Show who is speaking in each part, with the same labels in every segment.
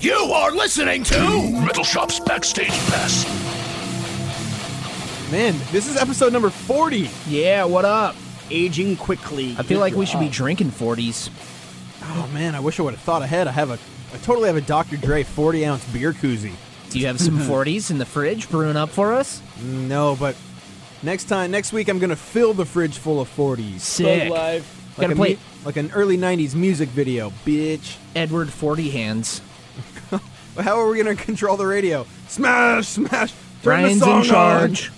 Speaker 1: You are listening to Metal Shop's Backstage Pass.
Speaker 2: Man, this is episode number 40.
Speaker 3: Yeah, what up?
Speaker 4: aging quickly.
Speaker 3: I feel like we should be drinking 40s.
Speaker 2: Oh man, I wish I would have thought ahead. I have a, I totally have a Dr. Dre 40 ounce beer koozie.
Speaker 3: Do you have some 40s in the fridge brewing up for us?
Speaker 2: No, but next time, next week, I'm gonna fill the fridge full of 40s.
Speaker 3: Sick.
Speaker 2: Like
Speaker 3: Gotta
Speaker 2: a
Speaker 3: play
Speaker 2: mu- like an early 90s music video, bitch.
Speaker 3: Edward 40 hands.
Speaker 2: But how are we gonna control the radio? Smash, smash. Turn the
Speaker 3: Ryan's
Speaker 2: song
Speaker 3: in
Speaker 2: on.
Speaker 3: charge.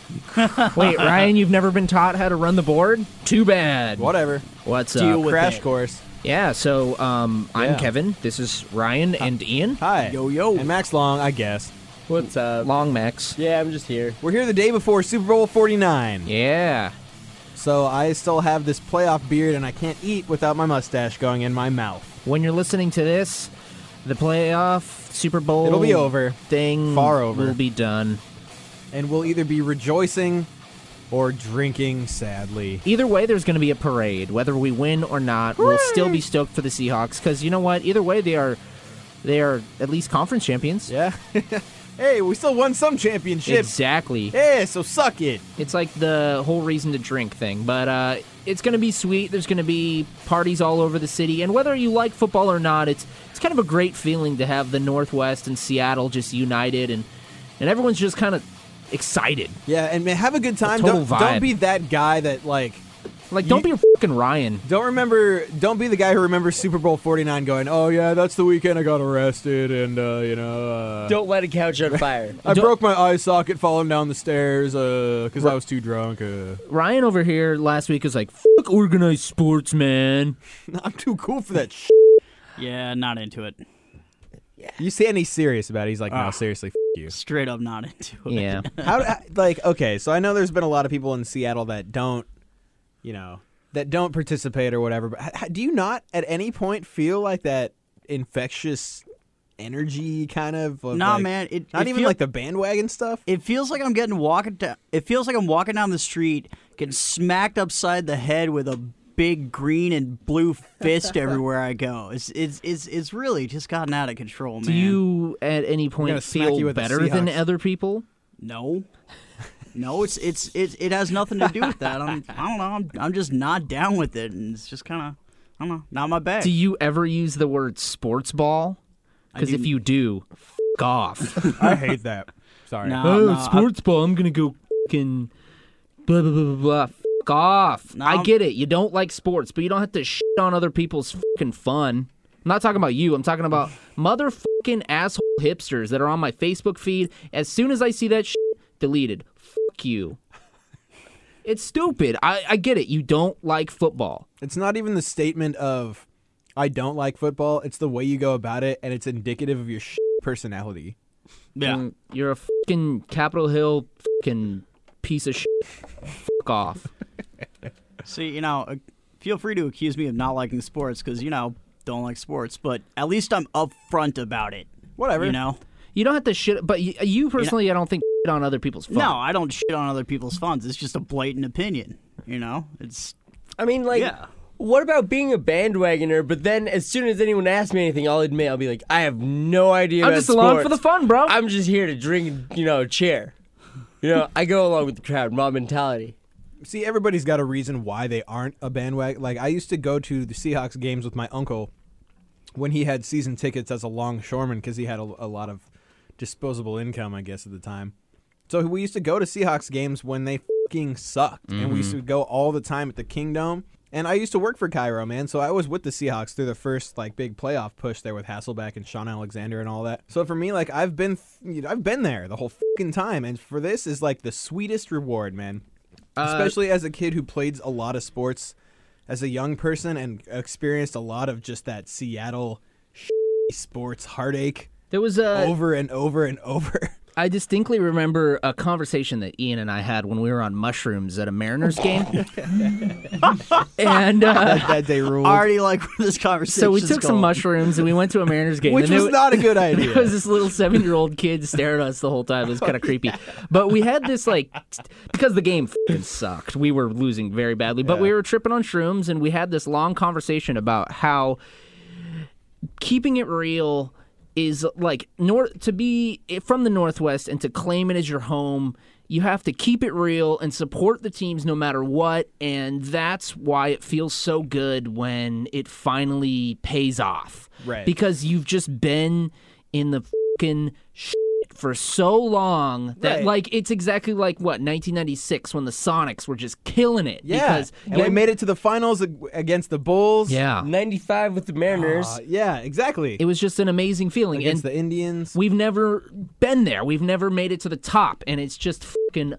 Speaker 3: Wait, Ryan, you've never been taught how to run the board? Too bad.
Speaker 2: Whatever.
Speaker 3: What's
Speaker 2: Deal
Speaker 3: up?
Speaker 2: with Crash course.
Speaker 3: Yeah, so um, I'm
Speaker 2: Yeah.
Speaker 3: Kevin. This is Ryan and Ian.
Speaker 2: Hi.
Speaker 4: Yo, yo.
Speaker 2: And Max Long, I guess.
Speaker 4: What's up?
Speaker 3: Long Max.
Speaker 4: Yeah, I'm just here.
Speaker 2: We're here the day before Super Bowl 49.
Speaker 3: Yeah.
Speaker 2: So I still have this playoff beard and I can't eat without my mustache going in my mouth.
Speaker 3: When you're listening to this, the playoff Super Bowl
Speaker 2: It'll be over.
Speaker 3: thing
Speaker 2: Far over.
Speaker 3: will be done.
Speaker 2: and we'll either be rejoicing or drinking sadly.
Speaker 3: Either way, there's going to be a parade. Whether we win or not, we'll still be stoked for the Seahawks because you know what? Either way, they are they are at least conference champions.
Speaker 2: Yeah. hey, we still won some championships.
Speaker 3: Exactly.
Speaker 2: Yeah, so suck it.
Speaker 3: It's like the whole reason to drink thing, but uh, it's going to be sweet. There's going to be parties all over the city, and whether you like football or not, it's it's kind of a great feeling to have the Northwest and Seattle just united, and and everyone's just kind of excited.
Speaker 2: Yeah, and man, have a good time.
Speaker 3: total
Speaker 2: Don't, don't
Speaker 3: vibe.
Speaker 2: be that guy that like
Speaker 3: Like, don't be
Speaker 2: Ye-
Speaker 3: a fucking Ryan.
Speaker 2: don't remember don't be the guy who remembers Super Bowl 49 going, "Oh yeah, that's the weekend I got arrested and uh, you know, uh,
Speaker 4: Don't let a couch on fire.
Speaker 2: I
Speaker 3: don't-
Speaker 2: broke my eye socket falling down the stairs uh, cuz I was too drunk." Uh.
Speaker 3: Ryan over here last week was like, "Fuck organized sports, man."
Speaker 2: I'm too cool for that. Sh-.
Speaker 5: Yeah, not into it. Ah.
Speaker 2: You say any serious about it? He's like, "No, seriously, f- you."
Speaker 5: Straight up not into it.
Speaker 3: Yeah.
Speaker 2: How do- like okay, so I know there's been a lot of people in Seattle that don't, you know, that don't participate or whatever. But h- h- do you not at any point feel like that infectious energy kind of? of
Speaker 5: Nah,
Speaker 2: like-
Speaker 5: man, it-
Speaker 2: not
Speaker 5: it
Speaker 2: even
Speaker 5: feel-
Speaker 2: like the bandwagon stuff.
Speaker 5: It feels like I'm getting walking down. It feels like I'm walking down the street, getting smacked upside the head with a big green and blue fist everywhere I go. It's it's it's it's really just gotten out of control, man.
Speaker 3: Do you at any
Speaker 2: gonna
Speaker 3: point
Speaker 2: smack you
Speaker 3: feel
Speaker 2: with the
Speaker 3: better than
Speaker 2: Seahawks.
Speaker 3: other people?
Speaker 5: No. No, it's it's it, it has nothing to do with that. I'm I don't know. I'm I'm just not down with it, and it's just kind of I don't know, not my bag.
Speaker 3: Do you ever use the word sports ball? Because if
Speaker 5: do-
Speaker 3: you do, f- off.
Speaker 2: I hate that. Sorry.
Speaker 5: no,
Speaker 3: oh,
Speaker 5: no, I-
Speaker 3: sports ball. I'm gonna go fucking blah blah blah blah. blah. F- off.
Speaker 5: No,
Speaker 3: I
Speaker 5: I'm-
Speaker 3: get it. You don't like sports, but you don't have to shit on other people's fucking fun. I'm not talking about you. I'm talking about motherfucking asshole hipsters that are on my Facebook feed. As soon as I see that shit, deleted. Fuck you. It's stupid. I, I get it. You don't like football.
Speaker 2: It's not even the statement of I don't like football. It's the way you go about it, and it's indicative of your sh- personality.
Speaker 5: yeah.
Speaker 3: Mm, You're a fucking Capitol Hill fucking piece of shit. Fuck off.
Speaker 5: See, you know, uh, feel free to accuse me of not liking sports because you know don't like sports, but at least I'm upfront about it.
Speaker 2: Whatever.
Speaker 5: You know,
Speaker 3: You don't have to shit, but you, you personally, I don't think shit on other people's fun.
Speaker 5: no, I don't shit on other people's funds. It's just a blatant opinion. You know, it's
Speaker 4: I mean, like,
Speaker 5: Yeah.
Speaker 4: what about being a bandwagoner? But then, as soon as anyone asks me anything, I'll admit I'll be like, I have no idea.
Speaker 3: I'm
Speaker 4: about
Speaker 3: just along for
Speaker 4: sports.
Speaker 3: the fun, bro.
Speaker 4: I'm just here to drink, and, you know, chair. You know, I go along with the crowd, mob mentality.
Speaker 2: see everybody's got a reason why they aren't a bandwagon like i used to go to the seahawks games with my uncle when he had season tickets as a longshoreman because he had a, a lot of disposable income i guess at the time so we used to go to seahawks games when they fucking sucked and we used to go all the time at the kingdom and i used to work for cairo man so i was with the seahawks through the first like big playoff push there with hasselback and sean alexander and all that so for me like i've been you know, i've been there the whole fucking time and for this is like the sweetest reward man
Speaker 3: Uh,
Speaker 2: especially as a kid who played a lot of sports as a young person and experienced a lot of just that Seattle sh- sports heartache.
Speaker 3: There was a.
Speaker 2: over and over and over.
Speaker 3: I distinctly remember a conversation that Ian and I had when we were on mushrooms at a Mariners game. and uh,
Speaker 2: that day ruled.
Speaker 5: already like where this conversation.
Speaker 3: so we took some mushrooms and we went to a Mariners game.
Speaker 2: which
Speaker 3: and there
Speaker 2: was
Speaker 3: wa-
Speaker 2: not a good
Speaker 3: There was
Speaker 2: idea. Oh,
Speaker 3: this little seven year old kid staring at us the whole time. It was kind of creepy. But we had this, like, t- because the game fucking sucked. We were losing very badly, but we were tripping on shrooms, and we had this long conversation about how keeping it real is like nor- to be eh, from the northwest and to claim it as your home you have to keep it real and support the teams no matter what and that's why it feels so good when it finally pays off
Speaker 2: Right.
Speaker 3: because you've just been in the fucking shit for so long that
Speaker 2: Right.
Speaker 3: like it's exactly like what 1996 when the sonics were just killing it
Speaker 2: Yeah,
Speaker 3: because
Speaker 2: and we made it to the finals ag- against the Bulls.
Speaker 3: yeah
Speaker 4: 95 with the Mariners.
Speaker 2: Uh, yeah, exactly.
Speaker 3: it was just an amazing feeling and
Speaker 2: against the Indians.
Speaker 3: We've never been there. We've never made it to the top, and it's just fucking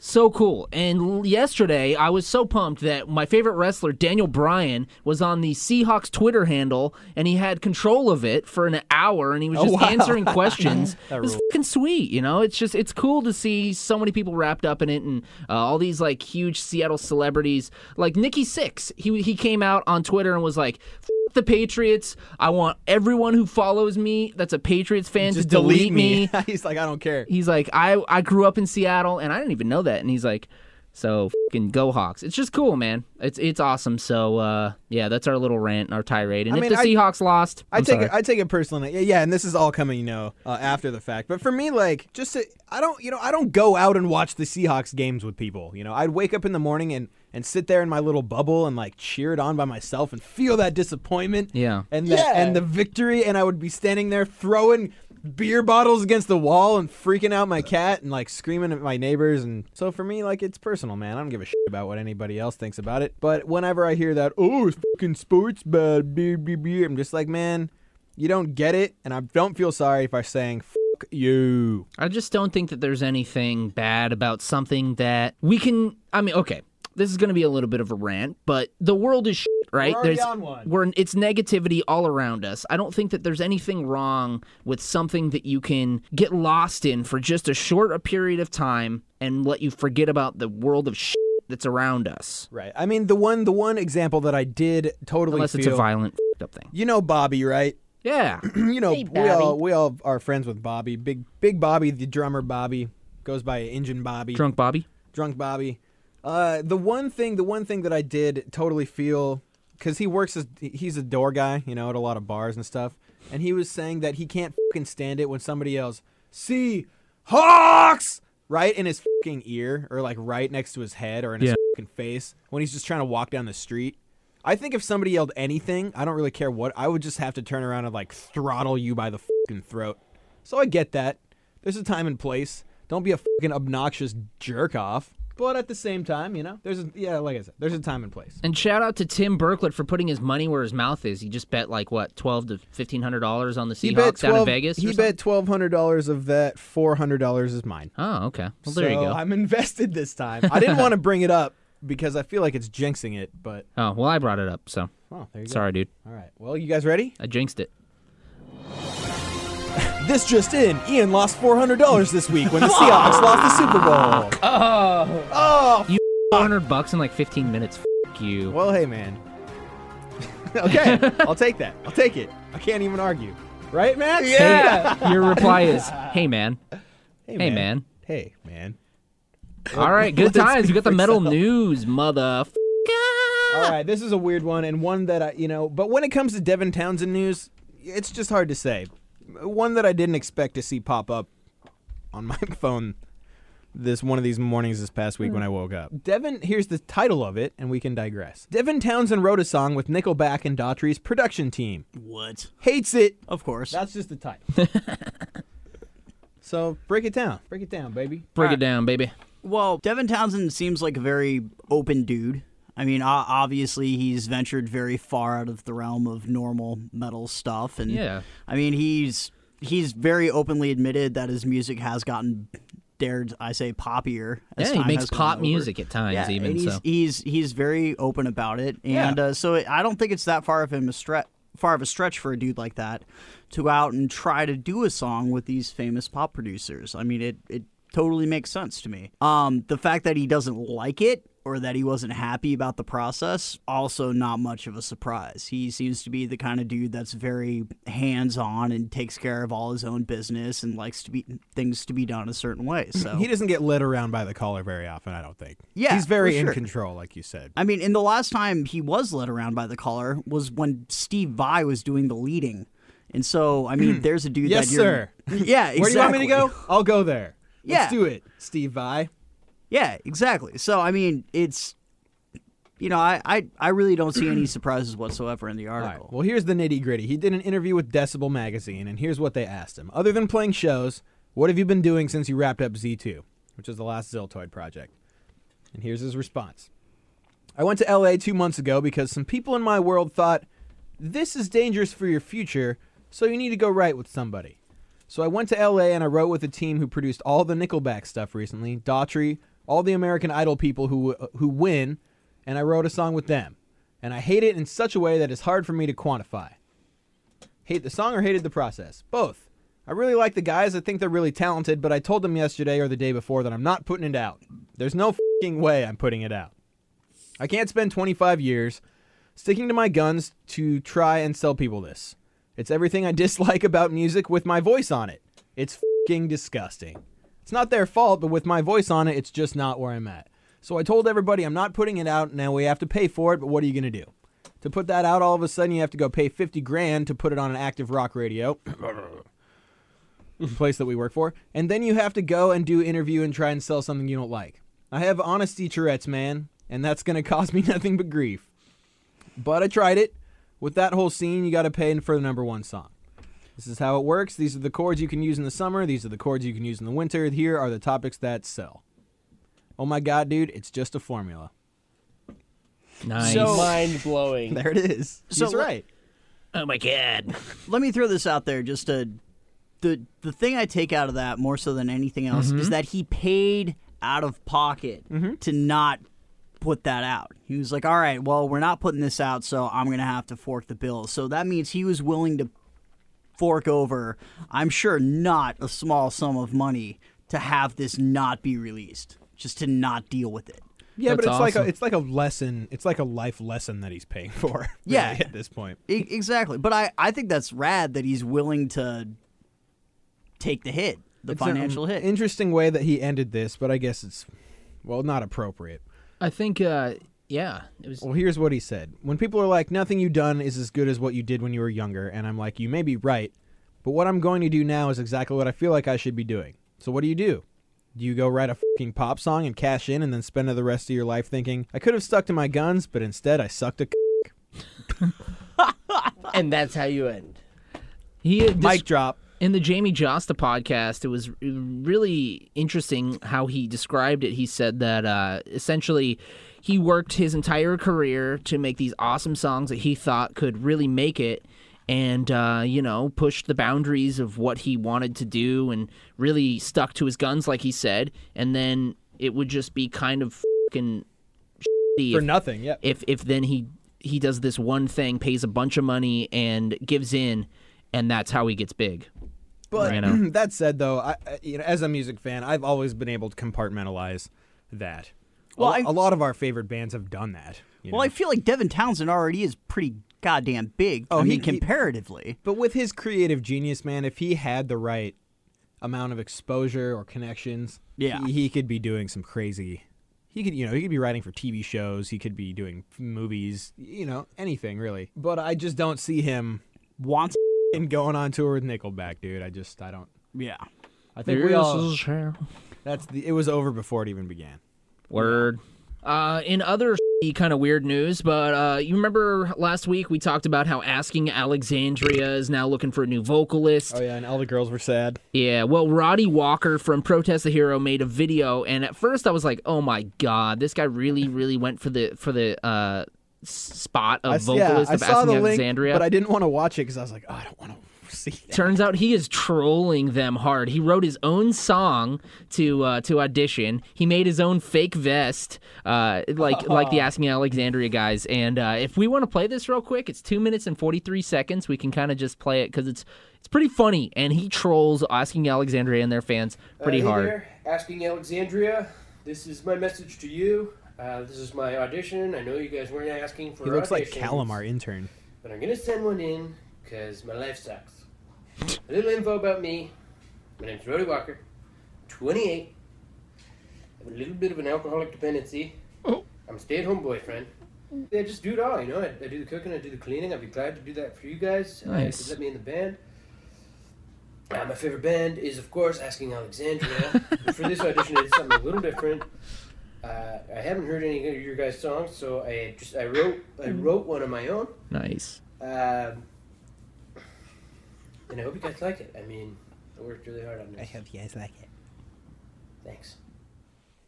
Speaker 3: so cool. And l- yesterday, I was so pumped that my favorite wrestler, Daniel Bryan, was on the Seahawks Twitter handle, and he had control of it for an hour, and he
Speaker 2: Oh,
Speaker 3: was just answering questions. it was fucking sweet, you know. It's just it's cool to see so many people wrapped up in it, and uh, all these like huge Seattle celebrities, like Nikki Six. He he came out on Twitter and was like. "F- The Patriots. I want everyone who follows me that's a Patriots fan to delete me
Speaker 2: He's like, I don't care.
Speaker 3: he's like, I I grew up in Seattle and I didn't even know that. And he's like, so fucking go Hawks. It's just cool, man. It's it's awesome. So uh, yeah, that's our little rant and our tirade. And
Speaker 2: I
Speaker 3: if
Speaker 2: mean,
Speaker 3: the
Speaker 2: I-
Speaker 3: Seahawks lost,
Speaker 2: I
Speaker 3: I'm
Speaker 2: take
Speaker 3: sorry.
Speaker 2: it. I take it personally. Yeah, yeah, and this is all coming, you know, uh, after the fact. But for me, like, just to, I don't, you know, I don't go out and watch the Seahawks games with people. You know, I'd wake up in the morning and and sit there in my little bubble and like cheer it on by myself and feel that disappointment.
Speaker 3: Yeah.
Speaker 2: and that
Speaker 4: Yeah.
Speaker 2: and the victory, and I would be standing there throwing beer bottles against the wall and freaking out my cat and like screaming at my neighbors and so for me like it's personal man i don't give a shit about what anybody else thinks about it but whenever i hear that oh it's fucking sports bad beer beer beer i'm just like man you don't get it and i don't feel sorry if i'm saying fuck you
Speaker 3: I just don't think that there's anything bad about something that we can. I mean, okay, this is going to be a little bit of a rant, but the world is shit, right?
Speaker 2: already
Speaker 3: there's,
Speaker 2: on one.
Speaker 3: We're it's negativity all around us. I don't think that there's anything wrong with something that you can get lost in for just a short a period of time and let you forget about the world of shit that's around us,
Speaker 2: right i mean the one the one example that i did totally
Speaker 3: unless it's a
Speaker 2: feel-
Speaker 3: violent fucked up thing.
Speaker 2: you know bobby right
Speaker 3: Yeah,
Speaker 2: you know, we all we all are friends with Bobby. Big Big Bobby, the drummer Bobby, goes by Engine Bobby,
Speaker 3: drunk Bobby.
Speaker 2: Drunk Bobby. Uh, the one thing, the one thing that I did totally feel, because he works as he's a door guy, you know, at a lot of bars and stuff, and he was saying that he can't fucking stand it when somebody else see Hawks right in his fucking ear or like right next to his head or in his
Speaker 3: Yeah.
Speaker 2: fucking face when he's just trying to walk down the street. I think if somebody yelled anything, I don't really care what, I would just have to turn around and like throttle you by the fucking throat. So I get that. There's a time and place. Don't be a fucking obnoxious jerk off. But at the same time, you know, there's a, yeah, like I said, there's a time and place.
Speaker 3: And shout out to Tim Berklet for putting his money where his mouth is. He just bet like what twelve to fifteen hundred dollars on the Seahawks out of Vegas. or
Speaker 2: He
Speaker 3: something?
Speaker 2: bet twelve hundred dollars of that. Four hundred dollars is mine.
Speaker 3: Oh, okay. Well, there you
Speaker 2: so
Speaker 3: go.
Speaker 2: I'm invested this time. I didn't want to bring it up because I feel like it's jinxing it. But
Speaker 3: Oh, well, I brought it up, so
Speaker 2: oh, there you go.
Speaker 3: sorry, dude.
Speaker 2: All right. Well, you guys ready?
Speaker 3: I jinxed it.
Speaker 2: This just in: Ian lost four hundred dollars this week when the Seahawks lost the Super Bowl.
Speaker 3: Oh.
Speaker 2: Oh,
Speaker 3: You 400 bucks in like 15 minutes. F- you.
Speaker 2: Well, hey, man. okay, I'll take that. I'll take it. I can't even argue, right, Matt?
Speaker 3: Hey, your reply is, "Hey man, hey man."
Speaker 2: Hey, man.
Speaker 3: All right, good
Speaker 2: Let it
Speaker 3: times.
Speaker 2: speak
Speaker 3: We got the
Speaker 2: for
Speaker 3: metal
Speaker 2: itself.
Speaker 3: news, mother.
Speaker 2: All right, this is a weird one and one that I, you know, but when it comes to Devin Townsend news, it's just hard to say. One that I didn't expect to see pop up on my phone this one of these mornings this past
Speaker 5: Hmm.
Speaker 2: week when I woke up. Devin, here's the title of it and we can digress. Devin Townsend wrote a song with Nickelback and Daughtry's production team.
Speaker 5: What?
Speaker 2: Hates it.
Speaker 5: Of course.
Speaker 2: That's just the title. so, break it down. Break it down, baby.
Speaker 3: Break it down, baby.
Speaker 5: Well, Devin Townsend seems like a very open dude. I mean, o- obviously he's ventured very far out of the realm of normal metal stuff, and
Speaker 3: Yeah.
Speaker 5: I mean he's he's very openly admitted that his music has gotten, dared I say, poppier. As
Speaker 3: Yeah, he
Speaker 5: time
Speaker 3: makes
Speaker 5: has gone
Speaker 3: pop
Speaker 5: over.
Speaker 3: music at times,
Speaker 5: Yeah,
Speaker 3: even
Speaker 5: and he's,
Speaker 3: so.
Speaker 5: he's he's very open about it, and uh, so I don't think it's that far of him a stretch. far of a stretch for a dude like that to go out and try to do a song with these famous pop producers. I mean, it it totally makes sense to me. Um, the fact that he doesn't like it or that he wasn't happy about the process, also not much of a surprise. He seems to be the kind of dude that's very hands on and takes care of all his own business and likes to be things to be done a certain way. So
Speaker 2: He doesn't get led around by the collar very often, I don't think.
Speaker 5: Yeah,
Speaker 2: he's very
Speaker 5: for
Speaker 2: in
Speaker 5: sure.
Speaker 2: control, like you said.
Speaker 5: I mean, and the last time he was led around by the collar was when Steve Vai was doing the leading. And so, I mean, there's a dude
Speaker 2: Hmm. Yes,
Speaker 5: that you're.
Speaker 2: sir.
Speaker 5: Yeah, exactly.
Speaker 2: Where do you want me to go? I'll go there.
Speaker 5: Yeah.
Speaker 2: Let's do it, Steve Vai.
Speaker 5: Yeah, exactly. So, I mean, it's. You know, I, I, I really don't see any surprises whatsoever in the
Speaker 2: All
Speaker 5: article.
Speaker 2: right. Well, here's the nitty gritty. He did an interview with Decibel Magazine, and here's what they asked him. Other than playing shows, what have you been doing since you wrapped up Z2, which is the last Ziltoid project? And here's his response I went to LA two months ago because some people in my world thought, this is dangerous for your future, so you need to go right with somebody. So I went to LA and I wrote with a team who produced all the Nickelback stuff recently, Daughtry, all the American Idol people who who win, and I wrote a song with them. And I hate it in such a way that it's hard for me to quantify. Hate the song or hated the process? Both. I really like the guys. I think they're really talented, but I told them yesterday or the day before that I'm not putting it out. There's no fing way I'm putting it out. I can't spend 25 years sticking to my guns to try and sell people this. It's everything I dislike about music with my voice on it. It's fing disgusting. It's not their fault, but with my voice on it, it's just not where I'm at. So I told everybody I'm not putting it out. Now we have to pay for it, but what are you going to do? To put that out, all of a sudden you have to go pay 50 grand to put it on an active rock radio place that we work for, and then you have to go and do interview and try and sell something you don't like. I have honesty Tourette's, man, and that's gonna cost me nothing but grief. But I tried it. With that whole scene, you got to pay for the number one song. This is how it works. These are the chords you can use in the summer. These are the chords you can use in the winter. Here are the topics that sell. Oh my god, dude, it's just a formula.
Speaker 3: Nice.
Speaker 4: So mind blowing.
Speaker 2: There it is.
Speaker 5: So
Speaker 2: He's
Speaker 5: let-
Speaker 2: right.
Speaker 3: oh my god.
Speaker 5: Let me throw this out there just to. The, the thing I take out of that more so than anything else
Speaker 2: Mm-hmm.
Speaker 5: is that he paid out of pocket to not put that out. He was like, all right, well, we're not putting this out, so I'm going to have to fork the bill. So that means he was willing to fork over, I'm sure not a small sum of money to have this not be released, just to not deal with it.
Speaker 2: Yeah, but
Speaker 3: That's
Speaker 2: it's like a,
Speaker 3: awesome.
Speaker 2: it's like a lesson. It's like a life lesson that he's paying for. really,
Speaker 5: Yeah.
Speaker 2: at this point.
Speaker 5: E- exactly. But I, I think that's rad that he's willing to take the hit, the
Speaker 2: It's an
Speaker 5: financial hit.
Speaker 2: Interesting way that he ended this, but I guess it's well not appropriate.
Speaker 3: I think uh yeah, it was
Speaker 2: Well, here's what he said. When people are like, nothing you done is as good as what you did when you were younger, and I'm like, you may be right, but what I'm going to do now is exactly what I feel like I should be doing. So what do you do? Do you go write a fucking pop song and cash in and then spend the rest of your life thinking, I could have stuck to my guns, but instead I sucked a c-.
Speaker 4: And that's how you end.
Speaker 3: he had
Speaker 2: mic drop?
Speaker 3: in the Jamie Josta podcast, it was really interesting how he described it. He said that uh, essentially he worked his entire career to make these awesome songs that he thought could really make it and, uh, you know, pushed the boundaries of what he wanted to do and really stuck to his guns, like he said. And then it would just be kind of fucking shitty
Speaker 2: For
Speaker 3: if-
Speaker 2: nothing, yeah.
Speaker 3: if if then he he does this one thing, pays a bunch of money, and gives in, and that's how he gets big.
Speaker 2: But
Speaker 3: Right now.
Speaker 2: that said, though, I, I- you know, as a music fan, I've always been able to compartmentalize that. Well,
Speaker 5: Well,
Speaker 2: a,
Speaker 5: I-
Speaker 2: a lot of our favorite bands have done that. you
Speaker 5: Well,
Speaker 2: know?
Speaker 5: I feel like Devin Townsend already is pretty goddamn big.
Speaker 2: Oh,
Speaker 5: I
Speaker 2: he-
Speaker 5: mean,
Speaker 2: he-
Speaker 5: comparatively.
Speaker 2: But with his creative genius, man, if he had the right amount of exposure or connections,
Speaker 5: Yeah.
Speaker 2: he, he could be doing some crazy. He could, you know, he could be writing for TV shows. He could be doing f- movies. You know, anything really. But I just don't see him
Speaker 5: wants.
Speaker 2: in going on tour with Nickelback, dude. I just, I don't.
Speaker 5: Yeah.
Speaker 2: I think we all. That's the. It was over before it even began.
Speaker 3: Word. Uh, in other kind of weird news, but uh, you remember last week we talked about how Asking Alexandria is now looking for a new vocalist.
Speaker 2: Oh, yeah, and all the girls were sad.
Speaker 3: Yeah, well, Roddy Walker from Protest the Hero made a video, and at first I was like, "Oh my god, this guy really, really went for the for the uh, s- spot of
Speaker 2: I, s- yeah,
Speaker 3: vocalist
Speaker 2: I
Speaker 3: of
Speaker 2: saw
Speaker 3: Asking
Speaker 2: the link,
Speaker 3: Alexandria."
Speaker 2: but I didn't want to watch it because I was like, oh, I don't want to see that.
Speaker 3: Turns out he is trolling them hard. He wrote his own song to uh, to audition. He made his own fake vest, uh, like like the Asking Alexandria guys. And uh, if we want to play this real quick, it's two minutes and forty three seconds. We can kind of just play it because it's it's pretty funny. And he trolls Asking Alexandria and their fans pretty
Speaker 6: Uh, hey
Speaker 3: hard.
Speaker 6: there, Asking Alexandria, this is my message to you. Uh, this is my audition. I know you guys weren't asking for
Speaker 2: He looks like
Speaker 6: auditions,
Speaker 2: Callum, our intern.
Speaker 6: But I'm going to send one in because my life sucks. A little info about me. My name's Rody Walker, 28. I have a little bit of an alcoholic dependency.
Speaker 3: Oh.
Speaker 6: I'm a stay at home boyfriend. I just do it all, you know. I, I do the cooking, I do the cleaning. I'd be glad to do that for you guys. Uh, if
Speaker 3: Nice.
Speaker 6: you let me in the band. Uh, my favorite band is, of course, Asking Alexandria. But for this audition, it's something a little different. Uh, I haven't heard any of your guys' songs, so I just I wrote I
Speaker 2: Hmm.
Speaker 6: wrote one of my own.
Speaker 3: Nice.
Speaker 6: Um, and I hope you guys like it. I mean, I worked really hard on this.
Speaker 2: hope you guys like it.
Speaker 6: Thanks.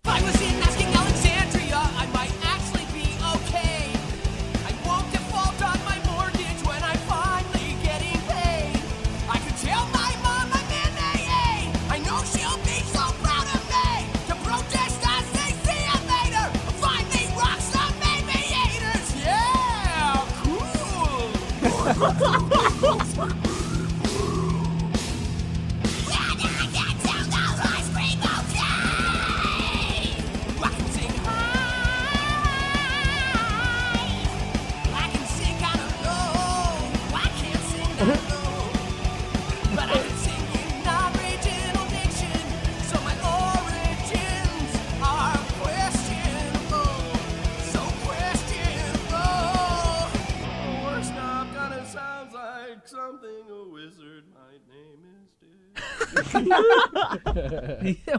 Speaker 7: If I was in asking Alexandria, I might actually be okay. I won't default on my mortgage when I'm finally getting paid. I could tell my mom I'm in AA. I know she'll be so proud of me. To protest us, they see a later. Finally, rocks some baby haters. Yeah, cool. And I can tell those lies scream okay. I can sing high. I can sing kind of low. I can't sing kind of low. But I can sing in original diction. So my origins are questionable. So questionable.
Speaker 1: Or stop kinda sounds like something a wizard might name his dick.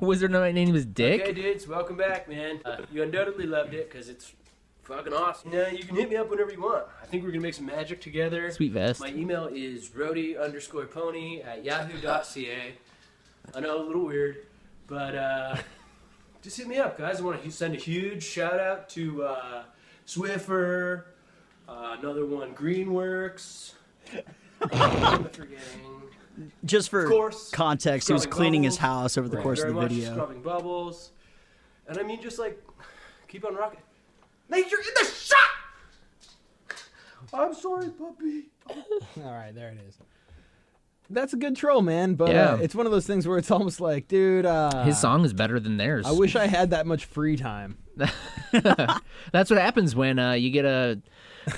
Speaker 3: Wizard, my name is Dick.
Speaker 6: Okay, dudes, welcome back, man. Uh, you undoubtedly loved it because it's fucking awesome. Now you can hit me up whenever you want. I think we're gonna make some magic together.
Speaker 3: Sweet vest.
Speaker 6: My email is rody underscore pony at yahoo.ca. I know, a little weird, but uh, just hit me up, guys. I want to send a huge shout out to uh, Swiffer, uh, another one, Greenworks. I'm forgetting.
Speaker 5: Just for
Speaker 6: Of course.
Speaker 5: context, he was
Speaker 6: Scrubbing
Speaker 5: cleaning his
Speaker 6: bubbles.
Speaker 5: house over the
Speaker 6: Thank
Speaker 5: course
Speaker 6: you
Speaker 5: of the
Speaker 6: very much,
Speaker 5: video.
Speaker 6: Scrubbing bubbles. And I mean, just like, keep on rocking. Mate, you're in the shot! I'm sorry, puppy.
Speaker 2: All right, there it is. That's a good troll, man. But
Speaker 3: Yeah.
Speaker 2: uh, it's one of those things where it's almost like, dude, uh,
Speaker 3: His song is better than theirs.
Speaker 2: I wish I had that much free time.
Speaker 3: That's what happens when uh, you get a,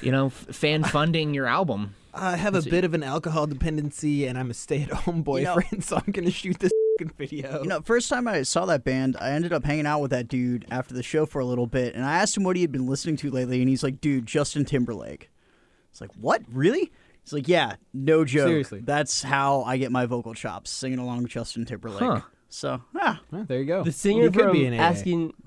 Speaker 3: you know, f- fan funding your album.
Speaker 2: I have a bit of an alcohol dependency, and I'm a stay-at-home boyfriend, so I'm gonna shoot this fucking video.
Speaker 5: You know, first time I saw that band, I ended up hanging out with that dude after the show for a little bit, and I asked him what he had been listening to lately, and he's like, "Dude, Justin Timberlake." It's like, "What? Really?" He's like, "Yeah, no joke.
Speaker 2: Seriously.
Speaker 5: that's how I get my vocal chops, singing along with Justin Timberlake."
Speaker 3: Huh.
Speaker 5: So, ah,
Speaker 2: Huh, there you go.
Speaker 4: The singer
Speaker 2: you could
Speaker 4: from
Speaker 2: be an AA.
Speaker 4: asking.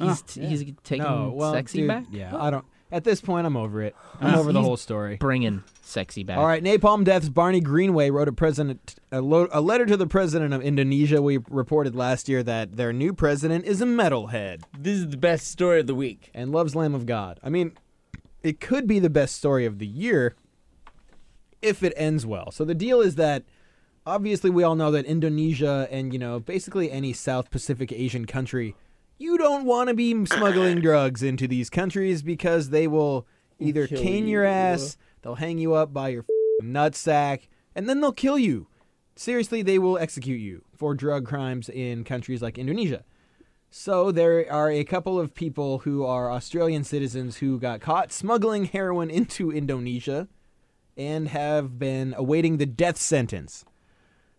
Speaker 5: Ah,
Speaker 3: He's t- he's taking
Speaker 2: Ah, No, well,
Speaker 3: sexy
Speaker 2: dude,
Speaker 3: back.
Speaker 2: Yeah, I don't. At this point, I'm over it. I'm over the
Speaker 3: he's-
Speaker 2: whole story.
Speaker 3: Bringing sexy back.
Speaker 2: All right, Napalm Death's Barney Greenway wrote a president a, lo- a letter to the president of Indonesia. We reported last year that their new president is a metalhead
Speaker 4: This is the best story of the week.
Speaker 2: and loves Lamb of God. I mean, it could be the best story of the year if it ends well. So the deal is that obviously we all know that Indonesia and you know basically any South Pacific Asian country, you don't want to be smuggling drugs into these countries because they will either
Speaker 4: Kill
Speaker 2: cane
Speaker 4: you.
Speaker 2: your ass, they'll hang you up by your f***ing nutsack, and then they'll kill you. Seriously, they will execute you for drug crimes in countries like Indonesia. So there are a couple of people who are Australian citizens who got caught smuggling heroin into Indonesia and have been awaiting the death sentence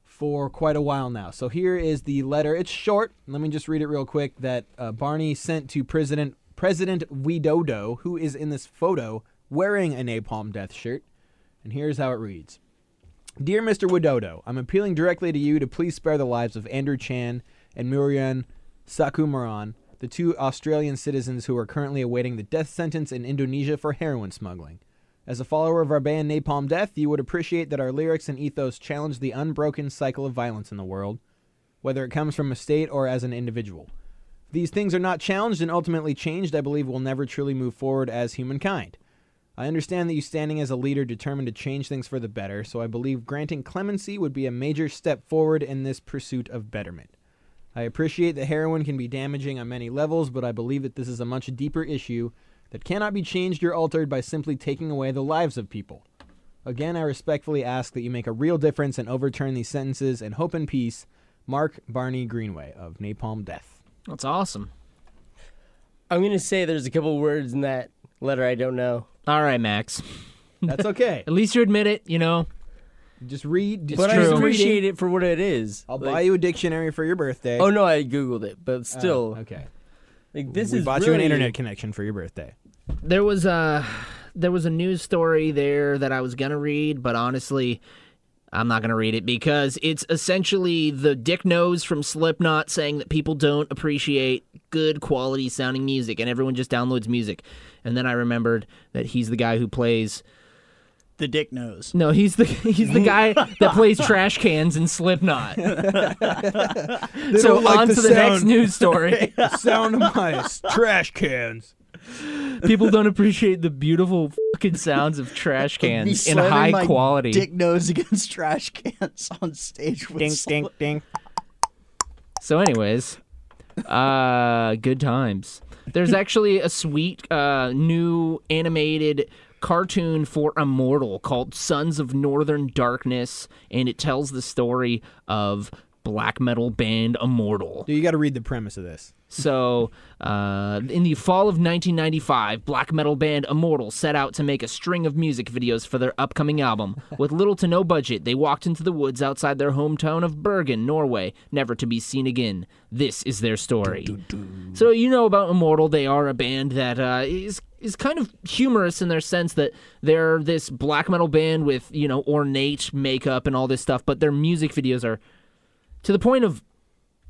Speaker 2: for quite a while now. So here is the letter. It's short. Let me just read it real quick that uh, Barney sent to President President Widodo, who is in this photo wearing a napalm death shirt. And here's how it reads. Dear Mr. Widodo, I'm appealing directly to you to please spare the lives of Andrew Chan and Murian Sakumaran, the two Australian citizens who are currently awaiting the death sentence in Indonesia for heroin smuggling. As a follower of our band Napalm Death, you would appreciate that our lyrics and ethos challenge the unbroken cycle of violence in the world, whether it comes from a state or as an individual. If these things are not challenged and ultimately changed, I believe we'll never truly move forward as humankind. I understand that you standing as a leader determined to change things for the better, so I believe granting clemency would be a major step forward in this pursuit of betterment. I appreciate that heroin can be damaging on many levels, but I believe that this is a much deeper issue that cannot be changed or altered by simply taking away the lives of people. Again, I respectfully ask that you make a real difference and overturn these sentences and hope in peace. Mark Barney Greenway of Napalm Death.
Speaker 3: That's awesome.
Speaker 4: I'm gonna say there's a couple words in that letter I don't know.
Speaker 3: All right, Max.
Speaker 2: That's okay.
Speaker 3: At least you admit it, you know.
Speaker 2: just read. Just
Speaker 4: But I
Speaker 2: keep
Speaker 3: true.
Speaker 2: reading.
Speaker 4: appreciate it for what it is.
Speaker 2: I'll
Speaker 4: Like-
Speaker 2: buy you a dictionary for your birthday.
Speaker 4: Oh no, I googled it, but still,
Speaker 2: Okay.
Speaker 4: like this
Speaker 2: we
Speaker 4: is
Speaker 2: bought
Speaker 4: really,
Speaker 2: you an internet connection for your birthday.
Speaker 3: There was a there was a news story there that I was gonna read, but honestly, I'm not gonna read it because it's essentially the dick nose from Slipknot saying that people don't appreciate good quality sounding music and everyone just downloads music. And then I remembered that he's the guy who plays
Speaker 5: The dick knows.
Speaker 3: No, he's the he's the guy that plays trash cans in Slipknot. so
Speaker 2: don't like
Speaker 3: on
Speaker 2: the
Speaker 3: to the next
Speaker 2: sound.
Speaker 3: news story.
Speaker 2: The sound of my s- trash cans.
Speaker 3: People don't appreciate the beautiful fucking sounds of trash
Speaker 5: Me
Speaker 3: cans in
Speaker 5: slamming
Speaker 3: high
Speaker 5: my
Speaker 3: quality.
Speaker 5: Dick nose against trash cans on stage with
Speaker 2: Ding,
Speaker 5: sl-
Speaker 2: ding, ding.
Speaker 3: So, anyways, uh, good times. There's actually a sweet uh, new animated cartoon for Immortal called Sons of Northern Darkness, and it tells the story of black metal band Immortal.
Speaker 2: Dude, you got to read the premise of this.
Speaker 3: So, uh, in the fall of 1995, black metal band Immortal set out to make a string of music videos for their upcoming album. With little to no budget, they walked into the woods outside their hometown of Bergen, Norway, never to be seen again. This is their story. So, you know about Immortal. They are a band that uh, is is kind of humorous in their sense that they're this black metal band with, you know, ornate makeup and all this stuff, but their music videos are to the point of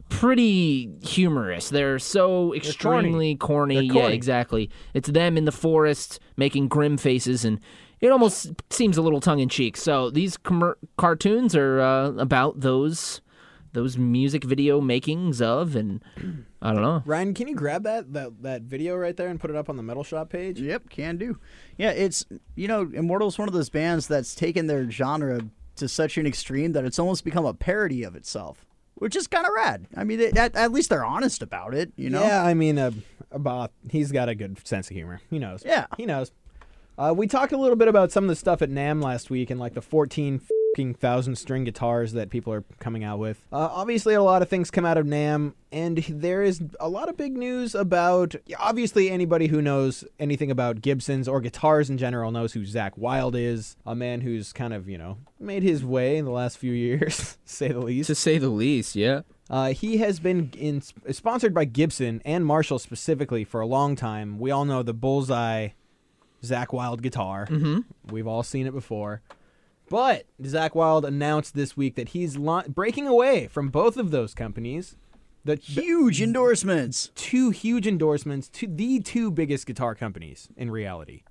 Speaker 3: pretty humorous. They're so extremely corny. Yeah, exactly. It's them in the forest making grim faces, and it almost seems a little tongue in cheek. So these commer cartoons are uh, about those those music video makings of, and I don't know.
Speaker 2: Ryan, can you grab that that that video right there and put it up on the metal shop page?
Speaker 5: Yep, can do. Yeah, it's you know, Immortal's one of those bands that's taken their genre to such an extreme that it's almost become a parody of itself, which is kind of rad. I mean, they, at, at least they're honest about it, you know.
Speaker 2: Yeah, I mean, uh, about he's got a good sense of humor. He knows.
Speaker 5: Yeah.
Speaker 2: he knows. Uh, we talked a little bit about some of the stuff at Nam last week and like the fourteen fing thousand string guitars that people are coming out with. Uh, obviously, a lot of things come out of Nam, and there is a lot of big news about. Obviously, anybody who knows anything about Gibsons or guitars in general knows who Zach Wild is, a man who's kind of you know made his way in the last few years, say the least.
Speaker 3: say the least, yeah.
Speaker 2: Uh, he has been in, sponsored by Gibson and Marshall specifically for a long time. We all know the Bullseye Zach Wild guitar. Mm-hmm. We've all seen it before. But Zach Wild announced this week that he's la- breaking away from both of those companies. The
Speaker 5: Huge endorsements.
Speaker 2: two huge endorsements to the two biggest guitar companies in reality,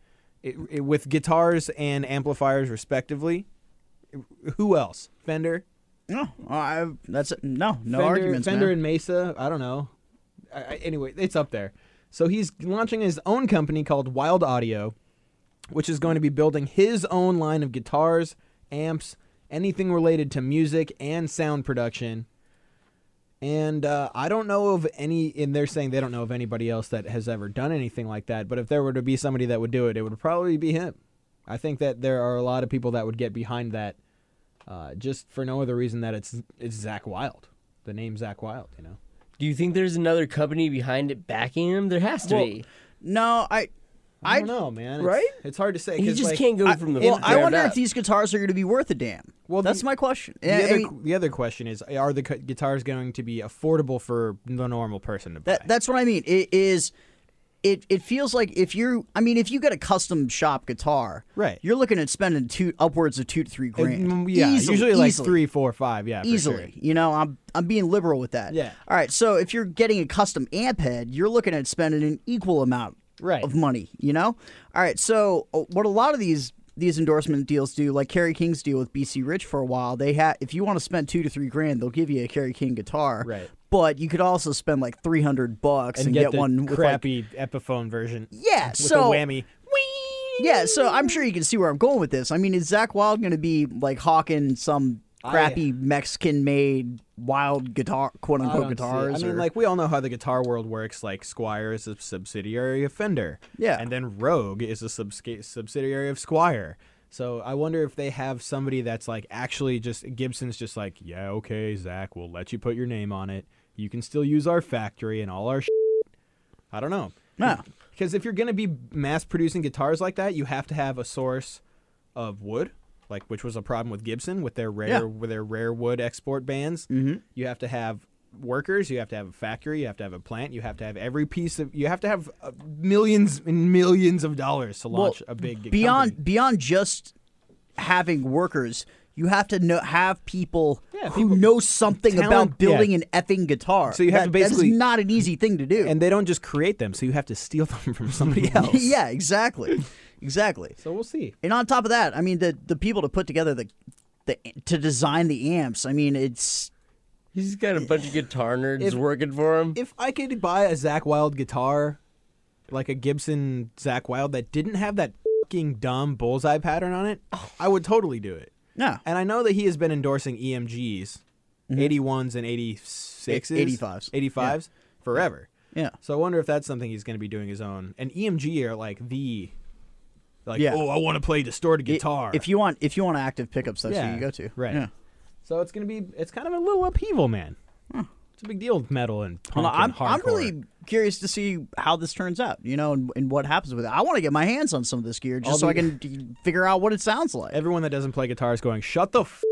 Speaker 2: it, it- with guitars and amplifiers respectively. Who else? Fender,
Speaker 5: No, I, that's no, no
Speaker 2: Fender,
Speaker 5: arguments,
Speaker 2: Fender
Speaker 5: man.
Speaker 2: and Mesa. I don't know. I, I, anyway, it's up there. So he's launching his own company called Wild Audio, which is going to be building his own line of guitars, amps, anything related to music and sound production. And uh, I don't know of any, and they're saying they don't know of anybody else that has ever done anything like that. But if there were to be somebody that would do it, it would probably be him. I think that there are a lot of people that would get behind that, uh, just for no other reason that it's it's Zach Wild, the name Zach Wild. You know,
Speaker 4: Do you think there's another company behind it backing him? There has to
Speaker 5: Well,
Speaker 4: be.
Speaker 5: no, I,
Speaker 2: I,
Speaker 5: I-
Speaker 2: don't know, man. It's,
Speaker 5: right?
Speaker 2: It's hard to say.
Speaker 4: He
Speaker 2: 'cause,
Speaker 4: just
Speaker 2: like,
Speaker 4: can't go
Speaker 5: I,
Speaker 4: from the.
Speaker 5: well, I
Speaker 4: ground
Speaker 5: wonder
Speaker 4: up.
Speaker 5: if these guitars are going to be worth a damn.
Speaker 2: Well,
Speaker 5: Well,
Speaker 2: the-
Speaker 5: that's my question.
Speaker 2: The,
Speaker 5: I- I
Speaker 2: other,
Speaker 5: mean,
Speaker 2: the other question is: Are the cu- guitars going to be affordable for the normal person to buy?
Speaker 5: That that's what I mean. It is it it feels like if you're I mean if you get a custom shop guitar,
Speaker 2: Right.
Speaker 5: You're looking at spending two upwards of two to three
Speaker 2: Uh,
Speaker 5: grand.
Speaker 2: mm, yeah,
Speaker 5: Easily-
Speaker 2: usually like
Speaker 5: easily,
Speaker 2: three, four, five. Yeah, for sure.
Speaker 5: Easily, you know, I'm I'm being liberal with that.
Speaker 2: Yeah.
Speaker 5: All right. So if you're getting a custom amp head, you're looking at spending an equal amount
Speaker 2: Right.
Speaker 5: of money. You know. All right. So uh, what a lot of these these endorsement deals do, like Kerry King's deal with BC Rich for a while, they had if you want to spend two to three grand, they'll give you a Kerry King guitar.
Speaker 2: Right.
Speaker 5: But you could also spend like three hundred bucks and,
Speaker 2: And get, the
Speaker 5: one with, like,
Speaker 2: crappy Epiphone version.
Speaker 5: yeah,
Speaker 2: with
Speaker 5: so
Speaker 2: a whammy.
Speaker 5: Yeah, so I'm sure you can see where I'm going with this. I mean, is Zach Wild going to be like hawking some crappy Mexican-made wild guitar, quote
Speaker 2: I
Speaker 5: unquote
Speaker 2: don't see it.
Speaker 5: guitars?
Speaker 2: I mean,
Speaker 5: or-
Speaker 2: like we all know how the guitar world works. Like Squire is a subsidiary of Fender.
Speaker 5: Yeah.
Speaker 2: And then Rogue is a subsca- subsidiary of Squire. So I wonder if they have somebody that's like actually just Gibson's just like, yeah, okay, Zach, we'll let you put your name on it. You can still use our factory and all our. Sh-. I don't know.
Speaker 5: no.
Speaker 2: Because if you're going to be mass producing guitars like that, you have to have a source of wood, like which was a problem with Gibson with their rare
Speaker 5: Yeah.
Speaker 2: with their rare wood export bans. Mm-hmm. You have to have workers, you have to have a factory, you have to have a plant, you have to have every piece of you have to have uh, millions and millions of dollars to
Speaker 5: Well,
Speaker 2: launch a big
Speaker 5: beyond
Speaker 2: company.
Speaker 5: beyond just having workers. You have to know, have people
Speaker 2: Yeah,
Speaker 5: who
Speaker 2: people-
Speaker 5: know something
Speaker 2: talent,
Speaker 5: about building
Speaker 2: yeah.
Speaker 5: an effing guitar.
Speaker 2: So you have
Speaker 5: That-
Speaker 2: to basically-
Speaker 5: that's not an easy thing to do.
Speaker 2: and they don't just create them, so you have to steal them from somebody else.
Speaker 5: yeah, exactly, exactly.
Speaker 2: So we'll see.
Speaker 5: And on top of that, I mean, the the people to put together the the to design the amps. I mean, it's
Speaker 4: He's just got a bunch of guitar nerds
Speaker 2: If-
Speaker 4: working for him.
Speaker 2: if I could buy a Zach Wild guitar, like a Gibson Zach Wild that didn't have that fucking dumb bullseye pattern on it, I would totally do it.
Speaker 5: Oh. no Mm-hmm.
Speaker 2: And I know that he has been endorsing E EMGs, 81s and 86s,
Speaker 5: Eight- 85s.
Speaker 2: 85s forever.
Speaker 5: Yeah.
Speaker 2: So I wonder if that's something he's going to be doing his own. And EMG are like the like
Speaker 5: Yeah.
Speaker 2: oh, I want to play distorted
Speaker 5: I-
Speaker 2: guitar.
Speaker 5: If you want, if you want active pickups, that's who you go to.
Speaker 2: Right.
Speaker 5: Yeah.
Speaker 2: So it's going to be it's kind of a little upheaval, man. It's a big deal with metal and punk
Speaker 5: Well, I'm
Speaker 2: and hardcore.
Speaker 5: I'm really curious to see how this turns out. You know, and, and what happens with it. I want to get my hands on some of this gear just
Speaker 2: All
Speaker 5: so
Speaker 2: the-
Speaker 5: I can d- figure out what it sounds like.
Speaker 2: everyone that doesn't play guitar is going, shut the f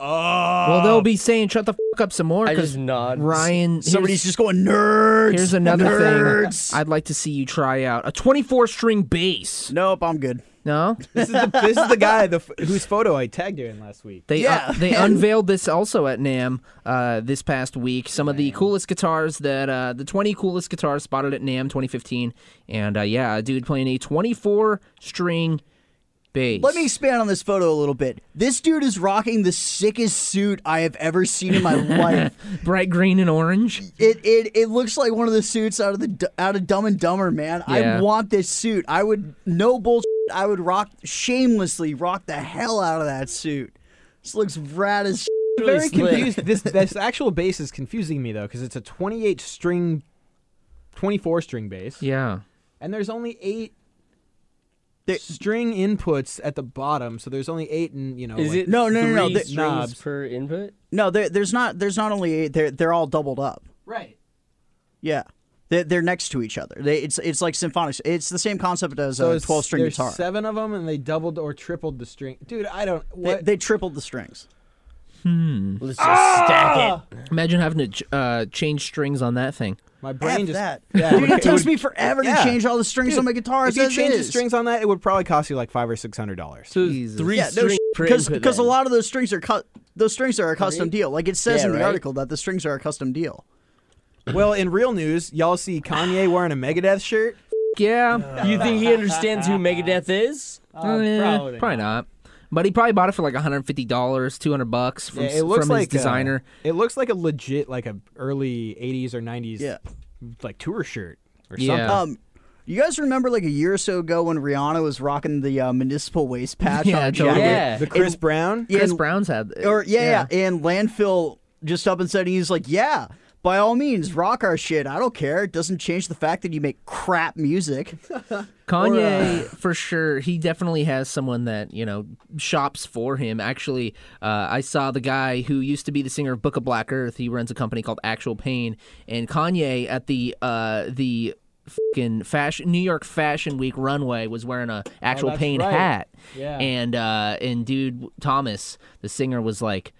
Speaker 2: up.
Speaker 3: Well, they'll be saying shut the fuck up some more
Speaker 4: I
Speaker 3: because
Speaker 4: just nod.
Speaker 3: Ryan. here's-
Speaker 5: Somebody's just going nerds.
Speaker 3: Here's another
Speaker 5: nerds.
Speaker 3: thing I'd like to see you try out a 24 string bass.
Speaker 5: Nope, I'm good.
Speaker 3: No,
Speaker 2: this, is the, this is the guy the, f- whose photo I tagged you in last week.
Speaker 3: they
Speaker 5: Yeah.
Speaker 3: uh, they unveiled this also at Nam uh, this past week. Some of the coolest guitars that uh, the 20 coolest guitars spotted at Nam 2015, and uh, yeah, a dude playing a 24 string bass.
Speaker 5: Let me expand on this photo a little bit. This dude is rocking the sickest suit I have ever seen in my life.
Speaker 3: bright green and orange.
Speaker 5: It, it it looks like one of the suits out of the D- out of Dumb and Dumber, man.
Speaker 3: Yeah.
Speaker 5: I want this suit. I would no bullshit. I would rock shamelessly rock the hell out of that suit. This looks rad as. shit.
Speaker 2: Very confused. this this actual bass is confusing me though because it's a 28 string, 24 string bass,
Speaker 3: Yeah,
Speaker 2: and there's only eight.
Speaker 5: There-
Speaker 2: string inputs at the bottom, so there's only eight, and you know,
Speaker 4: Is
Speaker 2: like-
Speaker 4: it
Speaker 5: No, no, no, no,
Speaker 4: three
Speaker 5: th-
Speaker 4: strings
Speaker 2: knobs.
Speaker 4: per input?
Speaker 5: No, there, there's not. There's not only eight. They're they're all doubled up.
Speaker 3: right.
Speaker 5: Yeah, they're, they're next to each other. They, it's it's like symphonics. It's the same concept as
Speaker 2: So
Speaker 5: a
Speaker 2: it's-
Speaker 5: 12 string
Speaker 2: there's
Speaker 5: guitar.
Speaker 2: Seven of them, and they doubled or tripled the string. Dude, I don't.
Speaker 5: They,
Speaker 2: What?
Speaker 5: they tripled the strings.
Speaker 4: Let's just stack it.
Speaker 3: Ah! Imagine having to ch- uh, change strings on that thing.
Speaker 2: my brain
Speaker 5: F
Speaker 2: just
Speaker 5: that.
Speaker 2: Yeah,
Speaker 5: Dude,
Speaker 2: would-
Speaker 5: it takes
Speaker 2: would-
Speaker 5: me forever
Speaker 2: yeah.
Speaker 5: to change all the strings
Speaker 2: Dude,
Speaker 5: on my guitar.
Speaker 2: If
Speaker 5: as
Speaker 2: you
Speaker 5: it
Speaker 2: change the
Speaker 5: is.
Speaker 2: strings on that, it would probably cost you like five or six hundred dollars.
Speaker 4: So
Speaker 3: Jesus.
Speaker 4: three
Speaker 5: yeah,
Speaker 4: strings per
Speaker 5: because
Speaker 4: input
Speaker 5: because a
Speaker 4: then.
Speaker 5: lot of those strings are cut. Those strings are a custom deal. Like it says
Speaker 4: Yeah,
Speaker 5: in the
Speaker 4: right?
Speaker 5: article that the strings are a custom deal.
Speaker 2: Well, in real news, y'all see Kanye wearing a Megadeth shirt.
Speaker 3: Yeah,
Speaker 4: You think he understands who Megadeth is?
Speaker 3: Eh,
Speaker 2: Uh, probably
Speaker 3: not. But he probably bought it for like 150 dollars, 200 bucks from,
Speaker 2: it looks
Speaker 3: from
Speaker 2: like uh,
Speaker 3: his designer.
Speaker 2: A, it looks like a legit, like a early '80s or '90s,
Speaker 5: Yeah.
Speaker 2: like tour shirt or
Speaker 3: Yeah.
Speaker 2: something.
Speaker 5: Um, you guys remember like a year or so ago when Rihanna was rocking the uh, municipal waste patch
Speaker 3: Yeah,
Speaker 5: on her
Speaker 3: totally.
Speaker 5: jacket?
Speaker 4: Yeah.
Speaker 2: the Chris Brown.
Speaker 5: Yeah,
Speaker 3: Chris
Speaker 5: and-
Speaker 3: Brown's had it.
Speaker 5: Or yeah, yeah, and landfill just up and said he's like, yeah, by all means, rock our shit. I don't care. It doesn't change the fact that you make crap music. uh,
Speaker 2: uh,
Speaker 3: Kanye for sure. He definitely has someone that you know shops for him. Actually, uh, I saw the guy who used to be the singer of Book of Black Earth. He runs a company called Actual Pain, and Kanye at the uh, the fucking fashion New York Fashion Week runway was wearing a Actual
Speaker 2: Oh, that's
Speaker 3: Pain
Speaker 2: right.
Speaker 3: hat.
Speaker 2: Yeah.
Speaker 3: and uh, and dude Thomas, the singer, was like,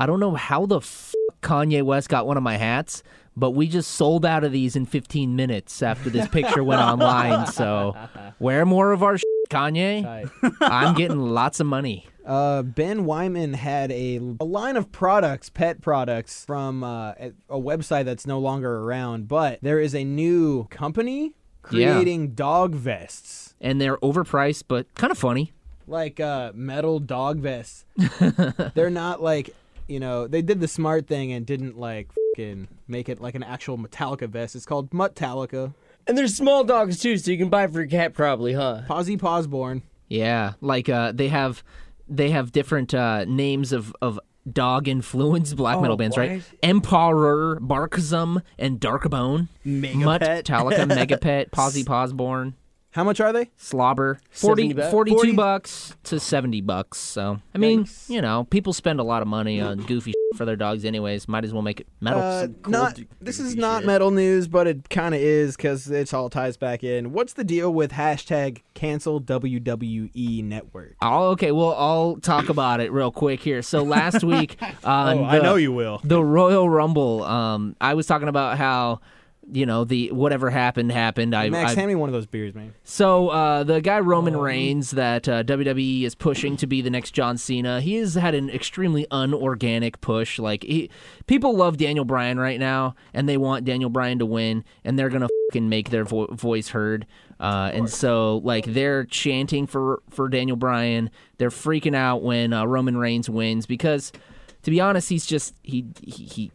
Speaker 3: I don't know how the f- Kanye West got one of my hats, but we just sold out of these in 15 minutes after this picture went online. So wear more of our shit, Kanye. I'm getting lots of money.
Speaker 2: Uh, ben Wyman had a, a line of products, pet products, from uh, a, a website that's no longer around. But there is a new company
Speaker 3: Yeah.
Speaker 2: creating dog vests,
Speaker 3: And they're overpriced, but kind of funny.
Speaker 2: like uh, metal dog vests. They're not like, you know, they did the smart thing and didn't like fucking make it like an actual Metallica vest. It's called Metallica.
Speaker 4: And there's small dogs too, so you can buy for your cat probably, huh?
Speaker 2: Posy Posborn.
Speaker 3: Yeah, like uh, they have they have different uh, names of of dog influenced black
Speaker 2: Oh,
Speaker 3: metal bands, right? Emperor, Barkzum, and Darkbone,
Speaker 5: Megapet.
Speaker 3: Metallica, Megapet, Posy Posborn,
Speaker 2: How much are they?
Speaker 3: Slobber.
Speaker 4: 70
Speaker 3: 40,
Speaker 4: bucks?
Speaker 3: 42
Speaker 4: 40
Speaker 3: bucks to 70 bucks. So, I mean, you know, people spend a lot of money on goofy shit for their dogs anyways. Might as well make it metal.
Speaker 2: Uh, not. This is not metal news, but it kind of is because it's all ties back in. What's the deal with hashtag cancel WWE network?
Speaker 3: I'll, okay, well, I'll talk about it real quick here. So last week, on
Speaker 2: Oh, I
Speaker 3: the-
Speaker 2: know you will.
Speaker 3: the Royal Rumble, um, I was talking about how, you know, the whatever happened happened. I,
Speaker 2: Max,
Speaker 3: I-
Speaker 2: hand me one of those beers, man.
Speaker 3: so uh, the guy Roman Reigns that uh, WWE is pushing to be the next John Cena, he has had an extremely unorganic push. Like he, people love Daniel Bryan right now, and they want Daniel Bryan to win, and they're gonna fucking make their vo- voice heard. Uh, and so like they're chanting for for Daniel Bryan. They're freaking out when uh, Roman Reigns wins because, to be honest, he's just he he. he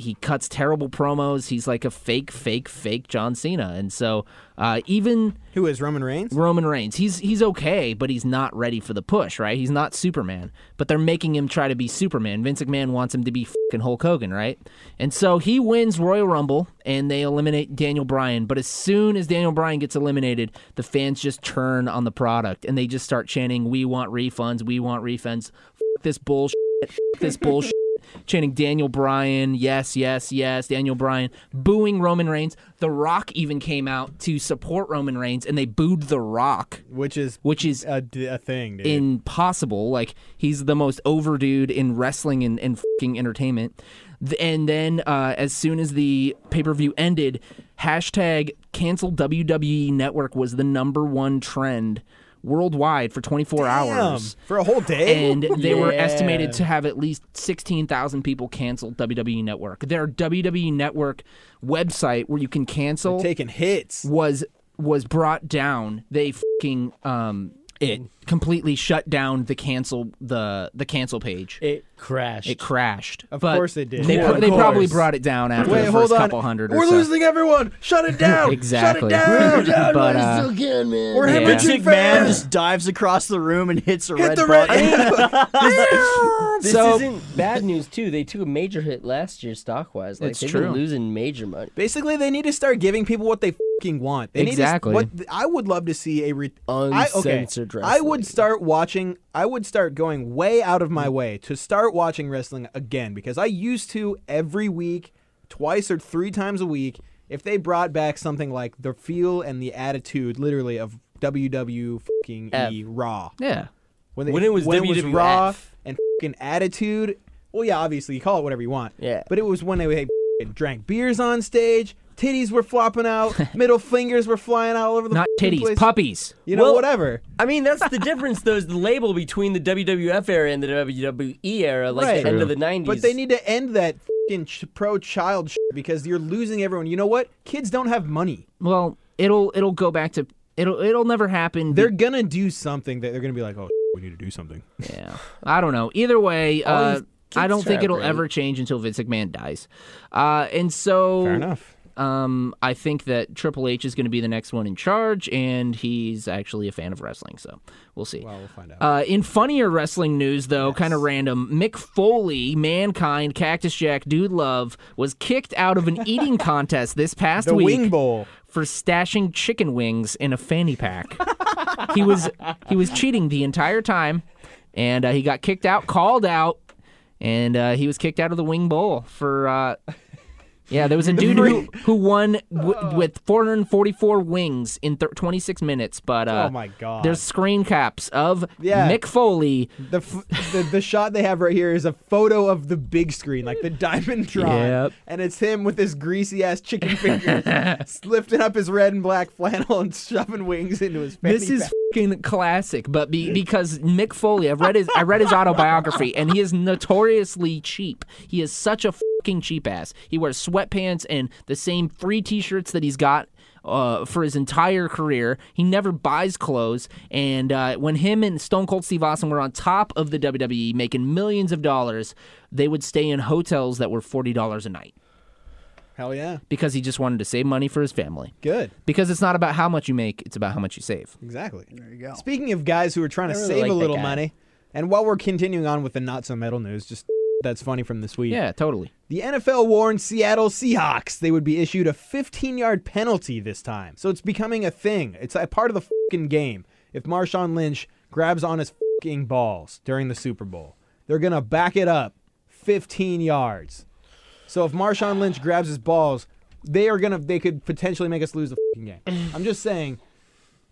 Speaker 3: he cuts terrible promos. He's like a fake, fake, fake John Cena, and so uh, even
Speaker 2: Who is Roman Reigns?
Speaker 3: Roman Reigns. He's he's okay, but he's not ready for the push, right? He's not Superman. But they're making him try to be Superman. Vince McMahon wants him to be fucking Hulk Hogan, right? And so he wins Royal Rumble and they eliminate Daniel Bryan. But as soon as Daniel Bryan gets eliminated, the fans just turn on the product and they just start chanting, We want refunds, we want refunds, Fuck this bullshit, Fuck this bullshit. Chanting Daniel Bryan, yes, yes, yes, Daniel Bryan, booing Roman Reigns. The Rock even came out to support Roman Reigns, and they booed The Rock
Speaker 2: Which is
Speaker 3: which is
Speaker 2: a, d- a thing, dude.
Speaker 3: impossible. Like he's the most over dude in wrestling and, and fucking entertainment. Th- And then uh, as soon as the pay per view ended, hashtag cancel WWE Network was the number one trend worldwide for 24 hours.
Speaker 2: Damn, for a whole day.
Speaker 3: And they were estimated to have at least 16,000 people cancel WWE Network. Their WWE Network website where you can cancel
Speaker 2: taking hits.
Speaker 3: was was brought down. They fucking um it completely shut down the cancel the the cancel page. It,
Speaker 4: It crashed.
Speaker 3: crashed. Of
Speaker 2: course it did.
Speaker 3: They,
Speaker 2: Yeah,
Speaker 3: pro-
Speaker 2: of
Speaker 3: they probably
Speaker 2: course.
Speaker 3: brought it down after
Speaker 2: Wait,
Speaker 3: the
Speaker 2: hold
Speaker 3: first
Speaker 2: on.
Speaker 3: couple hundred.
Speaker 1: We're
Speaker 3: or so.
Speaker 1: losing everyone. Shut it down.
Speaker 3: Exactly.
Speaker 1: Shut it down.
Speaker 3: But, uh,
Speaker 1: Still can, man.
Speaker 5: Or
Speaker 3: Yeah.
Speaker 5: Vince
Speaker 1: Big
Speaker 5: McMahon
Speaker 1: fan.
Speaker 5: just dives across the room and hits a
Speaker 1: Hit
Speaker 5: red
Speaker 1: the red.
Speaker 5: button.
Speaker 4: This
Speaker 3: So-
Speaker 4: isn't bad news too. They took a major hit last year stock wise. Like
Speaker 3: It's
Speaker 4: they've
Speaker 3: true.
Speaker 4: been losing major money.
Speaker 2: Basically, they need to start giving people what they fucking want. They need to-
Speaker 3: Exactly.
Speaker 2: what th- I would love to see a re- I, okay,
Speaker 4: Uncensored
Speaker 2: I
Speaker 4: wrestling.
Speaker 2: would start watching. I would start going way out of my way to start watching wrestling again because I used to every week, twice or three times a week. If they brought back something like the feel and the attitude, literally of WWE fucking E Raw,
Speaker 3: Yeah.
Speaker 2: when, they,
Speaker 4: When it was WWF.
Speaker 2: Raw and fucking Attitude. Well, yeah, obviously you call it whatever you want.
Speaker 4: Yeah.
Speaker 2: But it was when they f***ing drank beers on stage, titties were flopping out, middle fingers were flying all over the
Speaker 3: Not
Speaker 2: f***ing
Speaker 3: titties,
Speaker 2: place.
Speaker 3: puppies.
Speaker 2: You know,
Speaker 4: Well-
Speaker 2: whatever.
Speaker 4: I mean, that's the difference though, is the label between the WWF era and the WWE era, like
Speaker 2: Right.
Speaker 4: the end
Speaker 2: True.
Speaker 4: of the nineties.
Speaker 2: But they need to end that fucking ch- pro child shit because you're losing everyone. You know what? Kids don't have money.
Speaker 3: Well, it'll it'll go back to it'll it'll never happen.
Speaker 2: They're gonna do something that they're gonna be like, oh, shit, we need to do something.
Speaker 3: Yeah. I don't know. Either way, uh,
Speaker 4: these
Speaker 3: I
Speaker 4: kids
Speaker 3: don't think
Speaker 4: crap,
Speaker 3: it'll
Speaker 4: right?
Speaker 3: ever change until Vince McMahon dies. Uh, and so
Speaker 2: Fair enough.
Speaker 3: Um, I think that Triple H is going to be the next one in charge, and he's actually a fan of wrestling, so we'll see. Well, we'll
Speaker 2: find out.
Speaker 3: Uh, in funnier wrestling news, though, kind of random, Mick Foley, Mankind, Cactus Jack, Dude Love was kicked out of an eating contest this past
Speaker 2: The
Speaker 3: week
Speaker 2: Wing Bowl.
Speaker 3: for stashing chicken wings in a fanny pack. he was he was cheating the entire time, and uh, he got kicked out, called out, and uh, he was kicked out of the wing bowl for. Uh, yeah, there was a dude who, who won
Speaker 2: Oh.
Speaker 3: w- with 444 wings in thir- 26 minutes, but uh,
Speaker 2: Oh my God.
Speaker 3: there's screen caps of
Speaker 2: Yeah.
Speaker 3: Mick Foley.
Speaker 2: The, f- the the shot they have right here is a photo of the big screen, like the diamond drawn,
Speaker 3: Yep.
Speaker 2: and it's him with his greasy ass chicken fingers, s- lifting up his red and black flannel and shoving wings into his fanny
Speaker 3: This is
Speaker 2: pack.
Speaker 3: fucking classic, but be, because Mick Foley, I've read his I read his autobiography, and he is notoriously cheap. He is such a fucking cheap ass. He wears sweatpants and the same free T-shirts that he's got. Uh, for his entire career, he never buys clothes. And uh, when him and Stone Cold Steve Austin were on top of the E WWE, making millions of dollars, they would stay in hotels that were forty dollars a night.
Speaker 2: Hell yeah.
Speaker 3: because he just wanted to save money for his family.
Speaker 2: Good.
Speaker 3: Because it's not about how much you make, it's about how much you save.
Speaker 2: Exactly.
Speaker 5: There you go.
Speaker 2: Speaking of guys who are trying to
Speaker 3: I really
Speaker 2: save
Speaker 3: like
Speaker 2: a
Speaker 3: that
Speaker 2: little
Speaker 3: guy.
Speaker 2: money, and while we're continuing on with the not so metal news, just that's funny from this week.
Speaker 3: Yeah, totally.
Speaker 2: The NFL warned Seattle Seahawks they would be issued a 15 yard penalty this time. So it's becoming a thing. It's a part of the fucking game. If Marshawn Lynch grabs on his fucking balls during the Super Bowl, they're going to back it up 15 yards. So if Marshawn Lynch grabs his balls, they are going to, they could potentially make us lose the fucking game. I'm just saying,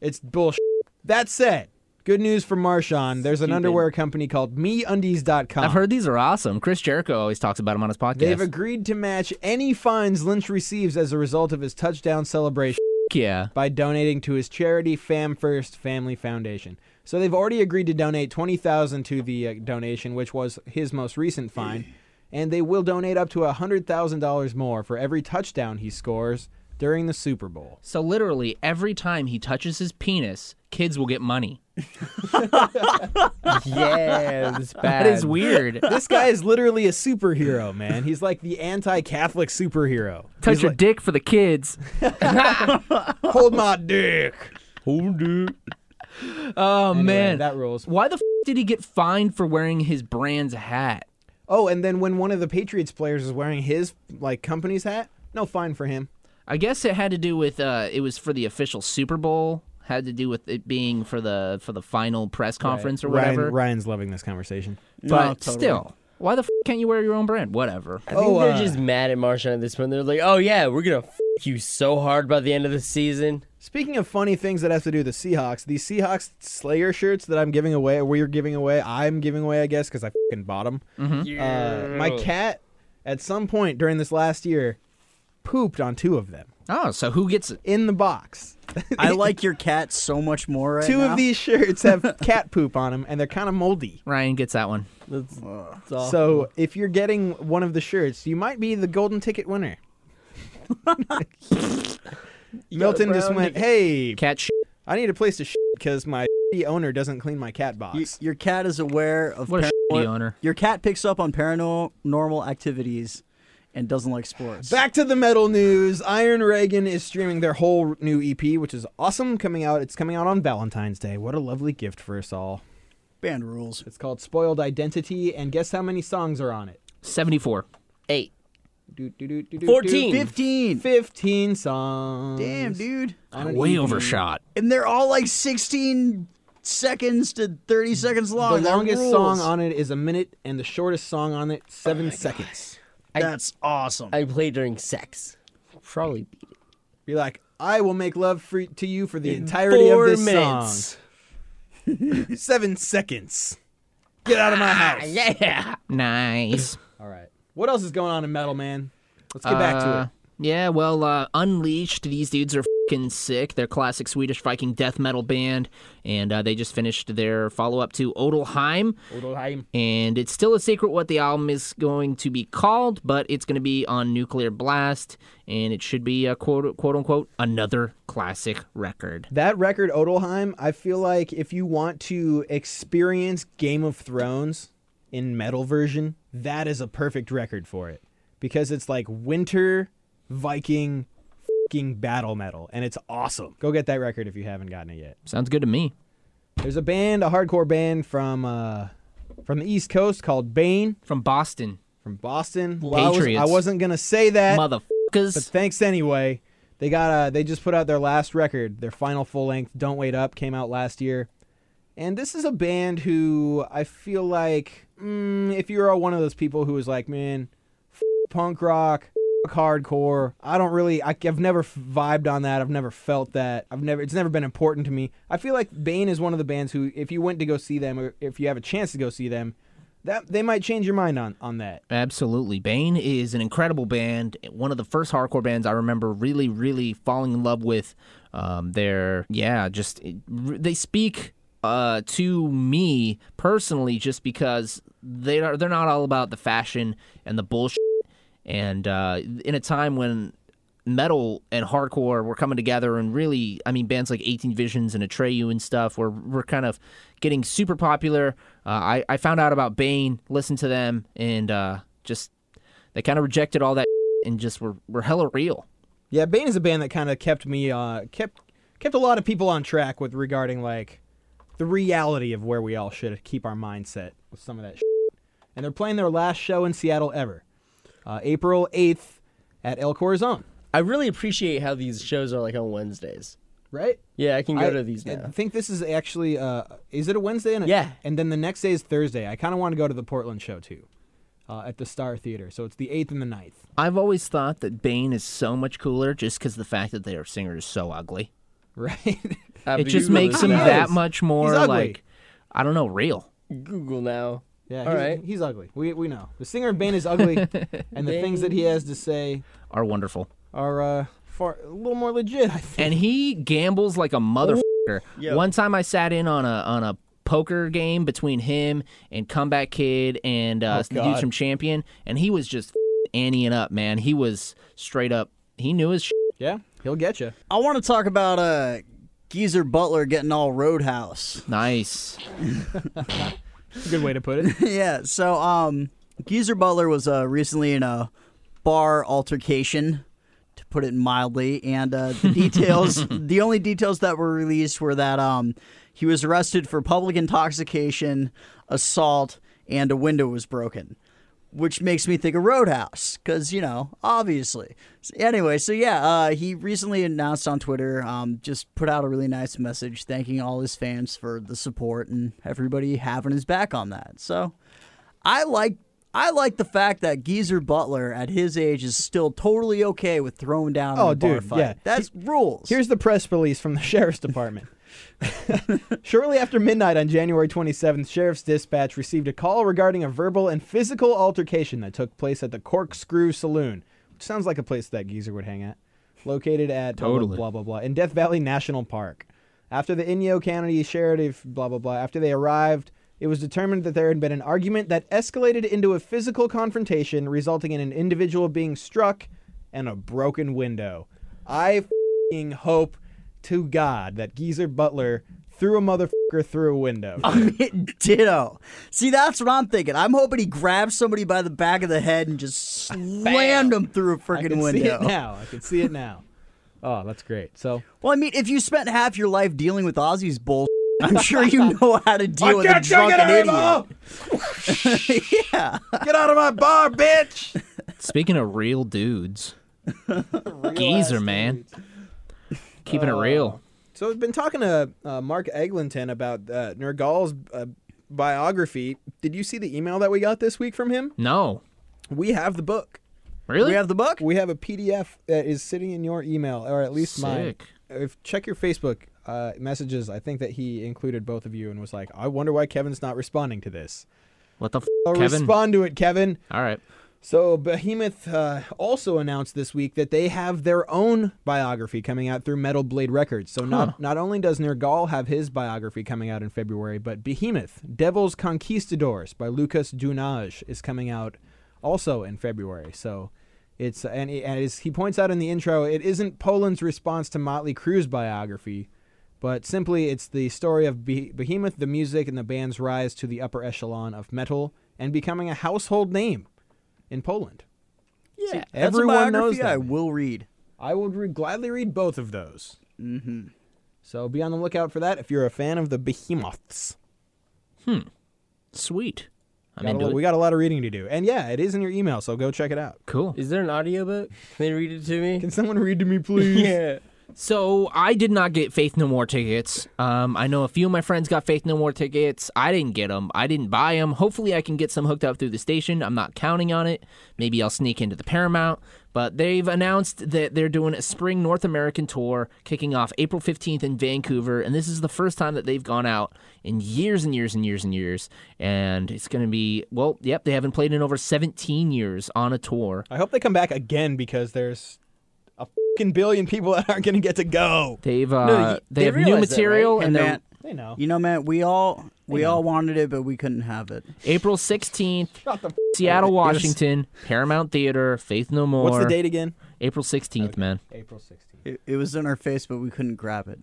Speaker 2: it's bullshit. That said, good news for Marshawn. There's an underwear company called MeUndies.com.
Speaker 3: I've heard these are awesome. Chris Jericho always talks about them on his podcast.
Speaker 2: They've agreed to match any fines Lynch receives as a result of his touchdown celebration
Speaker 3: yeah.
Speaker 2: by donating to his charity, Fam First Family Foundation. So they've already agreed to donate 20,000 to the uh, donation, which was his most recent fine, and they will donate up to $100,000 more for every touchdown he scores during the Super Bowl.
Speaker 3: So literally every time he touches his penis, kids will get money.
Speaker 4: yeah, that's bad.
Speaker 3: That is weird.
Speaker 2: This guy is literally a superhero, man. He's like the anti-Catholic superhero.
Speaker 3: Touch your dick for the kids.
Speaker 2: Hold my dick.
Speaker 3: Oh man,
Speaker 2: that rules.
Speaker 3: Why the f- did he get fined for wearing his brand's hat?
Speaker 2: Oh, and then when one of the Patriots players is wearing his like company's hat, no fine for him.
Speaker 3: I guess it had to do with uh, it was for the official Super Bowl. Had to do with it being for the for the final press conference or whatever.
Speaker 2: Ryan, Ryan's loving this conversation.
Speaker 3: But
Speaker 5: No, totally.
Speaker 3: still, why the f- can't you wear your own brand? Whatever.
Speaker 4: I think
Speaker 2: Oh,
Speaker 4: they're
Speaker 2: uh,
Speaker 4: just mad at Marshawn at this point. They're like, "Oh yeah, we're gonna f- you so hard by the end of the season."
Speaker 2: Speaking of funny things that have to do with the Seahawks, these Seahawks Slayer shirts that I'm giving away, or we're giving away, I'm giving away, I guess, because I fucking bought them.
Speaker 3: Mm-hmm.
Speaker 2: Uh, my cat, at some point during this last year, pooped on two of them
Speaker 3: Oh, so who gets it?
Speaker 2: in the box.
Speaker 5: I like your cat so much more right
Speaker 2: two
Speaker 5: now.
Speaker 2: of these shirts have cat poop on them, and they're kind of moldy.
Speaker 3: Ryan gets that one.
Speaker 4: That's, that's all.
Speaker 2: So if you're getting one of the shirts, you might be the golden ticket winner. Milton just
Speaker 4: brown
Speaker 2: went, "Hey,
Speaker 3: Cat sh-
Speaker 2: I need a place to shit because my shitty owner doesn't clean my cat box."
Speaker 5: Y- your cat is aware of
Speaker 3: What a
Speaker 5: parano-
Speaker 3: shitty owner.
Speaker 5: Your cat picks up on paranormal activities and doesn't like sports.
Speaker 2: Back to the metal news. Iron Reagan is streaming their whole new EP, which is awesome. Coming out, it's coming out on Valentine's Day. What a lovely gift for us all.
Speaker 5: band rules.
Speaker 2: It's called Spoiled Identity, and guess how many songs are on it?
Speaker 3: seventy-four.
Speaker 4: eight.
Speaker 2: Do, do, do, do, do,
Speaker 4: 14.
Speaker 2: do.
Speaker 5: 15.
Speaker 2: Fifteen songs.
Speaker 5: Damn, dude.
Speaker 2: on an
Speaker 3: Way
Speaker 2: EP.
Speaker 3: overshot.
Speaker 5: And they're all like 16 seconds to 30 seconds
Speaker 2: The
Speaker 5: long. That
Speaker 2: longest
Speaker 5: rules.
Speaker 2: song on it is a minute, and the shortest song on it seven seconds.
Speaker 5: That's awesome.
Speaker 4: I played during sex. Probably beat it.
Speaker 2: You're like, I will make love for, to you for the entirety
Speaker 4: Four
Speaker 2: of this
Speaker 4: minutes.
Speaker 2: song. Seven seconds. Get out of my house.
Speaker 4: Ah, Yeah.
Speaker 3: Nice.
Speaker 2: All right. What else is going on in metal, man? Let's get back to
Speaker 3: Uh,
Speaker 2: it.
Speaker 3: Yeah, well, uh, Unleashed, these dudes are fucking sick. They're classic Swedish Viking death metal band, and uh, they just finished their follow up to Odelheim. And it's still a secret what the album is going to be called, but it's going to be on Nuclear Blast, and it should be a quote, quote unquote another classic record.
Speaker 2: That record, Odelheim, I feel like if you want to experience Game of Thrones in metal version, that is a perfect record for it. Because it's like winter Viking fing battle metal, and it's awesome. Go get that record if you haven't gotten it yet.
Speaker 3: Sounds good to me.
Speaker 2: There's a band, a hardcore band from uh, from the East Coast called Bane
Speaker 3: From Boston,
Speaker 2: from Boston. Well, I was- I,
Speaker 3: Patriots.
Speaker 2: wasn't gonna say that. But
Speaker 3: motherfuckers.
Speaker 2: thanks anyway. They got uh they just put out their last record, their final full length Don't Wait Up came out last year. And this is a band who I feel like mm, if you're one of those people who is like, man, f- punk rock, f- hardcore, I don't really I, I've never f- vibed on that. I've never felt that. I've never it's never been important to me. I feel like Bane is one of the bands who if you went to go see them or if you have a chance to go see them, that they might change your mind on on that.
Speaker 3: Absolutely. Bane is an incredible band. One of the first hardcore bands I remember really, really falling in love with. Um, they're, yeah, just, they speak uh, to me personally just because they are, they're not all about the fashion and the bullshit. And uh, in a time when metal and hardcore were coming together and really i mean bands like 18 visions and atreyu and stuff were, were kind of getting super popular uh, I, I found out about bane listened to them and uh, just they kind of rejected all that and just were were hella real.
Speaker 2: Yeah, Bane is a band that kind of kept me uh kept kept a lot of people on track with regarding like the reality of where we all should keep our mindset with some of that shit. And they're playing their last show in Seattle ever. Uh, April 8th at El Corazon,
Speaker 4: I really appreciate how these shows are like on Wednesdays.
Speaker 2: right?
Speaker 4: Yeah, I can go
Speaker 2: I-
Speaker 4: to these now.
Speaker 2: I think this is actually uh is it a Wednesday and a-
Speaker 4: Yeah.
Speaker 2: and then the next day is Thursday. I kind of want to go to the Portland show too. Uh, at the Star Theater. So it's the 8th and the 9th.
Speaker 3: I've always thought that Bane is so much cooler just because the fact that their singer is so ugly.
Speaker 2: Right?
Speaker 4: Uh,
Speaker 3: It
Speaker 4: but
Speaker 3: just
Speaker 4: Google
Speaker 3: makes
Speaker 4: this
Speaker 3: him
Speaker 4: now.
Speaker 3: that much more
Speaker 2: ugly.
Speaker 3: like I don't know, real.
Speaker 4: Google now.
Speaker 2: yeah, he's,
Speaker 4: All right.
Speaker 2: he's ugly. We, we know. The singer of Bane is ugly, and the things that he has to say
Speaker 3: Are wonderful.
Speaker 2: are uh, far a little more legit. I think.
Speaker 3: and he gambles like a
Speaker 2: Oh,
Speaker 3: motherfucker.
Speaker 4: Yo.
Speaker 3: One time I sat in on a on a poker game between him and Comeback Kid and
Speaker 2: Oh,
Speaker 3: uh, the dude
Speaker 4: God.
Speaker 3: from Champion, and he was just f***ing anteing up, man. He was straight up. He knew his. Sh-
Speaker 2: yeah, he'll get you.
Speaker 5: I want to talk about uh, Geezer Butler getting all roadhouse.
Speaker 3: nice.
Speaker 2: Good way to put it.
Speaker 5: yeah. So, um, Geezer Butler was uh, recently in a bar altercation, to put it mildly, and uh, the details, the only details that were released were that um, he was arrested for public intoxication, assault, and a window was broken. Which makes me think of Roadhouse, because you know, obviously. So anyway, so yeah, uh, he recently announced on Twitter, um, just put out a really nice message thanking all his fans for the support and everybody having his back on that. So I like I like the fact that Geezer Butler at his age is still totally okay with throwing down.
Speaker 2: Oh,
Speaker 5: in a bar
Speaker 2: dude,
Speaker 5: fight.
Speaker 2: yeah.
Speaker 5: that's rules.
Speaker 2: Here's the press release from the sheriff's department. Shortly after midnight on January 27th, Sheriff's Dispatch received a call regarding a verbal and physical altercation that took place at the Corkscrew Saloon, which sounds like a place that Geezer would hang at, located at blah, blah,
Speaker 3: Totally.
Speaker 2: blah, blah, blah, in Death Valley National Park. After the Inyo County Sheriff, blah, blah, blah, after they arrived, it was determined that there had been an argument that escalated into a physical confrontation, resulting in an individual being struck and a broken window. I f***ing hope to God that Geezer Butler threw a motherfucker through a window.
Speaker 5: Ditto. See, that's what I'm thinking. I'm hoping he grabs somebody by the back of the head and just slammed him through a
Speaker 2: I
Speaker 5: freaking
Speaker 2: can see it
Speaker 5: window.
Speaker 2: now. I can see it now. Oh, that's great. So
Speaker 5: Well, I mean, if you spent half your life dealing with Ozzy's bull, I'm sure you know how to deal with a drunken idiot.
Speaker 2: Get out of my bar, bitch!
Speaker 3: Speaking of real dudes, geezer man, keeping
Speaker 2: Uh,
Speaker 3: it real.
Speaker 2: So I've been talking to uh, Mark Eglinton about uh, Nergal's uh, biography. Did you see the email that we got this week from him?
Speaker 3: No,
Speaker 2: We have the book.
Speaker 3: really?
Speaker 5: We have the book.
Speaker 2: We have a PDF that is sitting in your email, or at least mine.
Speaker 3: Sick.
Speaker 2: If check your Facebook uh, messages, I think that he included both of you and was like, "I wonder why Kevin's not responding to this."
Speaker 3: What the f-
Speaker 2: Oh,
Speaker 3: Kevin?
Speaker 2: respond to it, Kevin.
Speaker 3: All right.
Speaker 2: So Behemoth uh, also announced this week that they have their own biography coming out through Metal Blade Records. So not not only does Nergal have his biography coming out in February, but Behemoth, Devil's Conquistadors by Lucas Dunage is coming out also in February. So it's and, it- and as he points out in the intro, it isn't Poland's response to Motley Crue's biography, but simply it's the story of Be- Behemoth, the music, and the band's rise to the upper echelon of metal and becoming a household name in Poland.
Speaker 5: Yeah, that's a
Speaker 2: everyone
Speaker 5: biography
Speaker 2: knows that,
Speaker 5: I
Speaker 2: man.
Speaker 5: will read.
Speaker 2: I would re- gladly read both of those. Mm-hmm. So be on the lookout for that if you're a fan of the behemoths.
Speaker 3: Hmm. Sweet. I'm
Speaker 2: Got a
Speaker 3: into
Speaker 2: lo-
Speaker 3: it.
Speaker 2: we got a lot of reading to do. And yeah, it is in your email, so go check it out.
Speaker 3: cool.
Speaker 4: Is there an audiobook? Can they read it to me?
Speaker 2: Can someone read to me, please?
Speaker 4: yeah.
Speaker 3: So I did not get Faith No More tickets. Um, I know a few of my friends got Faith No More tickets. I didn't get them. I didn't buy them. Hopefully, I can get some hooked up through the station. I'm not counting on it. Maybe I'll sneak into the Paramount. But they've announced that they're doing a spring North American tour kicking off April 15th in Vancouver. And this is the first time that they've gone out in years and years and years and years. And it's going to be, well, yep, they haven't played in over 17 years on a tour.
Speaker 2: I hope they come back again because there's a fucking billion people that aren't going to get to go.
Speaker 3: They've uh,
Speaker 4: y-
Speaker 3: they,
Speaker 4: they
Speaker 3: have new
Speaker 4: realize that, right?
Speaker 3: material
Speaker 5: Hey,
Speaker 3: and they're
Speaker 5: man,
Speaker 2: They know.
Speaker 5: you know, man, we all we all wanted it, but we couldn't have it.
Speaker 3: April 16th, Seattle, Washington, Paramount Theater, Faith No More.
Speaker 2: What's the date again?
Speaker 3: April 16th, man.
Speaker 2: April 16th.
Speaker 5: It, it was in our face, but we couldn't grab it.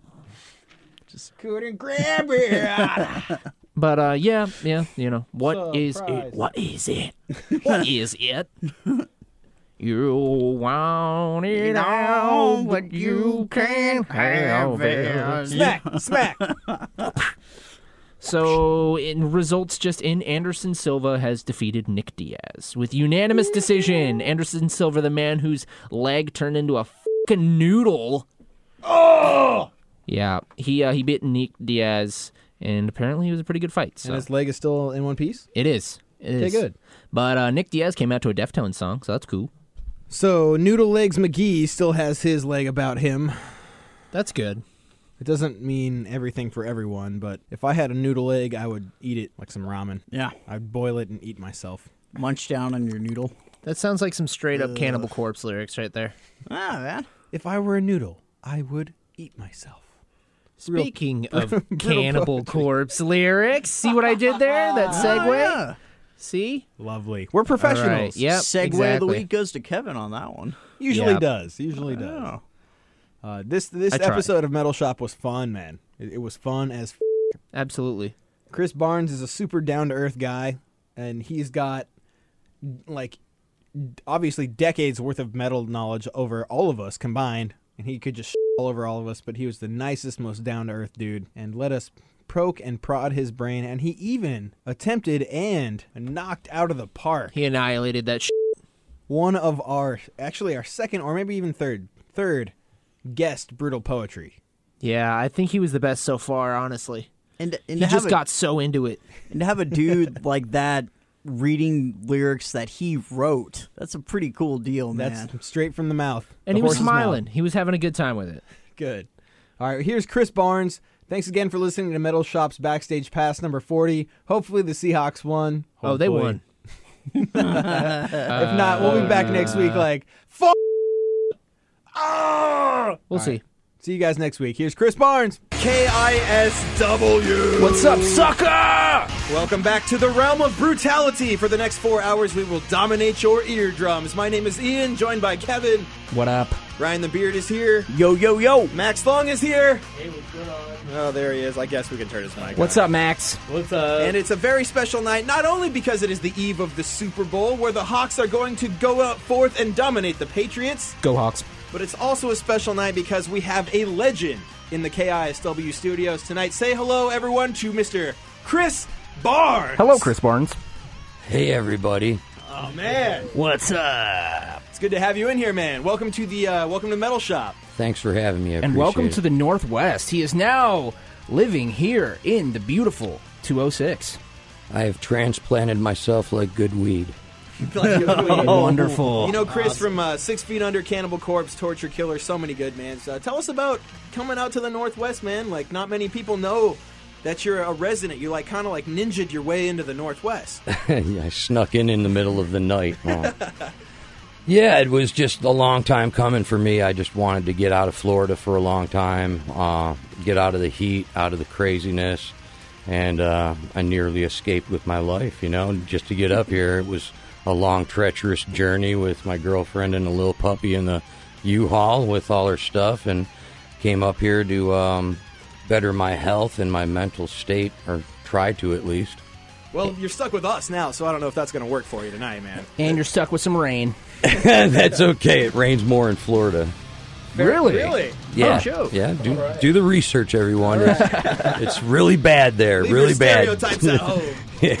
Speaker 2: Couldn't grab it.
Speaker 3: But uh yeah, yeah, you know, what is
Speaker 2: Surprise.
Speaker 3: it? What is it? What is it? You want it all, but you can't have it.
Speaker 2: Smack, smack.
Speaker 3: So, in results just in, Anderson Silva has defeated Nick Diaz with unanimous decision. Anderson Silva, the man whose leg turned into a fucking noodle. Oh! Yeah, he uh, he beat Nick Diaz, and apparently it was a pretty good fight. So
Speaker 2: And his leg is still in one piece.
Speaker 3: it is. It
Speaker 2: Okay,
Speaker 3: is.
Speaker 2: good.
Speaker 3: But uh, Nick Diaz came out to a Deftones song, so that's cool.
Speaker 2: So Noodle Legs McGee still has his leg about him.
Speaker 3: That's good.
Speaker 2: It doesn't mean everything for everyone, but if I had a noodle egg, I would eat it like some ramen.
Speaker 5: Yeah.
Speaker 2: I'd boil it and eat myself. Uh,
Speaker 5: Munch down on your noodle.
Speaker 3: That sounds like some straight up Cannibal Corpse lyrics right there.
Speaker 5: Ah, man.
Speaker 2: If I were a noodle, I would eat myself.
Speaker 3: Speaking of Cannibal Corpse lyrics, see what I did there? That segue? See?
Speaker 2: Lovely. We're professionals.
Speaker 3: Right. Yep.
Speaker 5: Segway
Speaker 3: exactly.
Speaker 5: of the week goes to Kevin on that one.
Speaker 2: Usually
Speaker 3: Yep.
Speaker 2: does. Usually does. Uh, this this
Speaker 3: I tried.
Speaker 2: episode of Metal Shop was fun, man. It, it was fun as f-
Speaker 3: Absolutely.
Speaker 2: Chris Barnes is a super down to earth guy, and he's got like obviously decades worth of metal knowledge over all of us combined, and he could just all over all of us. But he was the nicest, most down to earth dude, and let us poke and prod his brain. And he even attempted and knocked out of the park
Speaker 3: He annihilated that sh-
Speaker 2: one of our actually our second or maybe even third third guest brutal poetry.
Speaker 3: Yeah, I think he was the best so far, honestly.
Speaker 5: And, and
Speaker 3: He
Speaker 5: to have
Speaker 3: just
Speaker 5: a,
Speaker 3: got so into it.
Speaker 5: and to have a dude like that reading lyrics that he wrote. That's a pretty cool deal,
Speaker 2: That's
Speaker 5: man.
Speaker 2: straight from the mouth.
Speaker 3: And
Speaker 2: the
Speaker 3: he was
Speaker 2: horse's mouth.
Speaker 3: smiling. He was having a good time with it.
Speaker 2: Good. All right, here's Chris Barnes. Thanks again for listening to Metal Shop's Backstage Pass number 40. Hopefully the Seahawks won.
Speaker 3: Oh, they
Speaker 2: Hopefully.
Speaker 3: won. Uh,
Speaker 2: If not, we'll be back next week like fuck. Ah!
Speaker 3: We'll see.
Speaker 2: See you guys next week. Here's Chris Barnes. KISW. What's up, sucker? Welcome back to the realm of brutality. For the next four hours, we will dominate your eardrums. My name is Ian, joined by Kevin.
Speaker 3: What up?
Speaker 2: Ryan the Beard is here.
Speaker 5: Yo, yo, yo.
Speaker 2: Max Long is here. Hey, what's going on? Oh, there he is. I guess we can turn his mic
Speaker 3: What's up, Max?
Speaker 2: and it's a very special night, not only because it is the eve of the Super Bowl, where the Hawks are going to go out forth and dominate the Patriots. Go Hawks. But it's also a special night because we have a legend in the KISW studios tonight. Say hello, everyone, to Mr. Chris Barnes. Hello, Chris Barnes.
Speaker 8: Hey, everybody.
Speaker 2: Oh, man.
Speaker 8: What's up?
Speaker 2: It's good to have you in here, man. Welcome to the uh, welcome to Metal Shop.
Speaker 8: Thanks for having me. I
Speaker 3: And welcome to
Speaker 8: appreciate
Speaker 3: the Northwest. He is now living here in the beautiful 206.
Speaker 8: it. I have transplanted myself like good weed.
Speaker 3: Wonderful.
Speaker 2: You know, Chris from uh, Six Feet Under, Cannibal Corpse, Torture Killer, so many good mans. Uh, tell us about coming out to the Northwest, man. Like, not many people know that you're a resident. You like kind of like ninjaed your way into the Northwest.
Speaker 8: I snuck in in the middle of the night. Oh. yeah, it was just a long time coming for me. I just wanted to get out of Florida for a long time, uh, get out of the heat, out of the craziness, and uh, I nearly escaped with my life. You know, just to get up here, it was a long, treacherous journey with my girlfriend and a little puppy in the U-Haul with all her stuff, and came up here to um, better my health and my mental state, or try to at least.
Speaker 2: well, you're stuck with us now, so I don't know if that's going to work for you tonight, man.
Speaker 3: And you're stuck with some rain.
Speaker 8: That's okay. It rains more in Florida.
Speaker 2: Oh,
Speaker 3: really?
Speaker 2: Really?
Speaker 8: Yeah,
Speaker 3: joke.
Speaker 8: yeah. Do do the research, everyone. It's, it's really bad there.
Speaker 2: Leave
Speaker 8: really
Speaker 2: your
Speaker 8: bad.
Speaker 2: Stereotypes at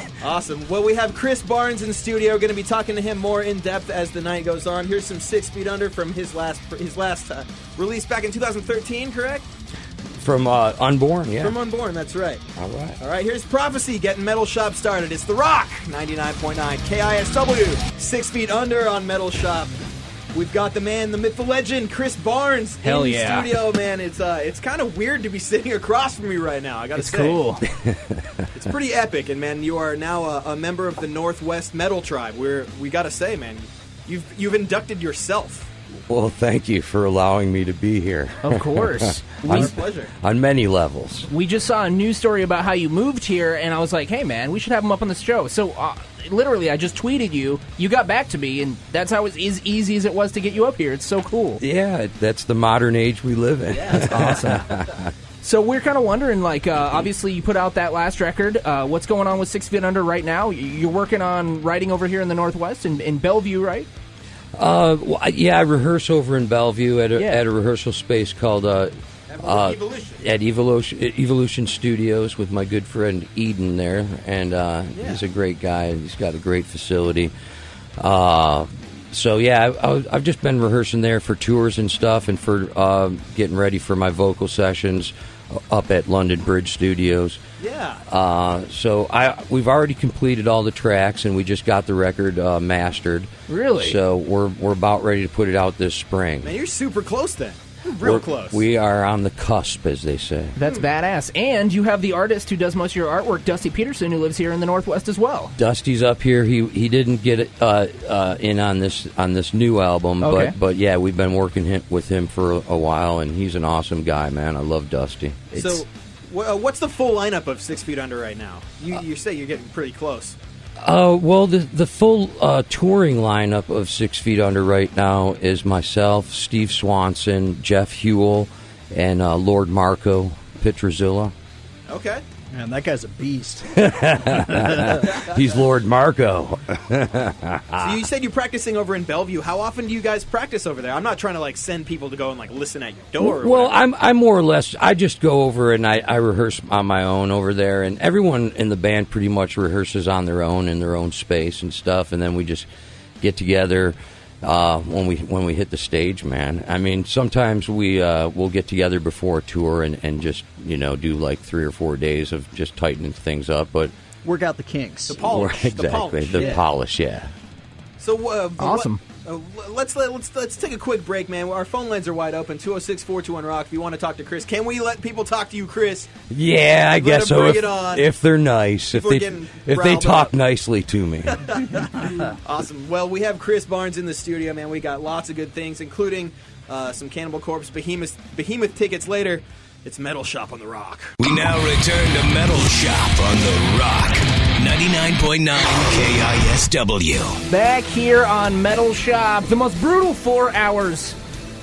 Speaker 2: home. Awesome. Well, we have Chris Barnes in studio. Going to be talking to him more in depth as the night goes on. Here's some Six Feet Under from his last his last uh, release back in 2013, correct?
Speaker 8: From uh, unborn. Yeah.
Speaker 2: From Unborn. That's right.
Speaker 8: All right.
Speaker 2: All right, here's Prophecy getting Metal Shop started. It's The Rock, 99.9 KISW, six feet under on Metal Shop. We've got the man, the myth, the legend, Chris Barnes
Speaker 3: Hell
Speaker 2: in
Speaker 3: yeah.
Speaker 2: the studio. Man, it's uh, it's kind of weird to be sitting across from me right now. I gotta
Speaker 3: It's
Speaker 2: say,
Speaker 3: cool.
Speaker 2: it's pretty epic. And man, you are now a, a member of the Northwest Metal Tribe. We're we gotta say, man, you've you've inducted yourself.
Speaker 8: Well, thank you for allowing me to be here.
Speaker 3: Of course.
Speaker 8: On-
Speaker 3: we,
Speaker 2: Our pleasure.
Speaker 8: On many levels.
Speaker 3: we just saw a news story about how you moved here, and I was like, hey, man, we should have him up on the show. So, uh, literally, I just tweeted you. You got back to me, and that's how it's as easy as it was to get you up here. It's so cool.
Speaker 8: Yeah, that's the modern age we live in.
Speaker 3: awesome. So we're kind of wondering, like, uh, obviously you put out that last record. Uh, what's going on with Six Feet Under right now? Y- You're working on writing over here in the Northwest in, in Bellevue, right?
Speaker 8: Uh, well, I- yeah, I rehearse over in Bellevue at a,
Speaker 4: Yeah.
Speaker 8: at a rehearsal space called uh, uh,
Speaker 9: Evolution.
Speaker 8: at Evolution at Evolution Studios with my good friend Eden there, and uh, he's a great guy. and He's got a great facility. Uh, so yeah, I, I, I've just been rehearsing there for tours and stuff, and for uh, getting ready for my vocal sessions up at London Bridge Studios.
Speaker 2: Yeah.
Speaker 8: Uh, so I we've already completed all the tracks, and we just got the record uh, mastered.
Speaker 3: Really?
Speaker 8: So we're we're about ready to put it out this spring.
Speaker 2: Man, you're super close then. You're real
Speaker 8: We're-
Speaker 2: close.
Speaker 8: We are on the cusp, as they say.
Speaker 3: That's badass. And you have the artist who does most of your artwork, Dusty Peterson, who lives here in the Northwest as well.
Speaker 8: Dusty's up here. He he didn't get it, uh, uh, in on this on this new album,
Speaker 3: Okay.
Speaker 8: but but yeah, we've been working him, with him for a, a while, and he's an awesome guy, man. I love Dusty.
Speaker 2: so, wh- uh, what's the full lineup of Six Feet Under right now? You, you say you're getting pretty close.
Speaker 8: Uh, well, the the full uh, touring lineup of Six Feet Under right now is myself, Steve Swanson, Jeff Hewell, and uh, Lord Marco Pitrazilla.
Speaker 2: Okay.
Speaker 9: Man, that guy's a beast.
Speaker 8: He's Lord Marco.
Speaker 2: So
Speaker 8: Ah.
Speaker 2: you said you're practicing over in Bellevue. How often do you guys practice over there? I'm not trying to like send people to go and like listen at your door. or
Speaker 8: well
Speaker 2: whatever.
Speaker 8: I'm, I'm more or less i just go over and I, I rehearse on my own over there and everyone in the band pretty much rehearses on their own in their own space and stuff and then we just get together uh, when we when we hit the stage man i mean sometimes we uh, we'll get together before a tour and, and just you know do like three or four days of just tightening things up but
Speaker 9: Work out the kinks.
Speaker 2: the polish,
Speaker 8: we're-
Speaker 2: the
Speaker 8: exactly
Speaker 2: polish.
Speaker 9: yeah.
Speaker 8: polish yeah
Speaker 2: So uh, what-
Speaker 3: Awesome.
Speaker 2: uh, l- let's let, let's let's take a quick break, man. Our phone lines are wide open. 206-421 rock. If you want to talk to Chris, can we let people talk to you, Chris?
Speaker 8: yeah, I
Speaker 2: Let
Speaker 8: guess
Speaker 2: 'em
Speaker 8: so.
Speaker 2: bring
Speaker 8: If,
Speaker 2: it on.
Speaker 8: if they're nice, if
Speaker 2: Before
Speaker 8: they
Speaker 2: getting
Speaker 8: if they
Speaker 2: riled
Speaker 8: talk
Speaker 2: up.
Speaker 8: nicely to me,
Speaker 2: Awesome. Well, we have Chris Barnes in the studio, man. We got lots of good things, including uh, some Cannibal Corpse Behemoth Behemoth tickets later. It's Metal Shop on the Rock.
Speaker 10: We now return to Metal Shop on the Rock. 99.9 KISW.
Speaker 3: Back here on Metal Shop, the most brutal four hours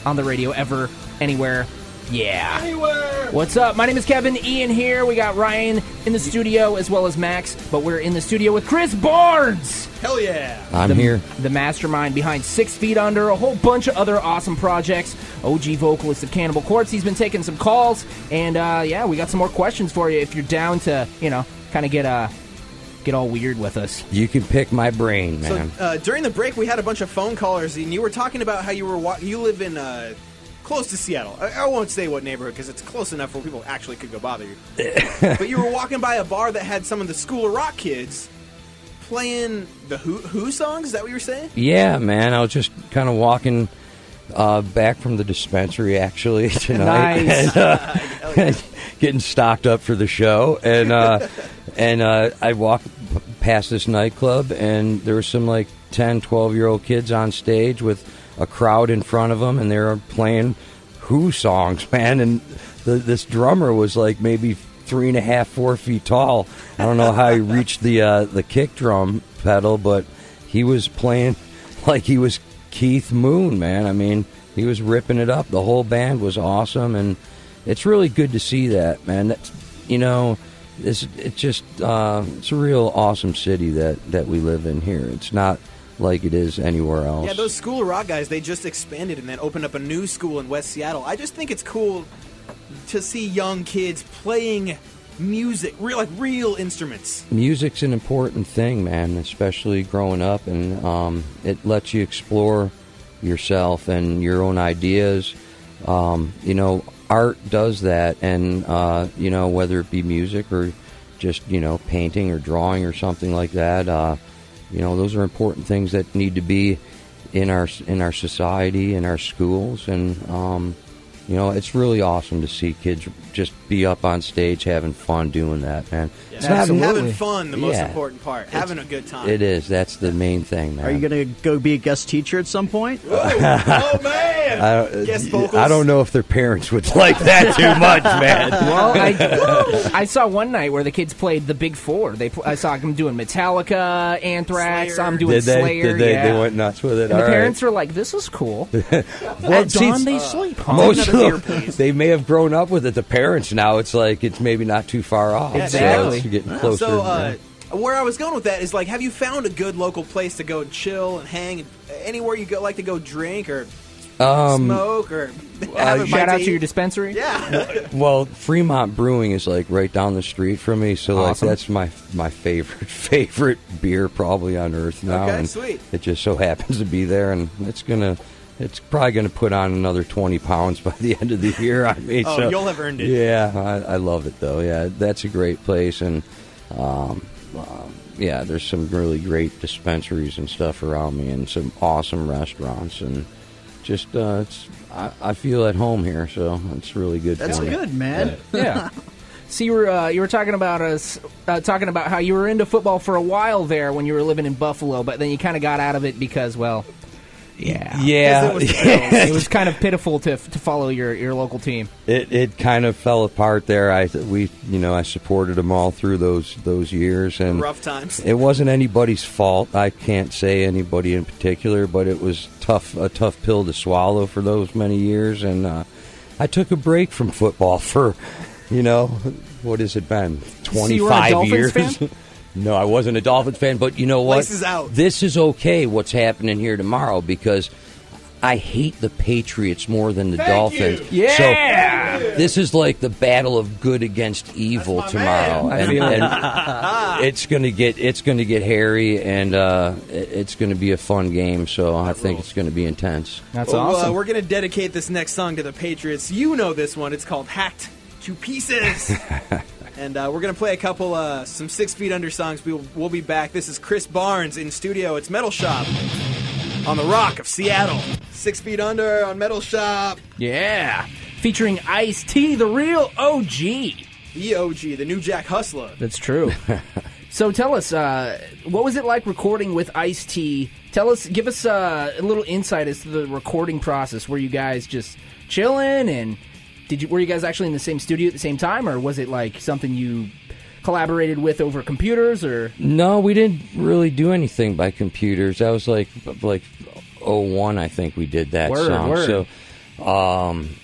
Speaker 3: on the radio ever, anywhere. Yeah.
Speaker 1: Anywhere.
Speaker 3: What's up? My name is Kevin. Ian here. We got Ryan in the studio as well as Max, but we're in the studio with Chris Barnes,
Speaker 2: Hell yeah!
Speaker 8: I'm here.
Speaker 3: the mastermind behind Six Feet Under, a whole bunch of other awesome projects. OG vocalist of Cannibal Corpse. He's been taking some calls, and uh, yeah, we got some more questions for you if you're down to, you know, kind of get uh, get all weird with us.
Speaker 8: You can pick my brain,
Speaker 2: So
Speaker 8: man.
Speaker 2: uh, during the break, we had a bunch of phone callers, and you were talking about how you were wa- you live in uh, close to Seattle. I, I won't say what neighborhood because it's close enough where people actually could go bother you. but you were walking by a bar that had some of the School of Rock kids playing the Who, Who songs. Is that what you were saying?
Speaker 8: yeah, man. I was just kind of walking uh, back from the dispensary actually tonight,
Speaker 3: Nice.
Speaker 8: and, uh, getting stocked up for the show, and uh, and uh, I walked p- past this nightclub, and there were some like 10, 12 year old kids on stage with a crowd in front of them, and they were playing Who songs, man, and the, this drummer was like maybe three and a half, four feet tall. I don't know how he reached the uh, the kick drum pedal, but he was playing like he was Keith Moon, man. I mean, he was ripping it up. The whole band was awesome, and it's really good to see that, man. That's you know, this it's just uh, it's a real awesome city that that we live in here. It's not like it is anywhere else.
Speaker 2: Yeah, those School of Rock guys, they just expanded and then opened up a new school in West Seattle. I just think it's cool to see young kids playing music, real like real instruments.
Speaker 8: music's an important thing, man, especially growing up, and um, it lets you explore yourself and your own ideas. Um, you know, art does that, and uh, you know whether it be music or just you know painting or drawing or something like that. Uh, you know, those are important things that need to be in our in our society, in our schools, and um, you know, it's really awesome to see kids just be up on stage having fun doing that, man. It's not
Speaker 2: Having-
Speaker 8: really-
Speaker 2: Having fun, the most
Speaker 8: Yeah.
Speaker 2: important part. Having a good time.
Speaker 8: It is. That's the main thing, man.
Speaker 5: Are you gonna go be a guest teacher at some point?
Speaker 2: oh man!
Speaker 8: I don't,
Speaker 2: Guest vocals.
Speaker 8: I don't know if their parents would like that too much, man.
Speaker 3: Well, I, I saw one night where the kids played the Big Four. They pl- I saw them doing Metallica, Anthrax.
Speaker 2: Slayer.
Speaker 3: I'm doing
Speaker 8: Did they?
Speaker 3: Slayer.
Speaker 8: did they?
Speaker 3: yeah.
Speaker 8: They went nuts with it.
Speaker 3: And
Speaker 8: All
Speaker 3: the
Speaker 8: right.
Speaker 3: parents were like, "This is cool."
Speaker 8: Well,
Speaker 3: At
Speaker 8: see,
Speaker 3: dawn they sleep. Huh?
Speaker 8: most
Speaker 2: Another beer,
Speaker 8: of them,
Speaker 2: please.
Speaker 8: they may have grown
Speaker 11: Oh,
Speaker 8: up with it. The parents now, it's like it's maybe not too far off. So
Speaker 3: Exactly.
Speaker 8: it's getting closer.
Speaker 2: So, uh,
Speaker 8: man.
Speaker 11: where I was going with that is like, have you found a good local place to go and chill and hang? Anywhere you go, like to go drink or
Speaker 8: Um,
Speaker 11: smoke or
Speaker 8: uh,
Speaker 11: have a
Speaker 8: shout out
Speaker 11: bite
Speaker 8: to your
Speaker 11: dispensary. Yeah,
Speaker 8: well, Fremont Brewing is like right down the street from me, so like
Speaker 11: Awesome.
Speaker 8: that's my my favorite favorite beer probably on earth now.
Speaker 11: Okay,
Speaker 8: and
Speaker 11: sweet.
Speaker 8: It just so happens to be there, and it's gonna. It's probably going to put on another twenty pounds by the end of the year. I mean,
Speaker 11: Oh,
Speaker 8: so-
Speaker 11: you'll have earned it.
Speaker 8: Yeah, I, I love it though. Yeah, that's a great place, and um, um, yeah, there's some really great dispensaries and stuff around me, and some awesome restaurants, and just uh, it's I, I feel at home here, so it's really good.
Speaker 9: That's
Speaker 8: feeling.
Speaker 9: good, man.
Speaker 8: Yeah.
Speaker 3: So you were uh, you were talking about us uh, talking about how you were into football for a while there when you were living in Buffalo, but then you kind of got out of it because well, yeah,
Speaker 8: Yeah. Because it was the Bills.
Speaker 3: it was kind of pitiful to to follow your your local team.
Speaker 8: it it kind of fell apart there. I we you know I supported them all through those those years and
Speaker 11: Rough times.
Speaker 8: It wasn't anybody's fault. I can't say anybody in particular, but it was tough a tough pill to swallow for those many years. And uh, I took a break from football for you know what has it been
Speaker 3: So
Speaker 8: twenty
Speaker 3: you were a
Speaker 8: five years.
Speaker 3: Dolphins fan?
Speaker 8: No, I wasn't a Dolphins fan, but you know what?
Speaker 3: Place is out.
Speaker 8: This is okay. What's happening here tomorrow because I hate the Patriots more than the Dolphins.
Speaker 3: you. Yeah.
Speaker 8: So this is like the battle of good against evil tomorrow,
Speaker 3: man. I
Speaker 8: and,
Speaker 3: feel it.
Speaker 8: and it's gonna get it's gonna get hairy, and uh, it- it's gonna be a fun game. So I think it's gonna be intense.
Speaker 11: Well, Uh, we're gonna dedicate this next song to the Patriots. You know this one. It's called "Hacked to Pieces," and uh, we're gonna play a couple, uh, some Six Feet Under songs. We'll, we'll be back. This is Chris Barnes in studio. It's Metal Shop on the Rock of Seattle. Six Feet Under on Metal Shop.
Speaker 3: Yeah, featuring Ice T, the real OG.
Speaker 11: The OG, the new Jack Hustler.
Speaker 3: That's true. so tell us, uh, what was it like recording with Ice T? Tell us, give us uh, a little insight as to the recording process. Were you guys just chilling, and did you were you guys actually in the same studio at the same time, or was it like something you collaborated with over computers, or
Speaker 8: No, we didn't really do anything by computers. That was like like oh one, I think we did that
Speaker 3: Word,
Speaker 8: song.
Speaker 3: word.
Speaker 8: So um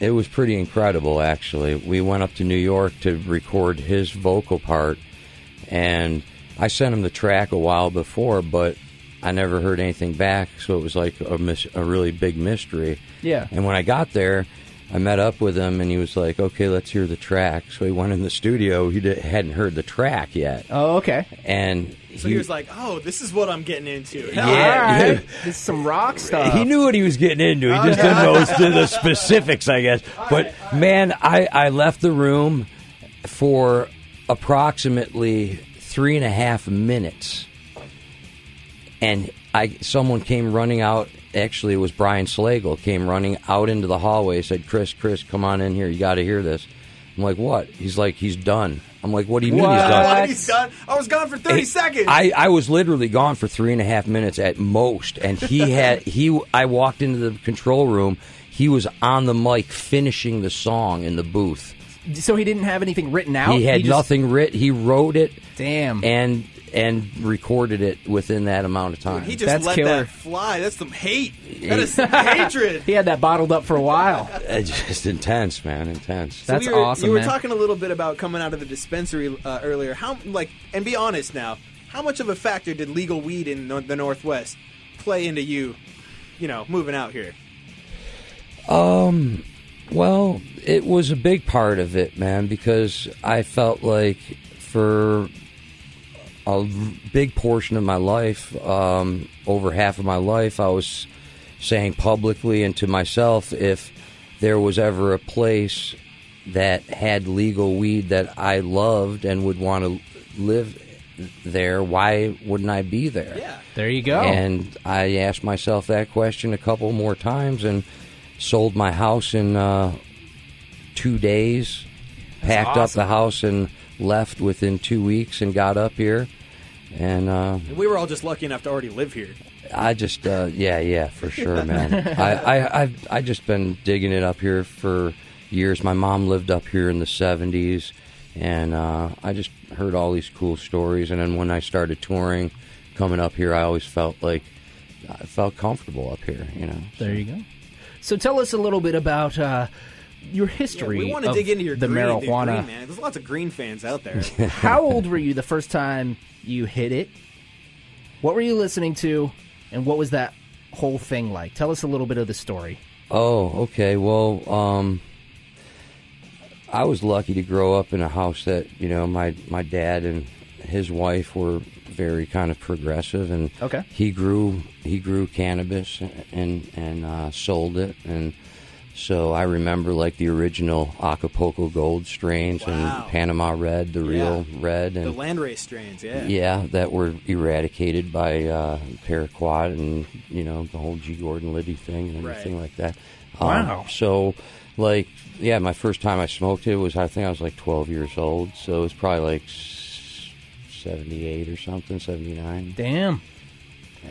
Speaker 8: it was pretty incredible actually. We went up to New York to record his vocal part and I sent him the track a while before, but I never heard anything back, so it was like a mis- a really big mystery.
Speaker 3: Yeah.
Speaker 8: And when I got there, I met up with him, and he was like, "Okay, let's hear the track." So he went in the studio. He di- hadn't heard the track yet.
Speaker 3: Oh, okay.
Speaker 8: And
Speaker 11: So he was like, "Oh, this is what I'm getting into."
Speaker 8: Yeah. All right.
Speaker 3: this is some rock stuff?
Speaker 8: He knew what he was getting into. He just didn't know the the specifics, I guess. But man, I, I left the room for approximately three and a half minutes, and I someone came running out. Actually, it was Brian Slagle came running out into the hallway. Said, "Chris, Chris, come on in here. You got to hear this." I'm like, "What?" He's like, "He's done." I'm like, "What do you mean he's done?"
Speaker 11: What? He's done. I was gone for thirty
Speaker 8: Hey,
Speaker 11: seconds.
Speaker 8: I, I was literally gone for three and a half minutes at most, and he had he. I walked into the control room. He was on the mic finishing the song in the booth.
Speaker 3: so he didn't have anything written out.
Speaker 8: he had
Speaker 3: just-
Speaker 8: nothing writ. He wrote it.
Speaker 3: Damn.
Speaker 8: And and recorded it within that amount of time.
Speaker 11: he just let that fly. That's some hate. That is some hatred.
Speaker 3: he had that bottled up for a while.
Speaker 8: It's just intense, man. Intense.
Speaker 11: So we were, You were talking a little bit about coming out of the dispensary uh, earlier. How like, and be honest now, how much of a factor did legal weed in nor- the Northwest play into you, you know, moving out here?
Speaker 8: Um, well, it was a big part of it, man, because I felt like for a big portion of my life, um, over half of my life, I was saying publicly and to myself if there was ever a place that had legal weed that I loved and would want to live there, why wouldn't I be there? Yeah.
Speaker 3: There you go.
Speaker 8: And I asked myself that question a couple more times and sold my house in uh, two days, packed up
Speaker 11: awesome.
Speaker 8: the house and left within two weeks and got up here. And uh,
Speaker 11: And we were all just lucky enough to already live here.
Speaker 8: I just, uh, yeah, yeah, for sure, man. I, I, I've, I just been digging it up here for years. My mom lived up here in the '70s, and uh, I just heard all these cool stories. And then when I started touring, coming up here, I always felt like I felt comfortable up here. You know.
Speaker 3: There you go. So tell us a little bit about uh, your history
Speaker 2: we want to
Speaker 3: of
Speaker 2: dig into your
Speaker 3: the
Speaker 2: green, dude,
Speaker 3: marijuana.
Speaker 2: green, man. There's lots of green fans out there.
Speaker 3: How old were you the first time you hit it? What were you listening to? And what was that whole thing like? Tell us a little bit of the story.
Speaker 8: Oh, okay. Well, um, I was lucky to grow up in a house that you know my my dad and his wife were very kind of progressive, and
Speaker 3: Okay.
Speaker 8: he grew he grew cannabis and and uh, sold it, and so I remember like the original Acapulco Gold strains
Speaker 2: Wow.
Speaker 8: and Panama Red, the real red, and
Speaker 2: the landrace strains, yeah.
Speaker 8: yeah, that were eradicated by uh, Paraquat and you know the whole G. Gordon Liddy thing and everything
Speaker 2: Right.
Speaker 8: like that. Um,
Speaker 2: Wow.
Speaker 8: So, like, yeah, my first time I smoked it was I think I was like 12 years old, so it was probably like s- 78 or something, 79.
Speaker 3: Damn.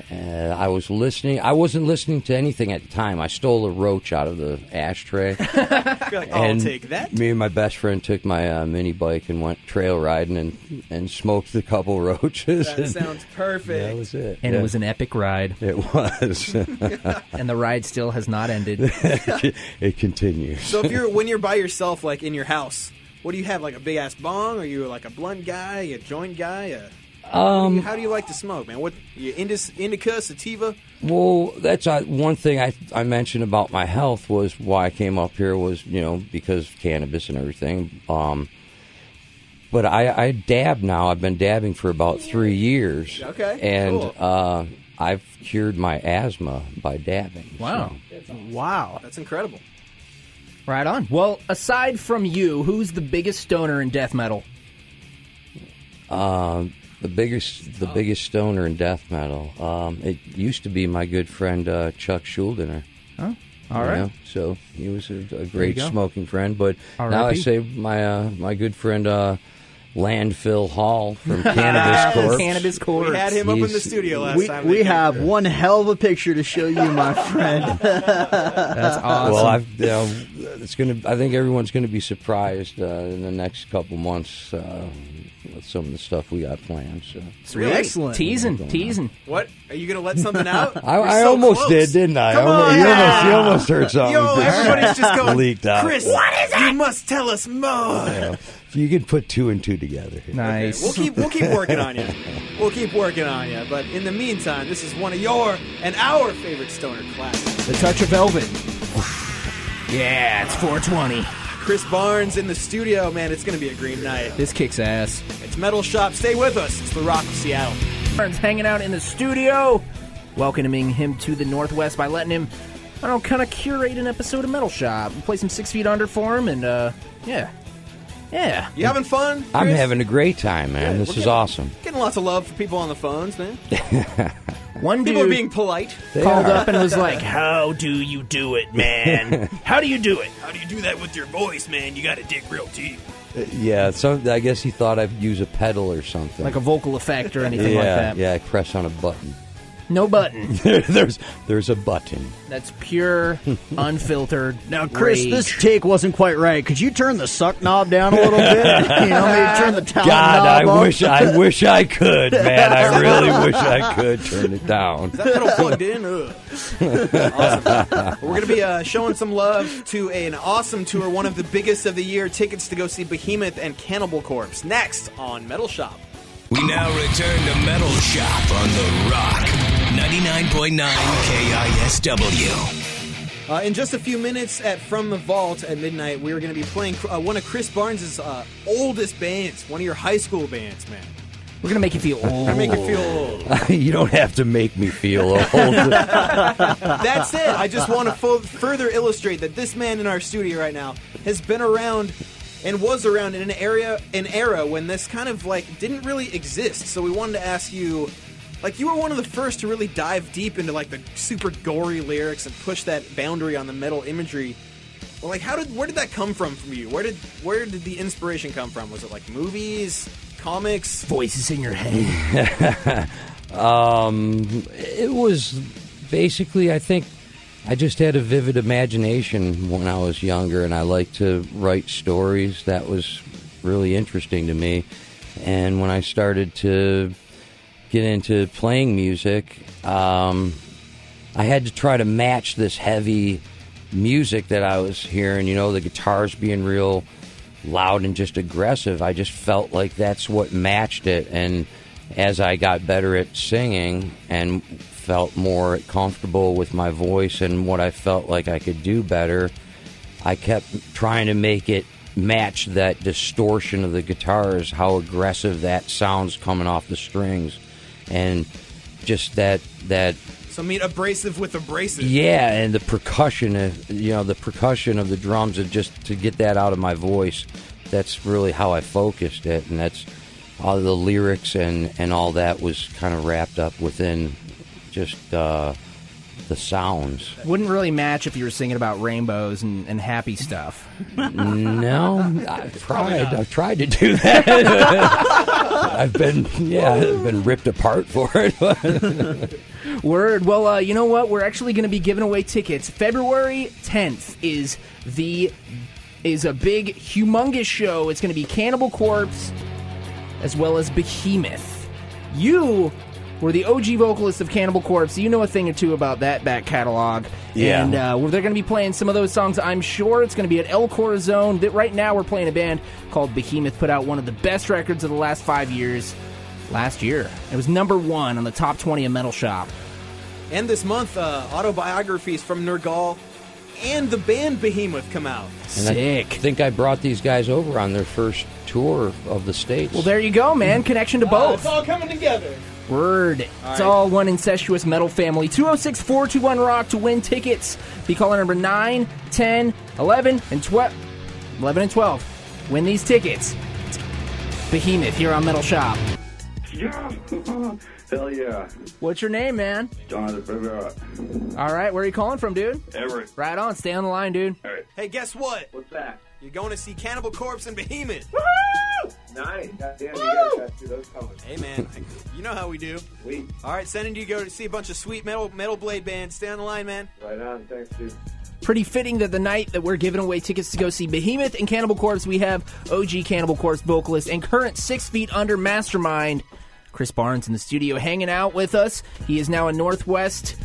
Speaker 8: Uh, I was listening. I wasn't listening to anything at the time. I stole a roach out of the ashtray.
Speaker 2: I'll
Speaker 8: and
Speaker 2: "Oh, take that.
Speaker 8: Me and my best friend took my uh, mini bike and went trail riding and, and smoked a couple roaches.
Speaker 2: That sounds perfect.
Speaker 8: That was it.
Speaker 3: And it
Speaker 8: Yeah.
Speaker 3: was an epic ride.
Speaker 8: It was.
Speaker 3: and the ride still has not ended.
Speaker 8: it continues.
Speaker 2: So if you're when you're by yourself, like in your house, what do you have? Like a big ass bong? Are you like a blunt guy, a joint guy? A, what do you-
Speaker 8: Um,
Speaker 2: how do you like to smoke, man? What you indis, indica, sativa?
Speaker 8: Well, that's uh, one thing I, I mentioned about my health was why I came up here was, you know, because of cannabis and everything. Um, but I, I dab now. I've been dabbing for about three years.
Speaker 2: Okay,
Speaker 8: And
Speaker 2: cool.
Speaker 8: uh, I've cured my asthma by dabbing.
Speaker 3: Wow.
Speaker 2: Wow, that's incredible.
Speaker 3: Right on. Well, aside from you, who's the biggest stoner in death metal?
Speaker 8: Um, the biggest, the biggest stoner in death metal. Um, it used to be my good friend uh, Chuck Schuldiner.
Speaker 3: Oh,
Speaker 8: all
Speaker 3: all
Speaker 8: right.
Speaker 3: right.
Speaker 8: so he was a, a great
Speaker 3: go.
Speaker 8: smoking friend, but now I
Speaker 3: R.I.P..
Speaker 8: say my uh, my good friend uh, Landfill Hall from Cannabis Corp.
Speaker 3: Cannabis Corps.
Speaker 2: We had him up in the
Speaker 8: He's-
Speaker 2: studio last
Speaker 5: We,
Speaker 2: time.
Speaker 5: we have one hell of a picture to show you, my friend.
Speaker 8: That's
Speaker 5: awesome.
Speaker 8: Well, I've, you know, it's gonna. I think everyone's gonna be surprised uh, in the next couple months uh, with some of the stuff we got planned. So
Speaker 3: Sweet. Excellent. Teasing,
Speaker 8: Going on.
Speaker 3: teasing.
Speaker 2: What are you gonna let something out?
Speaker 8: I,
Speaker 2: You're
Speaker 8: I
Speaker 2: so
Speaker 8: almost
Speaker 2: close.
Speaker 8: did, didn't I?
Speaker 2: Come
Speaker 8: I almost, You
Speaker 2: on.
Speaker 8: almost, you almost heard something.
Speaker 2: Yo, everybody's just going.
Speaker 8: leaked out.
Speaker 2: Chris, You must tell us more.
Speaker 8: You, know, if you could put two and two together.
Speaker 3: Nice.
Speaker 2: We'll keep we'll keep working on you. We'll keep working on you. But in the meantime, this is one of your and our favorite stoner classics.
Speaker 12: The touch of Elvin.
Speaker 3: Yeah, it's 420.
Speaker 2: Chris Barnes in the studio, man. It's gonna be a green night.
Speaker 3: This kicks ass.
Speaker 2: It's Metal Shop. Stay with us. It's the Rock of Seattle.
Speaker 3: Barnes hanging out in the studio, welcoming him to the Northwest by letting him, I don't know, kind of curate an episode of Metal Shop. Play some Six Feet Under for him, and uh, yeah. Yeah.
Speaker 2: You having fun?
Speaker 8: I'm
Speaker 2: Chris?
Speaker 8: having a great time, man.
Speaker 2: Yeah,
Speaker 8: this
Speaker 2: we're
Speaker 8: is
Speaker 2: getting-
Speaker 8: awesome.
Speaker 2: Getting lots of love for people on the phones, man.
Speaker 3: One
Speaker 2: People are
Speaker 3: dude
Speaker 2: being polite.
Speaker 8: They
Speaker 3: called
Speaker 8: are.
Speaker 3: up and was like, How do you do it, man? How do you do it?
Speaker 13: How do you do that with your voice, man? You gotta dig real deep.
Speaker 8: Yeah, so I guess he thought I'd use a pedal or something.
Speaker 3: Like a vocal effect or anything
Speaker 8: yeah,
Speaker 3: like that.
Speaker 8: Yeah, press on a button.
Speaker 3: No
Speaker 2: Hmm.
Speaker 3: button.
Speaker 8: there's there's a button.
Speaker 3: That's pure, unfiltered.
Speaker 5: Now, Chris,
Speaker 3: rage.
Speaker 5: this take wasn't quite right. Could you turn the suck knob down a little bit? you know, maybe turn the
Speaker 2: Oh,
Speaker 5: talent
Speaker 8: God, I
Speaker 5: knob up?
Speaker 8: wish I wish I could, man. I really wish I could turn it down.
Speaker 2: Is that pedal plugged in? Ugh. Awesome. We're going to be uh, showing some love to an awesome tour, one of the biggest of the year. Tickets to go see Behemoth and Cannibal Corpse next on Metal Shop.
Speaker 10: We now return to Metal Shop on The Rock, 99.9 KISW.
Speaker 2: Uh, in just a few minutes at From the Vault at midnight, we are going to be playing uh, one of Chris Barnes' uh, oldest bands, one of your high school bands, man.
Speaker 3: We're going to make you feel old.
Speaker 2: I make you feel old.
Speaker 8: you don't have to make me feel old.
Speaker 2: That's it. I just want to fu- further illustrate that this man in our studio right now has been around and was around in an area, an era when this kind of like didn't really exist. So we wanted to ask you, like, you were one of the first to really dive deep into like the super gory lyrics and push that boundary on the metal imagery. Well, like, how did where did that come from from you? Where did where did the inspiration come from? Was it like movies, comics?
Speaker 3: Voices in your head.
Speaker 8: um, it was basically, I think, I just had a vivid imagination when I was younger, and I liked to write stories. That was really interesting to me. And when I started to get into playing music, um, I had to try to match this heavy music that I was hearing, you know, the guitars being real loud and just aggressive, I just felt like that's what matched it. And as I got better at singing and felt more comfortable with my voice and what I felt like I could do better, I kept trying to make it match that distortion of the guitars, how aggressive that sounds coming off the strings, and just that that
Speaker 2: So I mean, abrasive with abrasive.
Speaker 8: yeah, and the percussion, uh, you know, the percussion of the drums, and just to get that out of my voice, that's really how I focused it, and that's all the lyrics and and all that was kind of wrapped up within just uh, the sounds.
Speaker 3: Wouldn't really match if you were singing about rainbows and, and happy stuff.
Speaker 8: No, I've tried. I've tried to do that. I've been, yeah, I've been ripped apart for it.
Speaker 3: Word. Well, uh, you know what? We're actually going to be giving away tickets. February 10th is the is a big, humongous show. It's going to be Cannibal Corpse as well as Behemoth. You were the OG vocalist of Cannibal Corpse. You know a thing or two about that back catalog.
Speaker 8: Yeah.
Speaker 3: And uh, well, they're going to be playing some of those songs. I'm sure it's going to be at El Corazon. That right now we're playing a band called Behemoth. Put out one of the best records of the last five years. Last year, it was number one on the top twenty of Metal Shop.
Speaker 2: And this month, uh, autobiographies from Nergal and the band Behemoth come out.
Speaker 8: And I think I brought these guys over on their first tour of the states.
Speaker 3: Well, there you go, man. Connection to
Speaker 2: Oh,
Speaker 3: both.
Speaker 2: it's all coming together.
Speaker 3: Word.
Speaker 2: All
Speaker 3: it's
Speaker 2: right.
Speaker 3: all one incestuous metal family. 206 421 Rock to win tickets. Be calling number 9, 10, 11, and 12. 11 and 12. Win these tickets. It's Behemoth here on Metal Shop.
Speaker 7: Yeah. Hell yeah.
Speaker 3: What's your name, man?
Speaker 7: Jonathan Rivera.
Speaker 3: All right, where are you calling from, dude?
Speaker 7: Everett.
Speaker 3: Right on. Stay on the line, dude.
Speaker 2: Hey, guess what?
Speaker 7: What's that?
Speaker 2: You're going to see Cannibal Corpse and Behemoth.
Speaker 7: Nice. Goddamn, you guys got through those colors.
Speaker 2: Hey, man. you know how we do.
Speaker 7: Sweet.
Speaker 2: All right, sending you to go to see a bunch of sweet metal metal blade bands. Stay on the line, man.
Speaker 7: Right on. Thanks, dude.
Speaker 3: Pretty fitting that the night that we're giving away tickets to go see Behemoth and Cannibal Corpse, we have OG Cannibal Corpse vocalist and current Six Feet Under mastermind, Chris Barnes, in the studio hanging out with us. He is now a Northwest.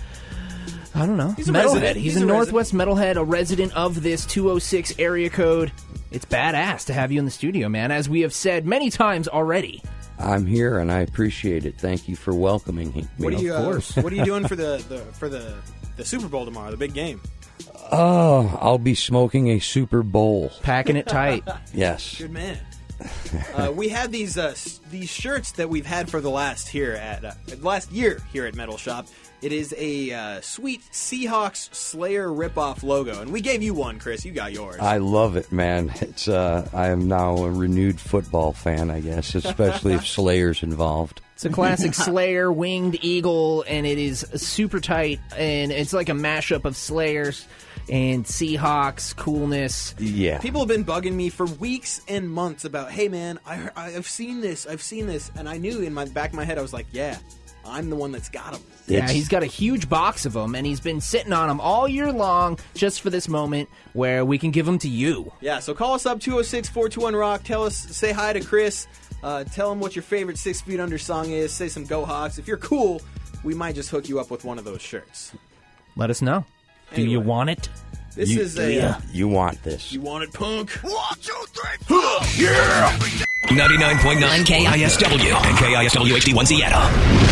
Speaker 3: I don't know.
Speaker 2: He's a
Speaker 3: metalhead.
Speaker 2: resident.
Speaker 3: He's,
Speaker 2: He's
Speaker 3: a,
Speaker 2: a
Speaker 3: Northwest metalhead, a resident of this 206 area code. It's badass to have you in the studio, man, as we have said many times already.
Speaker 8: I'm here and I appreciate it. Thank you for welcoming me.
Speaker 2: What are you?
Speaker 8: Of
Speaker 2: uh,
Speaker 8: course.
Speaker 2: what are you doing for the, the for the the Super Bowl tomorrow? The big game.
Speaker 8: Oh, I'll be smoking a Super Bowl.
Speaker 3: Packing it tight.
Speaker 8: yes.
Speaker 2: Good man. uh, we have these uh, s- these shirts that we've had for the last here at uh, last year here at Metal Shop. It is a uh, sweet Seahawks Slayer ripoff logo, and we gave you one, Chris. You got yours.
Speaker 8: I love it, man. It's uh, I am now a renewed football fan, I guess, especially if Slayer's involved.
Speaker 3: It's a classic Slayer winged eagle, and it is super tight, and it's like a mashup of Slayers and Seahawks coolness.
Speaker 8: Yeah.
Speaker 2: People have been bugging me for weeks and months about, hey man, I, heard- I- I've seen this, I've seen this, and I knew in my back of my head, I was like, yeah, I'm the one that's got them.
Speaker 3: Yeah, he's got a huge box of them, and he's been sitting on them all year long just for this moment where we can give them to you.
Speaker 2: Yeah, so call us up 206 421 Rock. Tell us, say hi to Chris. Uh, tell him what your favorite Six Feet Under song is. Say some Go Hawks. If you're cool, we might just hook you up with one of those shirts.
Speaker 3: Let us know. Do you want it?
Speaker 2: This You- is a- yeah.
Speaker 8: You want this.
Speaker 2: You want it, punk? One, two, three,
Speaker 10: Yeah! 99.9 KISW and KISW HD1 Seattle.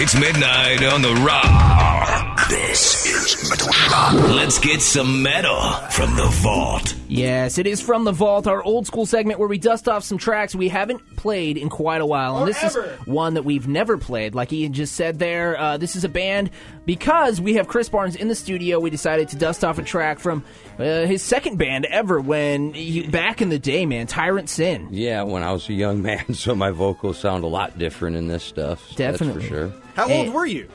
Speaker 10: It's midnight on the rock. This is Metal Rock. Let's get some metal from the vault.
Speaker 3: Yes, it is from the vault, our old school segment where we dust off some tracks we haven't played in quite a while, and this is one that we've never played. Like Ian just said there, uh, this is a band because we have Chris Barnes in the studio. We decided to dust off a track from uh, his second band ever when he, back in the day, man, Tyrant Sin.
Speaker 8: Yeah, when I was a young man, so my vocals sound a lot different in this stuff.
Speaker 3: Definitely.
Speaker 8: That's for sure.
Speaker 2: How old were you?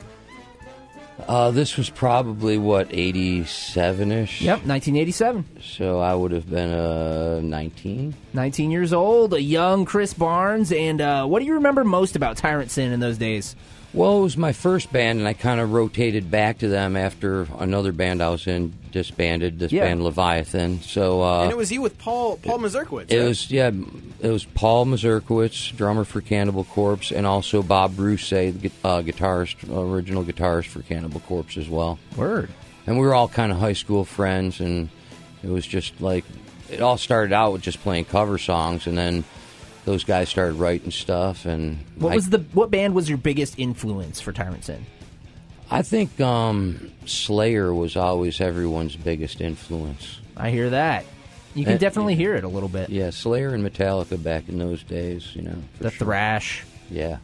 Speaker 8: Uh, this was probably what eighty seven ish.
Speaker 3: Yep, 1987.
Speaker 8: So I would have been uh nineteen.
Speaker 3: 19 years old, a young Chris Barnes, and uh, what do you remember most about Tyrant Sin in those days?
Speaker 8: Well, Oh, it was my first band, and I kind of rotated back to them after another band I was in disbanded. This
Speaker 2: Yeah.
Speaker 8: band Leviathan. So uh,
Speaker 2: and it was you with Paul Paul Mazurkowitz.
Speaker 8: It
Speaker 2: right?
Speaker 8: was yeah. It was Paul Mazurkowitz, drummer for Cannibal Corpse, and also Bob Bruce, the gu- uh, guitarist, original guitarist for Cannibal Corpse as well.
Speaker 3: Word.
Speaker 8: and we were all kind of high school friends, and it was just like it all started out with just playing cover songs, and then those guys started writing stuff, and
Speaker 3: What
Speaker 8: I-
Speaker 3: was the what band was your biggest influence for Tyrant Sin?
Speaker 8: I think um, Slayer was always everyone's biggest influence.
Speaker 3: I hear that. You can definitely hear it a little bit.
Speaker 8: Yeah, Slayer and Metallica back in those days, you know.
Speaker 3: The thrash.
Speaker 8: Yeah.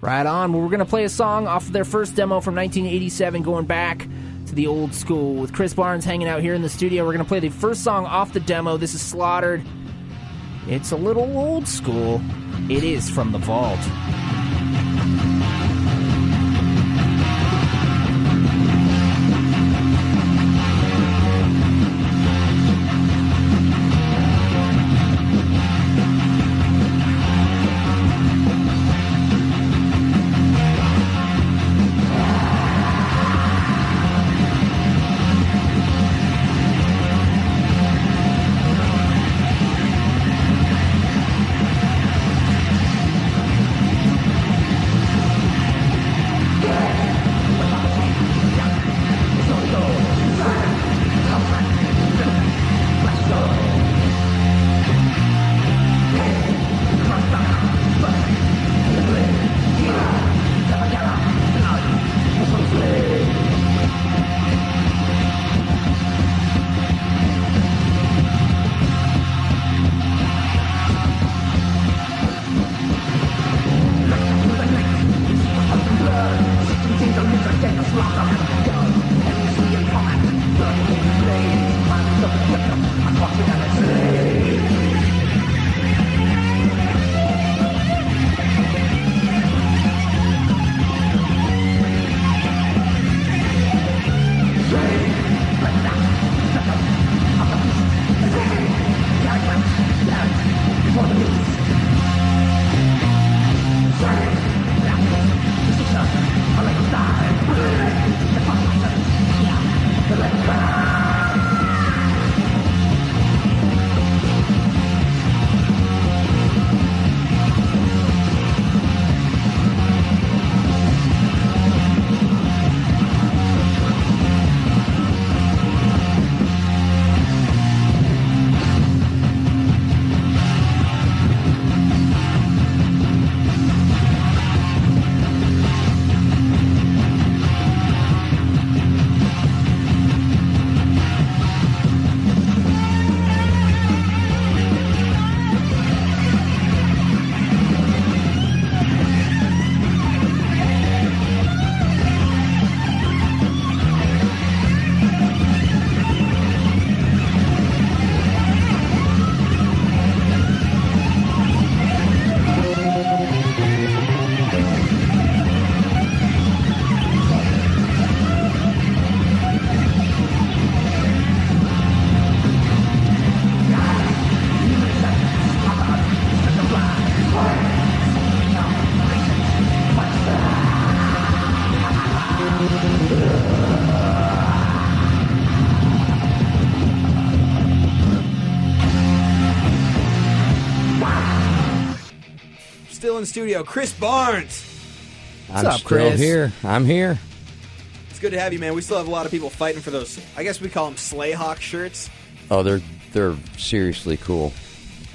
Speaker 3: Right on. Well, we're going to play a song off of their first demo from 1987, going back to the old school with Chris Barnes hanging out here in the studio. We're going to play the first song off the demo. This is Slaughtered. It's a little old school. It is from the vault.
Speaker 2: Still in studio, Chris Barnes.
Speaker 8: I'm
Speaker 2: up,
Speaker 8: still
Speaker 2: Chris?
Speaker 8: here. I'm here.
Speaker 2: It's good to have you, man. We still have a lot of people fighting for those. I guess we call them Slayhawk shirts.
Speaker 8: Oh, they're they're seriously cool.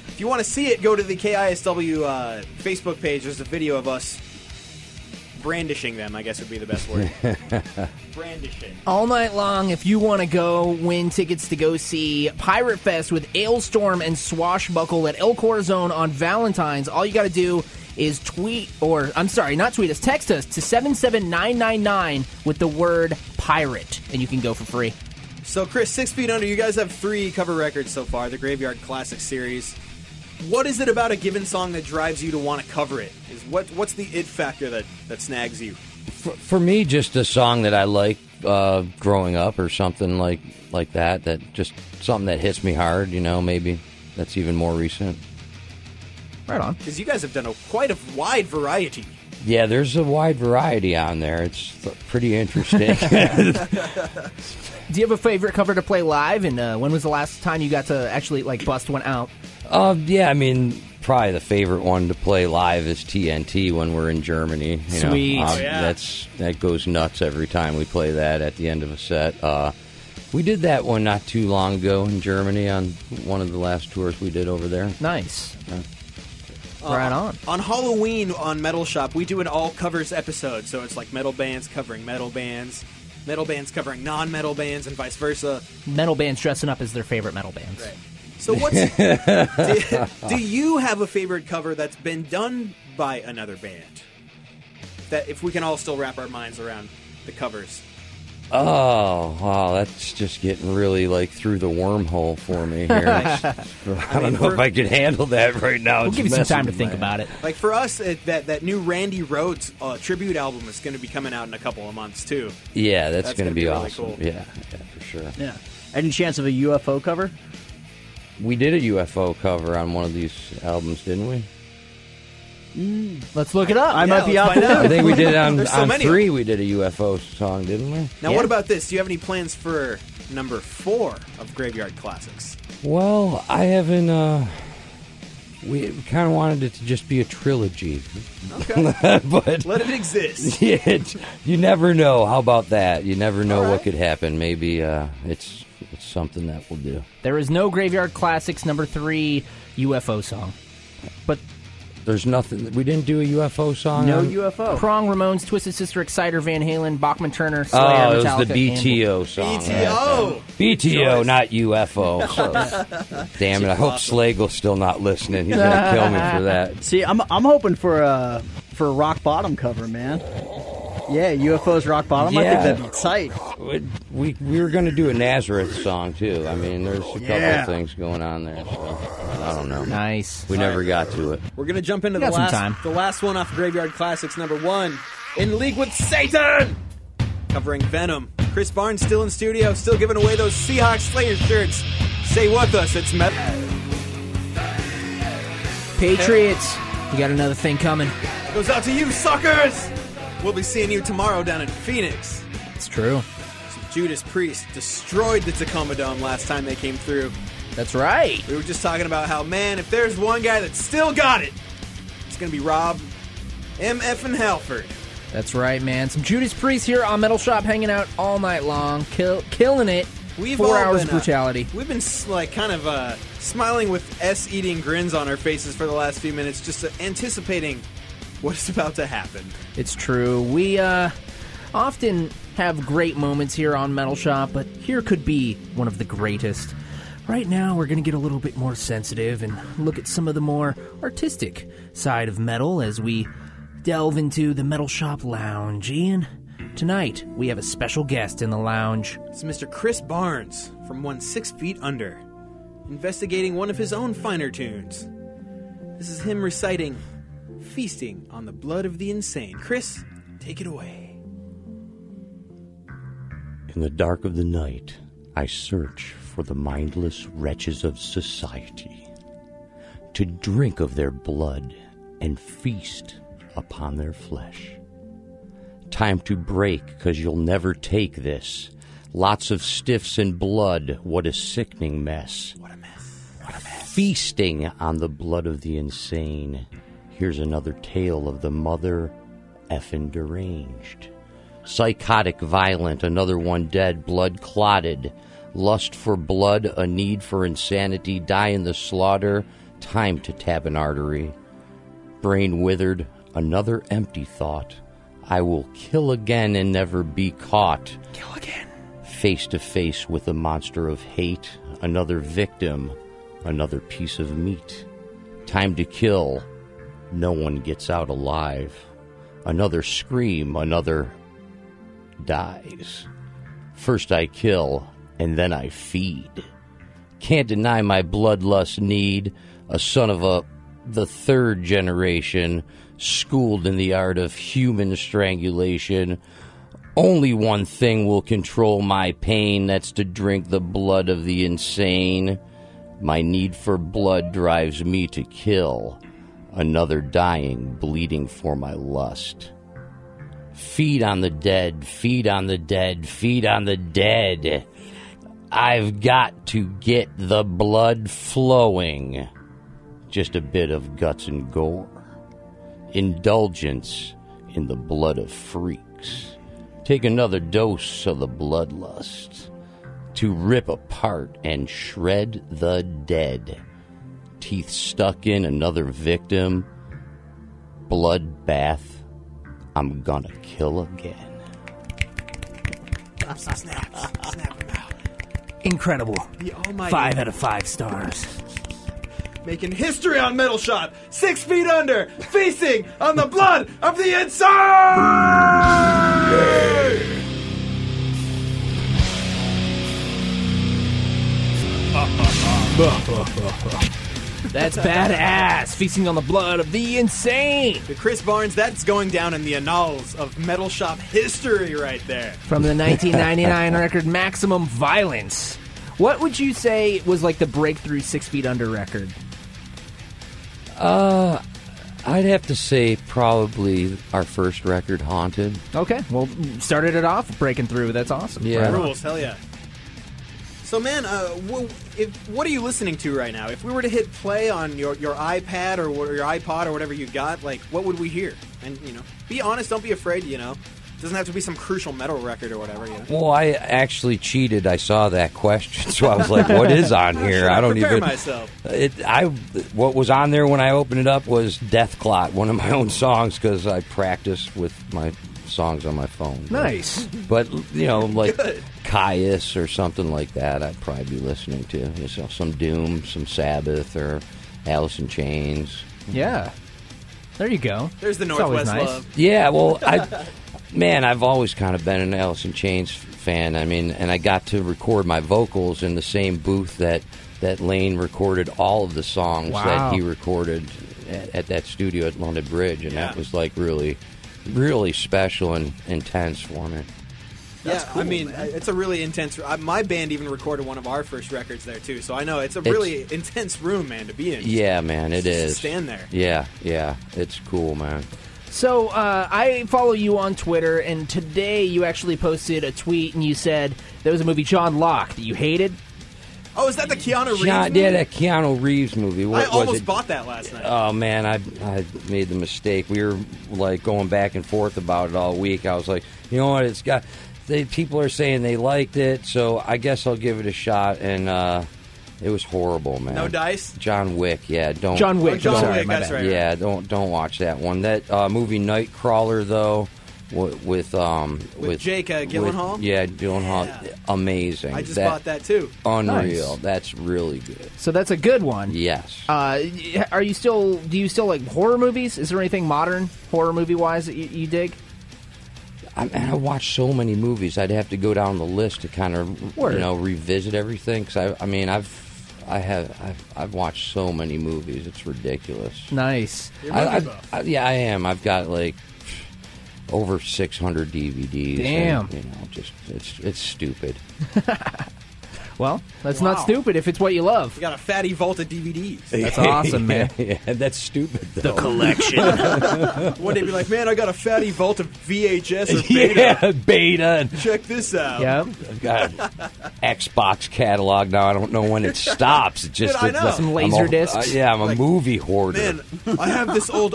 Speaker 2: If you want to see it, go to the KISW uh, Facebook page. There's a video of us brandishing them. I guess would be the best word. brandishing.
Speaker 3: All night long, if you want to go win tickets to go see Pirate Fest with Ailstorm and Swashbuckle at El Corazon on Valentine's, all you got to do is tweet, or I'm sorry, not tweet us, text us to 77999 with the word pirate, and you can go for free.
Speaker 2: So, Chris, Six Feet Under, you guys have three cover records so far, the Graveyard Classic series. What is it about a given song that drives you to want to cover it? Is what what's the it factor that that snags you?
Speaker 8: for me, just a song that I like uh, growing up, or something like like that. That just something that hits me hard. You know, maybe that's even more recent.
Speaker 3: Right on.
Speaker 2: Because you guys have done a quite a wide variety.
Speaker 8: Yeah, there's a wide variety on there. It's pretty interesting.
Speaker 3: Do you have a favorite cover to play live, and uh, when was the last time you got to actually, like, bust one out?
Speaker 8: Uh, yeah, I mean, probably the favorite one to play live is TNT when we're in Germany. You know,
Speaker 3: Sweet.
Speaker 8: um,
Speaker 3: Oh, yeah.
Speaker 8: That's that goes nuts every time we play that at the end of a set. Uh, we did that one not too long ago in Germany on one of the last tours we did over there.
Speaker 14: Nice.
Speaker 3: Right on.
Speaker 2: Uh, On Halloween on Metal Shop, we do an all covers episode. So it's like metal bands covering metal bands, metal bands covering non metal bands, and vice versa.
Speaker 3: Metal bands dressing up as their favorite metal bands.
Speaker 2: So what's. do, do you have a favorite cover that's been done by another band? That if we can all still wrap our minds around the covers.
Speaker 8: Oh, wow, that's just getting really like through the wormhole for me here. I,
Speaker 2: I
Speaker 8: don't
Speaker 2: mean,
Speaker 8: know
Speaker 2: for-
Speaker 8: if I can handle that right now. It's messing with my head.
Speaker 2: Like for us, it, that that new Randy Rhodes uh, tribute album is going to be coming out in a couple of months too.
Speaker 8: Yeah, that's, going to
Speaker 2: gonna
Speaker 8: be,
Speaker 2: really
Speaker 8: awesome.
Speaker 2: cool.
Speaker 8: Yeah, yeah, for sure.
Speaker 15: Yeah. Any chance of a UFO cover?
Speaker 8: We did a UFO cover on one of these albums, didn't we?
Speaker 3: Let's look it up.
Speaker 15: I might be out.
Speaker 8: I think we did on,
Speaker 2: There's so
Speaker 8: on
Speaker 2: many.
Speaker 8: three. We did a UFO song, didn't we?
Speaker 2: Now, what about this? Do you have any plans for number four of Graveyard Classics?
Speaker 8: Well, I haven't. Uh, we kind of wanted it to just be a trilogy.
Speaker 2: Okay.
Speaker 8: but
Speaker 2: Let it exist.
Speaker 8: Yeah, it- you never know. How about that? You never know what could happen. Maybe uh, it's it's something that we'll do.
Speaker 3: There is no Graveyard Classics number three UFO song. But
Speaker 8: There's nothing. We didn't do a UFO song. on-
Speaker 3: UFO. Prong, Ramones, Twisted Sister, Exciter, Van Halen, Bachman Turner, Slayer,
Speaker 8: Oh, it was
Speaker 3: Metallica,
Speaker 8: the BTO song. right?
Speaker 3: BTO.
Speaker 8: BTO, not UFO. So, damn it! I hope Slagle's still not listening. He's gonna kill me for that.
Speaker 5: See, I'm I'm hoping for a for a rock bottom cover, man. Yeah, UFOs rock bottom. I think
Speaker 8: Yeah.
Speaker 5: that'd be tight.
Speaker 8: It- We we were gonna do a Nazareth song too. I mean, there's a couple
Speaker 2: Yeah.
Speaker 8: of things going on there. So I don't know.
Speaker 3: Nice.
Speaker 8: We never got to it.
Speaker 2: We're gonna jump into
Speaker 8: We
Speaker 2: the
Speaker 8: got some
Speaker 2: last
Speaker 8: time.
Speaker 2: the last one off Graveyard Classics number one, in league with Satan, covering Venom. Chris Barnes still in studio, still giving away those Seahawks Slayer shirts. Stay with us. It's metal.
Speaker 3: Patriots. You got another thing coming.
Speaker 2: Goes out to you, suckers. We'll be seeing you tomorrow down in Phoenix.
Speaker 3: It's true.
Speaker 2: Judas Priest destroyed the Tacoma Dome last time they came through.
Speaker 3: That's right.
Speaker 2: We were just talking about how, man, if there's one guy that's still got it, it's going to be Rob M.F. and Halford.
Speaker 3: That's right, man. Some Judas Priest here on Metal Shop hanging out all night long, kill, killing it.
Speaker 2: We've
Speaker 3: Four
Speaker 2: all
Speaker 3: hours of
Speaker 2: been, uh,
Speaker 3: brutality.
Speaker 2: we've been s- like kind of uh, smiling with S eating grins on our faces for the last few minutes, just uh, anticipating what is about to happen.
Speaker 3: It's true. We uh, often have great moments here on Metal Shop, but here could be one of the greatest. Right now, we're going to get a little bit more sensitive and look at some of the more artistic side of metal as we delve into the Metal Shop Lounge. Ian, tonight we have a special guest in the lounge.
Speaker 2: It's Mr. Chris Barnes from One Six Feet Under, investigating one of his own finer tunes. This is him reciting Feasting on the Blood of the Insane. Chris, take it away.
Speaker 8: In the dark of the night, I search for the mindless wretches of society to drink of their blood and feast upon their flesh. Time to break, because you'll never take this. Lots of stiffs and blood, what a sickening mess. What a mess. What a mess. Feasting on the blood of the insane. Here's another tale of the mother effin' deranged. Psychotic, violent, another one dead, blood clotted. Lust for blood, a need for insanity, die in the slaughter, time to tap an artery. Brain withered, another empty thought. I will kill again and never be caught. Kill again. Face to face with the monster of hate, another victim, another piece of meat. Time to kill. No one gets out alive. Another scream, another dies. First I kill, and then I feed. Can't deny my bloodlust need, a son of a the third generation, schooled in the art of human strangulation. Only one thing will control my pain, that's to drink the blood of the insane. My need for blood drives me to kill, another dying, bleeding for my lust. Feed on the dead, feed on the dead, feed on the dead. I've got to get the blood flowing. just a bit of guts and gore. Indulgence in the blood of freaks. Take another dose of the bloodlust to rip apart and shred the dead. Teeth stuck in another victim. Bloodbath. I'm gonna kill again.
Speaker 3: Incredible.
Speaker 2: The almighty-
Speaker 3: Five out of five stars.
Speaker 2: Making history on Metal Shop, six feet under, feasting on the blood of the inside.
Speaker 3: That's badass. Feasting on the blood of the insane.
Speaker 2: The Chris Barnes, that's going down in the annals of Metal Shop history right there.
Speaker 3: From the 1999 record Maximum Violence. What would you say was like the breakthrough Six Feet Under record?
Speaker 8: Uh, I'd have to say probably our first record, Haunted.
Speaker 3: Okay, well, started it off breaking through. That's awesome.
Speaker 8: Yeah.
Speaker 3: Right on.
Speaker 2: Rules, hell yeah. So, man, uh, wh- if, what are you listening to right now? If we were to hit play on your, your iPad or wha- your iPod or whatever you got, like, what would we hear? And, you know, be honest, don't be afraid, you know. It doesn't have to be some crucial metal record or whatever, you know.
Speaker 8: Well, I actually cheated. I saw that question, so I was like, "What is on here?" I don't
Speaker 2: Prepare
Speaker 8: even.
Speaker 2: myself.
Speaker 8: It, I what was on there when I opened it up was Death Clot, one of my own songs, because I practice with my songs on my phone.
Speaker 3: Nice.
Speaker 8: But you know, like Caius or something like that, I'd probably be listening to you know, some Doom, some Sabbath, or Alice in Chains.
Speaker 3: Yeah. There you go.
Speaker 2: There's the
Speaker 3: It's always
Speaker 2: Northwest
Speaker 3: nice.
Speaker 2: love.
Speaker 8: Yeah, well, I, man, I've always kind of been an Alice in Chains fan. I mean, and I got to record my vocals in the same booth that that Lane recorded all of the songs
Speaker 3: Wow.
Speaker 8: that he recorded at, at that studio at London Bridge, and that was like really, really special and intense for me.
Speaker 2: yeah, I mean, it's a really intense. I, my band even recorded one of our first records there too, so I know it's a
Speaker 8: It's-
Speaker 2: really intense room, man, to be in.
Speaker 8: Yeah, man, it
Speaker 2: Just to
Speaker 8: is.
Speaker 2: Stand there.
Speaker 8: Yeah, yeah, it's cool, man.
Speaker 3: So uh, I follow you on Twitter, and today you actually posted a tweet, and you said there was a movie John Locke that you hated.
Speaker 2: Oh, is that the Keanu Reeves?
Speaker 8: Keanu,
Speaker 2: movie?
Speaker 8: yeah, that Keanu Reeves movie. What
Speaker 2: I almost
Speaker 8: was it?
Speaker 2: bought that last night.
Speaker 8: Oh man, I I made the mistake. We were like going back and forth about it all week. I was like, you know what, it's got. They, people are saying they liked it, so I guess I'll give it a shot. And uh, it was horrible, man.
Speaker 2: No dice?
Speaker 8: John Wick, yeah, don't.
Speaker 3: John Wick, Oh, John I'm sorry, Wick, my that's bad. right.
Speaker 8: Yeah, don't don't watch that one. That uh, movie Nightcrawler though, wi- with um with,
Speaker 2: Jake, uh,
Speaker 8: with-
Speaker 2: Gyllenhaal?
Speaker 8: yeah, Gyllenhaal, amazing.
Speaker 2: I just bought that too.
Speaker 8: Unreal.
Speaker 2: Nice.
Speaker 8: That's really good.
Speaker 3: So that's a good one.
Speaker 8: Yes.
Speaker 3: Uh, y- are you still? Do you still like horror movies? Is there anything modern horror movie wise that you, you dig?
Speaker 8: I, man, I watch so many movies. I'd have to go down the list to kind of
Speaker 3: Word.
Speaker 8: you know revisit everything. Cause I, I mean, I've. I have I've, I've watched so many movies. It's ridiculous.
Speaker 3: Nice. You're a
Speaker 8: I,
Speaker 3: movie
Speaker 8: I-
Speaker 3: buff.
Speaker 8: I- yeah, I am. I've got like over 600 DVDs.
Speaker 3: Damn.
Speaker 8: and, you know, just it's it's stupid.
Speaker 3: Well, that's not
Speaker 2: Wow.
Speaker 3: stupid if it's what you love.
Speaker 2: You got a fatty vault of DVDs.
Speaker 3: That's awesome, man.
Speaker 8: yeah, that's stupid. Though.
Speaker 2: One day, be like, man, I got a fatty vault of VHS or beta.
Speaker 8: yeah, beta.
Speaker 2: Check this out.
Speaker 8: Yep. I've got an Xbox catalog now. I don't know when it stops. It just
Speaker 2: Dude, I
Speaker 8: it's
Speaker 2: know.
Speaker 8: a-
Speaker 2: Some
Speaker 8: I'm
Speaker 2: laser
Speaker 8: a-
Speaker 2: discs.
Speaker 8: uh, yeah, I'm a
Speaker 2: Like,
Speaker 8: movie hoarder.
Speaker 2: Man, I have this old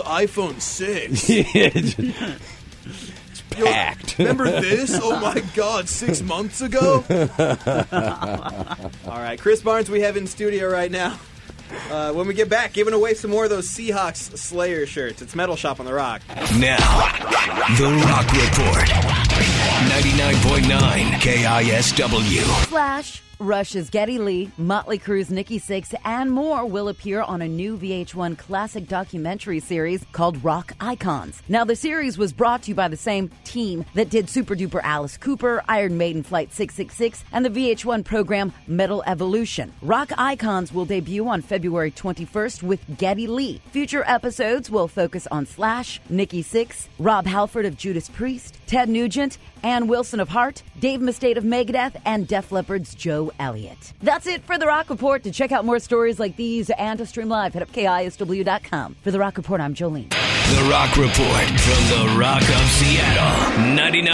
Speaker 2: iPhone six.
Speaker 8: it's
Speaker 2: Yo,
Speaker 8: packed.
Speaker 2: Remember this? Oh my God! Six months ago. All right, Chris Barnes, we have in studio right now. Uh, when we get back, giving away some more of those Seahawks Slayer shirts. It's Metal Shop on the Rock.
Speaker 10: Now, The Rock Report. 99.9 KISW.
Speaker 16: Slash, Rush's Getty Lee, Motley Crue's Nikki Six, and more will appear on a new VH1 classic documentary series called Rock Icons. Now, the series was brought to you by the same team that did Super Duper Alice Cooper, Iron Maiden Flight 666, and the VH1 program Metal Evolution. Rock Icons will debut on February 21st with Getty Lee. Future episodes will focus on Slash, Nikki Six, Rob Halford of Judas Priest, Ted Nugent, Ann Wilson of Heart, Dave Mustaine of Megadeth, and Def Leppard's Joe Elliott. That's it for The Rock Report. To check out more stories like these and to stream live, head up KISW.com. For The Rock Report, I'm Jolene.
Speaker 10: The Rock Report from the Rock of Seattle. 99.9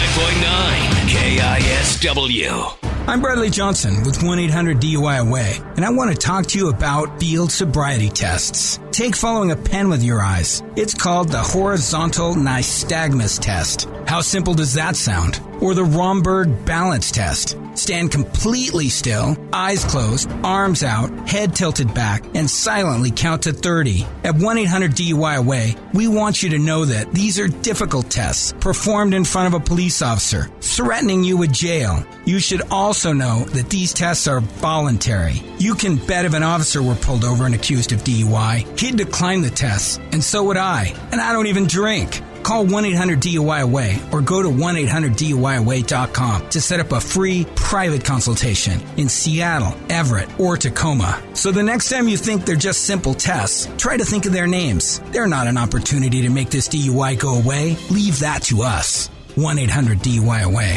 Speaker 10: KISW.
Speaker 17: I'm Bradley Johnson with 1 800 DUI Away, and I want to talk to you about field sobriety tests. Take following a pen with your eyes. It's called the horizontal nystagmus test. How simple does that sound? Or the Romberg balance test. Stand completely still, eyes closed, arms out, head tilted back, and silently count to 30. At 1 800 DUI Away, we want you to know that these are difficult tests performed in front of a police officer, threatening you with jail. You should also know that these tests are voluntary. You can bet if an officer were pulled over and accused of DUI, he'd decline the tests, and so would I. And I don't even drink. Call 1 800 DUI Away or go to 1 800 DUIAway.com to set up a free private consultation in Seattle, Everett, or Tacoma. So the next time you think they're just simple tests, try to think of their names. They're not an opportunity to make this DUI go away. Leave that to us. 1 800 DUI Away.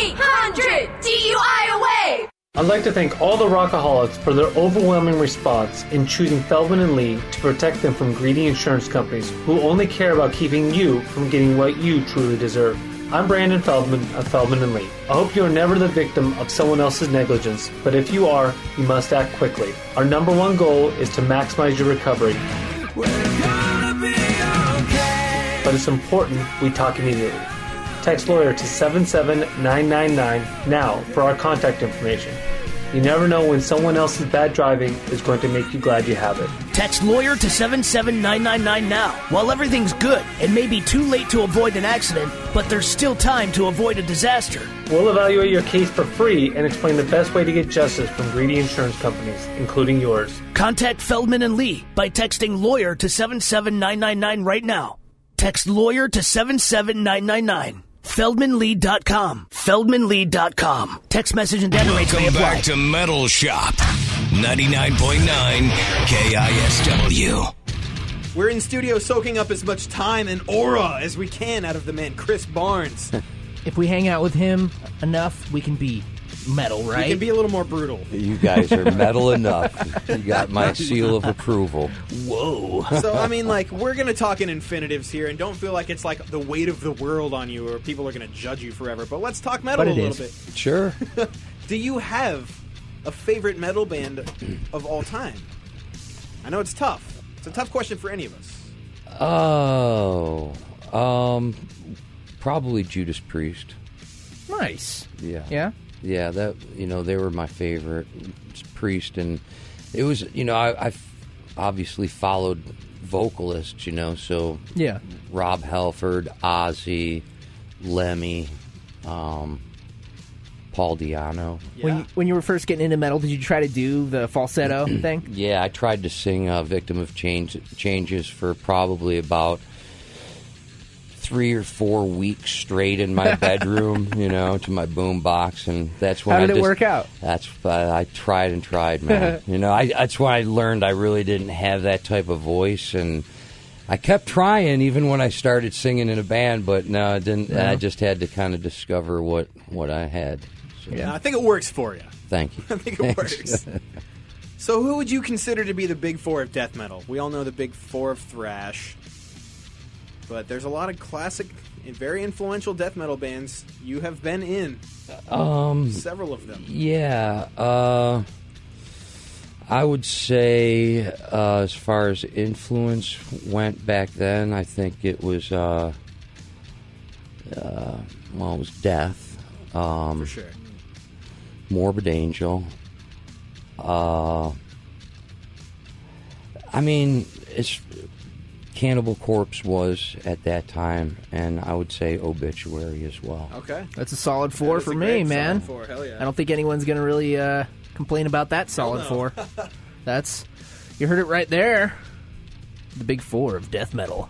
Speaker 7: 800 DUI away!
Speaker 18: I'd like to thank all the Rockaholics for their overwhelming response in choosing Feldman and Lee to protect them from greedy insurance companies who only care about keeping you from getting what you truly deserve. I'm Brandon Feldman of Feldman and Lee. I hope you are never the victim of someone else's negligence, but if you are, you must act quickly. Our number one goal is to maximize your recovery. But it's important we talk immediately. Text lawyer to 77999 now for our contact information. You never know when someone else's bad driving is going to make you glad you have it.
Speaker 13: Text lawyer to 77999 now. While everything's good, it may be too late to avoid an accident, but there's still time to avoid a disaster.
Speaker 18: We'll evaluate your case for free and explain the best way to get justice from greedy insurance companies, including yours.
Speaker 13: Contact Feldman and Lee by texting lawyer to 77999 right now. Text lawyer to 77999. FeldmanLee.com. FeldmanLee.com. Text message and data rates may
Speaker 10: Welcome
Speaker 13: apply.
Speaker 10: back to Metal Shop, 99.9 KISW.
Speaker 2: We're in studio soaking up as much time and aura as we can out of the man Chris Barnes.
Speaker 3: If we hang out with him enough, we can be metal,
Speaker 2: We
Speaker 3: right?
Speaker 2: can be a little more brutal.
Speaker 8: You guys are metal enough. You got my seal of approval.
Speaker 2: Whoa. so I mean, like, we're gonna talk in infinitives here, and don't feel like it's like the weight of the world on you, or people are gonna judge you forever. But let's talk metal
Speaker 8: But
Speaker 2: a
Speaker 8: it
Speaker 2: little
Speaker 8: is.
Speaker 2: bit.
Speaker 8: Sure.
Speaker 2: Do you have a favorite metal band of all time? I know it's tough. It's a tough question for any of us.
Speaker 8: Oh, um, probably Judas Priest.
Speaker 3: Nice.
Speaker 8: Yeah.
Speaker 3: Yeah?
Speaker 8: Yeah, that you know, they were my favorite It's priest and it was you know, I I've obviously followed vocalists, you know, so
Speaker 3: Yeah.
Speaker 8: Rob Halford, Ozzy, Lemmy, um, Paul Diano.
Speaker 3: When, you, when you were first getting into metal, did you try to do the falsetto thing?
Speaker 8: Yeah, I tried to sing uh, "Victim of Change" changes for probably about three or four weeks straight in my bedroom, you know, to my boom box, and that's when
Speaker 3: How did
Speaker 8: I
Speaker 3: it
Speaker 8: just-
Speaker 3: work out?
Speaker 8: That's uh, I tried and tried, man. you know, I, that's when I learned I really didn't have that type of voice, and I kept trying even when I started singing in a band, but no, I didn't.
Speaker 2: Yeah.
Speaker 8: I just had to kind of discover what what I had. So,
Speaker 2: I think it works for you.
Speaker 8: Thank you.
Speaker 2: I think it
Speaker 8: Thanks.
Speaker 2: works. So, who would you consider to be the big four of death metal? We all know the big four of thrash, but there's a lot of classic and very influential death metal bands you have been in.
Speaker 8: Um,
Speaker 2: several of them.
Speaker 8: Yeah. Uh, I would say, uh, as far as influence went back then, I think it was, uh, uh, well, it was Death. Um,
Speaker 2: For sure.
Speaker 8: Morbid Angel. Uh, I mean, it's Cannibal Corpse was at that time, and I would say Obituary as well.
Speaker 2: Okay.
Speaker 3: That's a solid four
Speaker 8: That is
Speaker 3: for
Speaker 8: a
Speaker 3: me,
Speaker 8: great
Speaker 3: man.
Speaker 8: solid four, hell yeah.
Speaker 3: I don't think anyone's going to really uh, complain about that solid
Speaker 8: Hell
Speaker 3: four. That's. You heard it right there. The big four of death metal.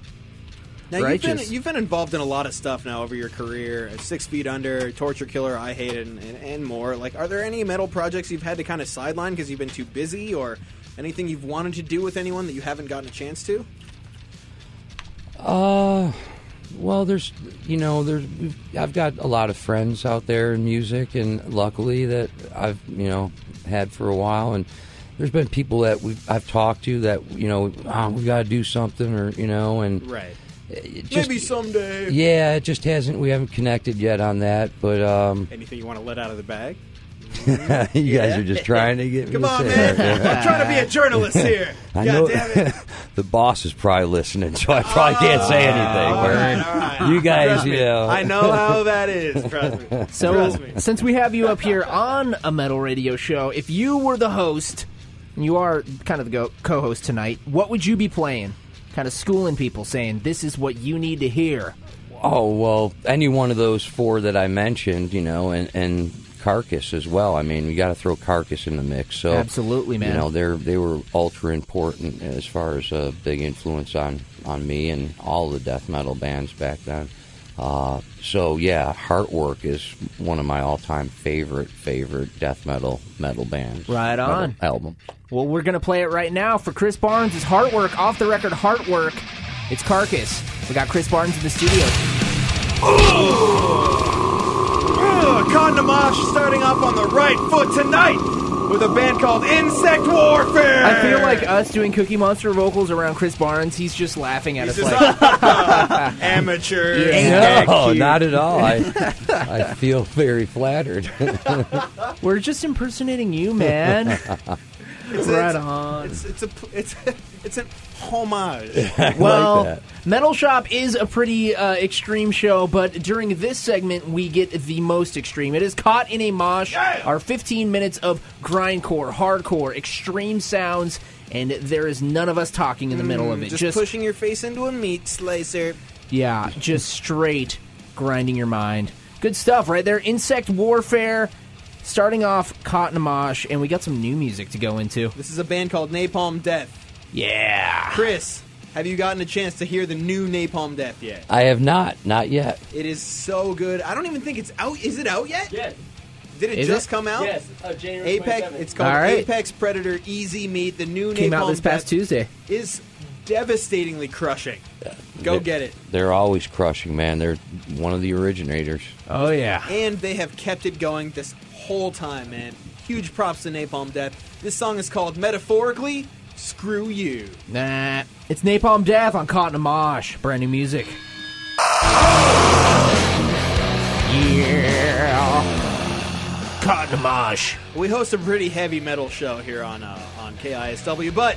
Speaker 2: Now you've
Speaker 3: Righteous.
Speaker 2: been, you've been involved in a lot of stuff now over your career: Six Feet Under, Torture Killer, I Hate It, and, and, and more. Like, are there any metal projects you've had to kind of sideline because you've been too busy, or anything you've wanted to do with anyone that you haven't gotten a chance to?
Speaker 8: Uh, well, there's, you know, there's, we've, I've got a lot of friends out there in music, and luckily that I've, you know, had for a while, and there's been people that we've, I've talked to that, you know, oh, we got to do something, or you know, and
Speaker 2: Right.
Speaker 8: it just-
Speaker 2: Maybe someday.
Speaker 8: Yeah, it just hasn't. We haven't connected yet on that, but um,
Speaker 2: Anything you want to let out of the bag?
Speaker 8: you guys are just trying to get me
Speaker 2: Come
Speaker 8: to
Speaker 2: on,
Speaker 8: say
Speaker 2: man.
Speaker 8: that, yeah.
Speaker 2: I'm trying to be a journalist here.
Speaker 8: I
Speaker 2: God
Speaker 8: know,
Speaker 2: damn it.
Speaker 8: the boss is probably listening, so I probably can't say anything.
Speaker 2: Oh, all
Speaker 8: but
Speaker 2: right, all right.
Speaker 8: You guys,
Speaker 2: Trust me.
Speaker 8: you know,
Speaker 2: I know how that is. Trust me.
Speaker 3: So,
Speaker 2: Trust me.
Speaker 3: since we have you up here on a metal radio show, if you were the host, and you are kind of the go- co-host tonight, what would you be playing? Kind of schooling people, saying this is what you need to hear.
Speaker 8: Oh well, any one of those four that I mentioned, you know, and and carcass as well. I mean, we got to throw carcass in the mix. So
Speaker 3: Absolutely, man.
Speaker 8: You know, they're they were ultra important as far as a big influence on on me and all the death metal bands back then. Uh, so yeah, Heartwork is one of my all time favorite favorite death metal metal bands.
Speaker 3: Right
Speaker 8: metal
Speaker 3: on.
Speaker 8: album.
Speaker 3: Well, we're gonna play it right now for Chris Barnes. It's Heartwork, off the record Heartwork. It's Carcass. We got Chris Barnes in the studio.
Speaker 2: Ugh, Kondamash starting off on the right foot tonight with a band called Insect Warfare.
Speaker 3: I feel like us doing Cookie Monster vocals around Chris Barnes. He's just laughing at us. Like,
Speaker 2: amateur.
Speaker 8: No, not at all. I I feel very flattered.
Speaker 3: We're just impersonating you, man. right on.
Speaker 2: It's, it's a p- it's it's an homage.
Speaker 3: well, Metal Shop is a pretty uh, extreme show, but during this segment, we get the most extreme. It is Caught in a Mosh, our 15 minutes of grindcore, hardcore, extreme sounds, and there is none of us talking in the middle of it.
Speaker 2: Mm, just,
Speaker 3: Just,
Speaker 2: pushing your face into a meat slicer.
Speaker 3: yeah, just straight grinding your mind. Good stuff right there. Insect Warfare, starting off Caught in a Mosh, and we got some new music to go into.
Speaker 2: This is a band called Napalm Death.
Speaker 3: Yeah.
Speaker 2: Chris, have you gotten a chance to hear the new Napalm Death yet?
Speaker 8: I have not, not
Speaker 3: Uh,
Speaker 8: yet.
Speaker 2: It is so good. I don't even think it's out. Is it out yet? Yeah. Did it
Speaker 8: Is
Speaker 2: just
Speaker 8: it?
Speaker 2: come out?
Speaker 8: Yes,
Speaker 19: uh, January
Speaker 2: Apex.
Speaker 19: 27th.
Speaker 2: It's called
Speaker 3: All right.
Speaker 2: Apex Predator Easy Meat. The new
Speaker 3: Came out
Speaker 2: Napalm
Speaker 3: this past
Speaker 2: Death
Speaker 3: Tuesday.
Speaker 2: is devastatingly crushing. Go
Speaker 8: Yeah.
Speaker 2: get it.
Speaker 8: They're always crushing, man. They're one of the originators.
Speaker 3: Oh yeah.
Speaker 2: And they have kept it going this whole time, man. Huge props to Napalm Death. This song is called metaphorically "Screw You."
Speaker 3: Nah. It's Napalm Death on Caught in a Mosh. Brand new music. Yeah. Caught in a Mosh.
Speaker 2: We host a pretty heavy metal show here on uh, on KISW, but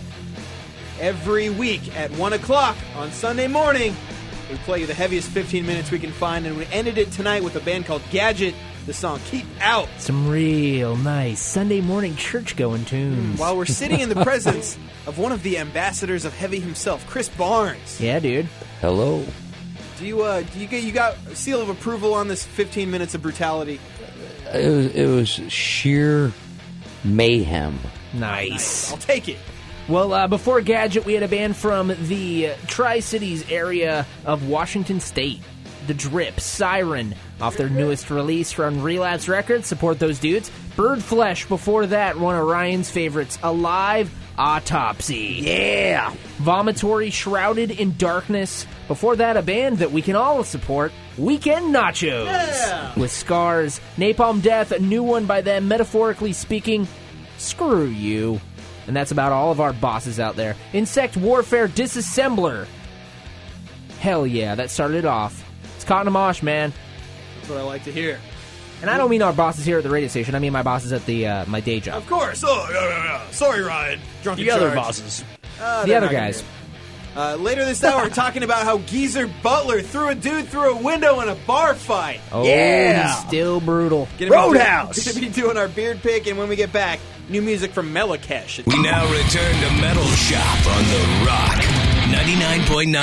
Speaker 2: every week at one o'clock on Sunday morning, we play you the heaviest 15 minutes we can find, and we ended it tonight with a band called Gadget. The song "Keep Out."
Speaker 3: Some real nice Sunday morning church going tunes.
Speaker 2: While we're sitting in the presence of one of the ambassadors of heavy himself, Chris Barnes.
Speaker 3: yeah, dude.
Speaker 8: Hello.
Speaker 2: Do you uh do you get you got a seal of approval on this 15 minutes of brutality?
Speaker 8: It was, it was sheer mayhem.
Speaker 3: Nice.
Speaker 2: I'll take it.
Speaker 3: Well, uh, before Gadget, we had a band from the uh, Tri Cities area of Washington State. The Drip, Siren, off their newest release from Relapse Records. Support those dudes. Bird Flesh, before that, one of Ryan's favorites, Alive Autopsy. Yeah! Vomitory, Shrouded in Darkness. Before that, a band that we can all support, Weekend Nachos. With Scars, Napalm Death, a new one by them, metaphorically speaking, screw you. And that's about all of our bosses out there. Insect Warfare Disassembler. Hell yeah, that started it off. It's Cotton Mosh, man.
Speaker 2: That's what I like to hear.
Speaker 3: And I don't mean our bosses here at the radio station. I mean my bosses at the uh, my day job.
Speaker 2: Of course. Oh, yeah, yeah, yeah. sorry, Ryan. Drunk
Speaker 3: The
Speaker 2: in
Speaker 3: other
Speaker 2: charge.
Speaker 3: bosses.
Speaker 2: Uh,
Speaker 3: The
Speaker 2: they're
Speaker 3: other
Speaker 2: not gonna
Speaker 3: guys.
Speaker 2: do it. Uh, later this hour, talking about how Geezer Butler threw a dude through a window in a bar fight.
Speaker 3: Oh, he's still brutal.
Speaker 2: Gonna be doing- Gonna be doing our beard pick, and when we get back, new music from Melakesh.
Speaker 10: We now return to Metal Shop on The Rock. 99.9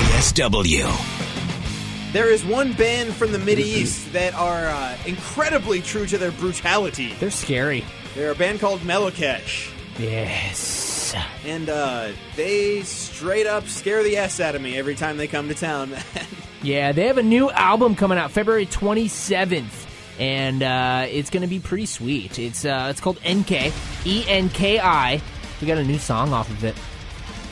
Speaker 10: KISW.
Speaker 2: There is one band from the Middle East that are uh, incredibly true to their brutality.
Speaker 3: They're scary.
Speaker 2: They're a band called Melakesh.
Speaker 3: Yes.
Speaker 2: And uh, they straight up scare the ass out of me every time they come to town.
Speaker 3: Yeah, they have a new album coming out February 27th, and uh, it's going to be pretty sweet. It's uh, it's called NK E N K I. We got a new song off of it,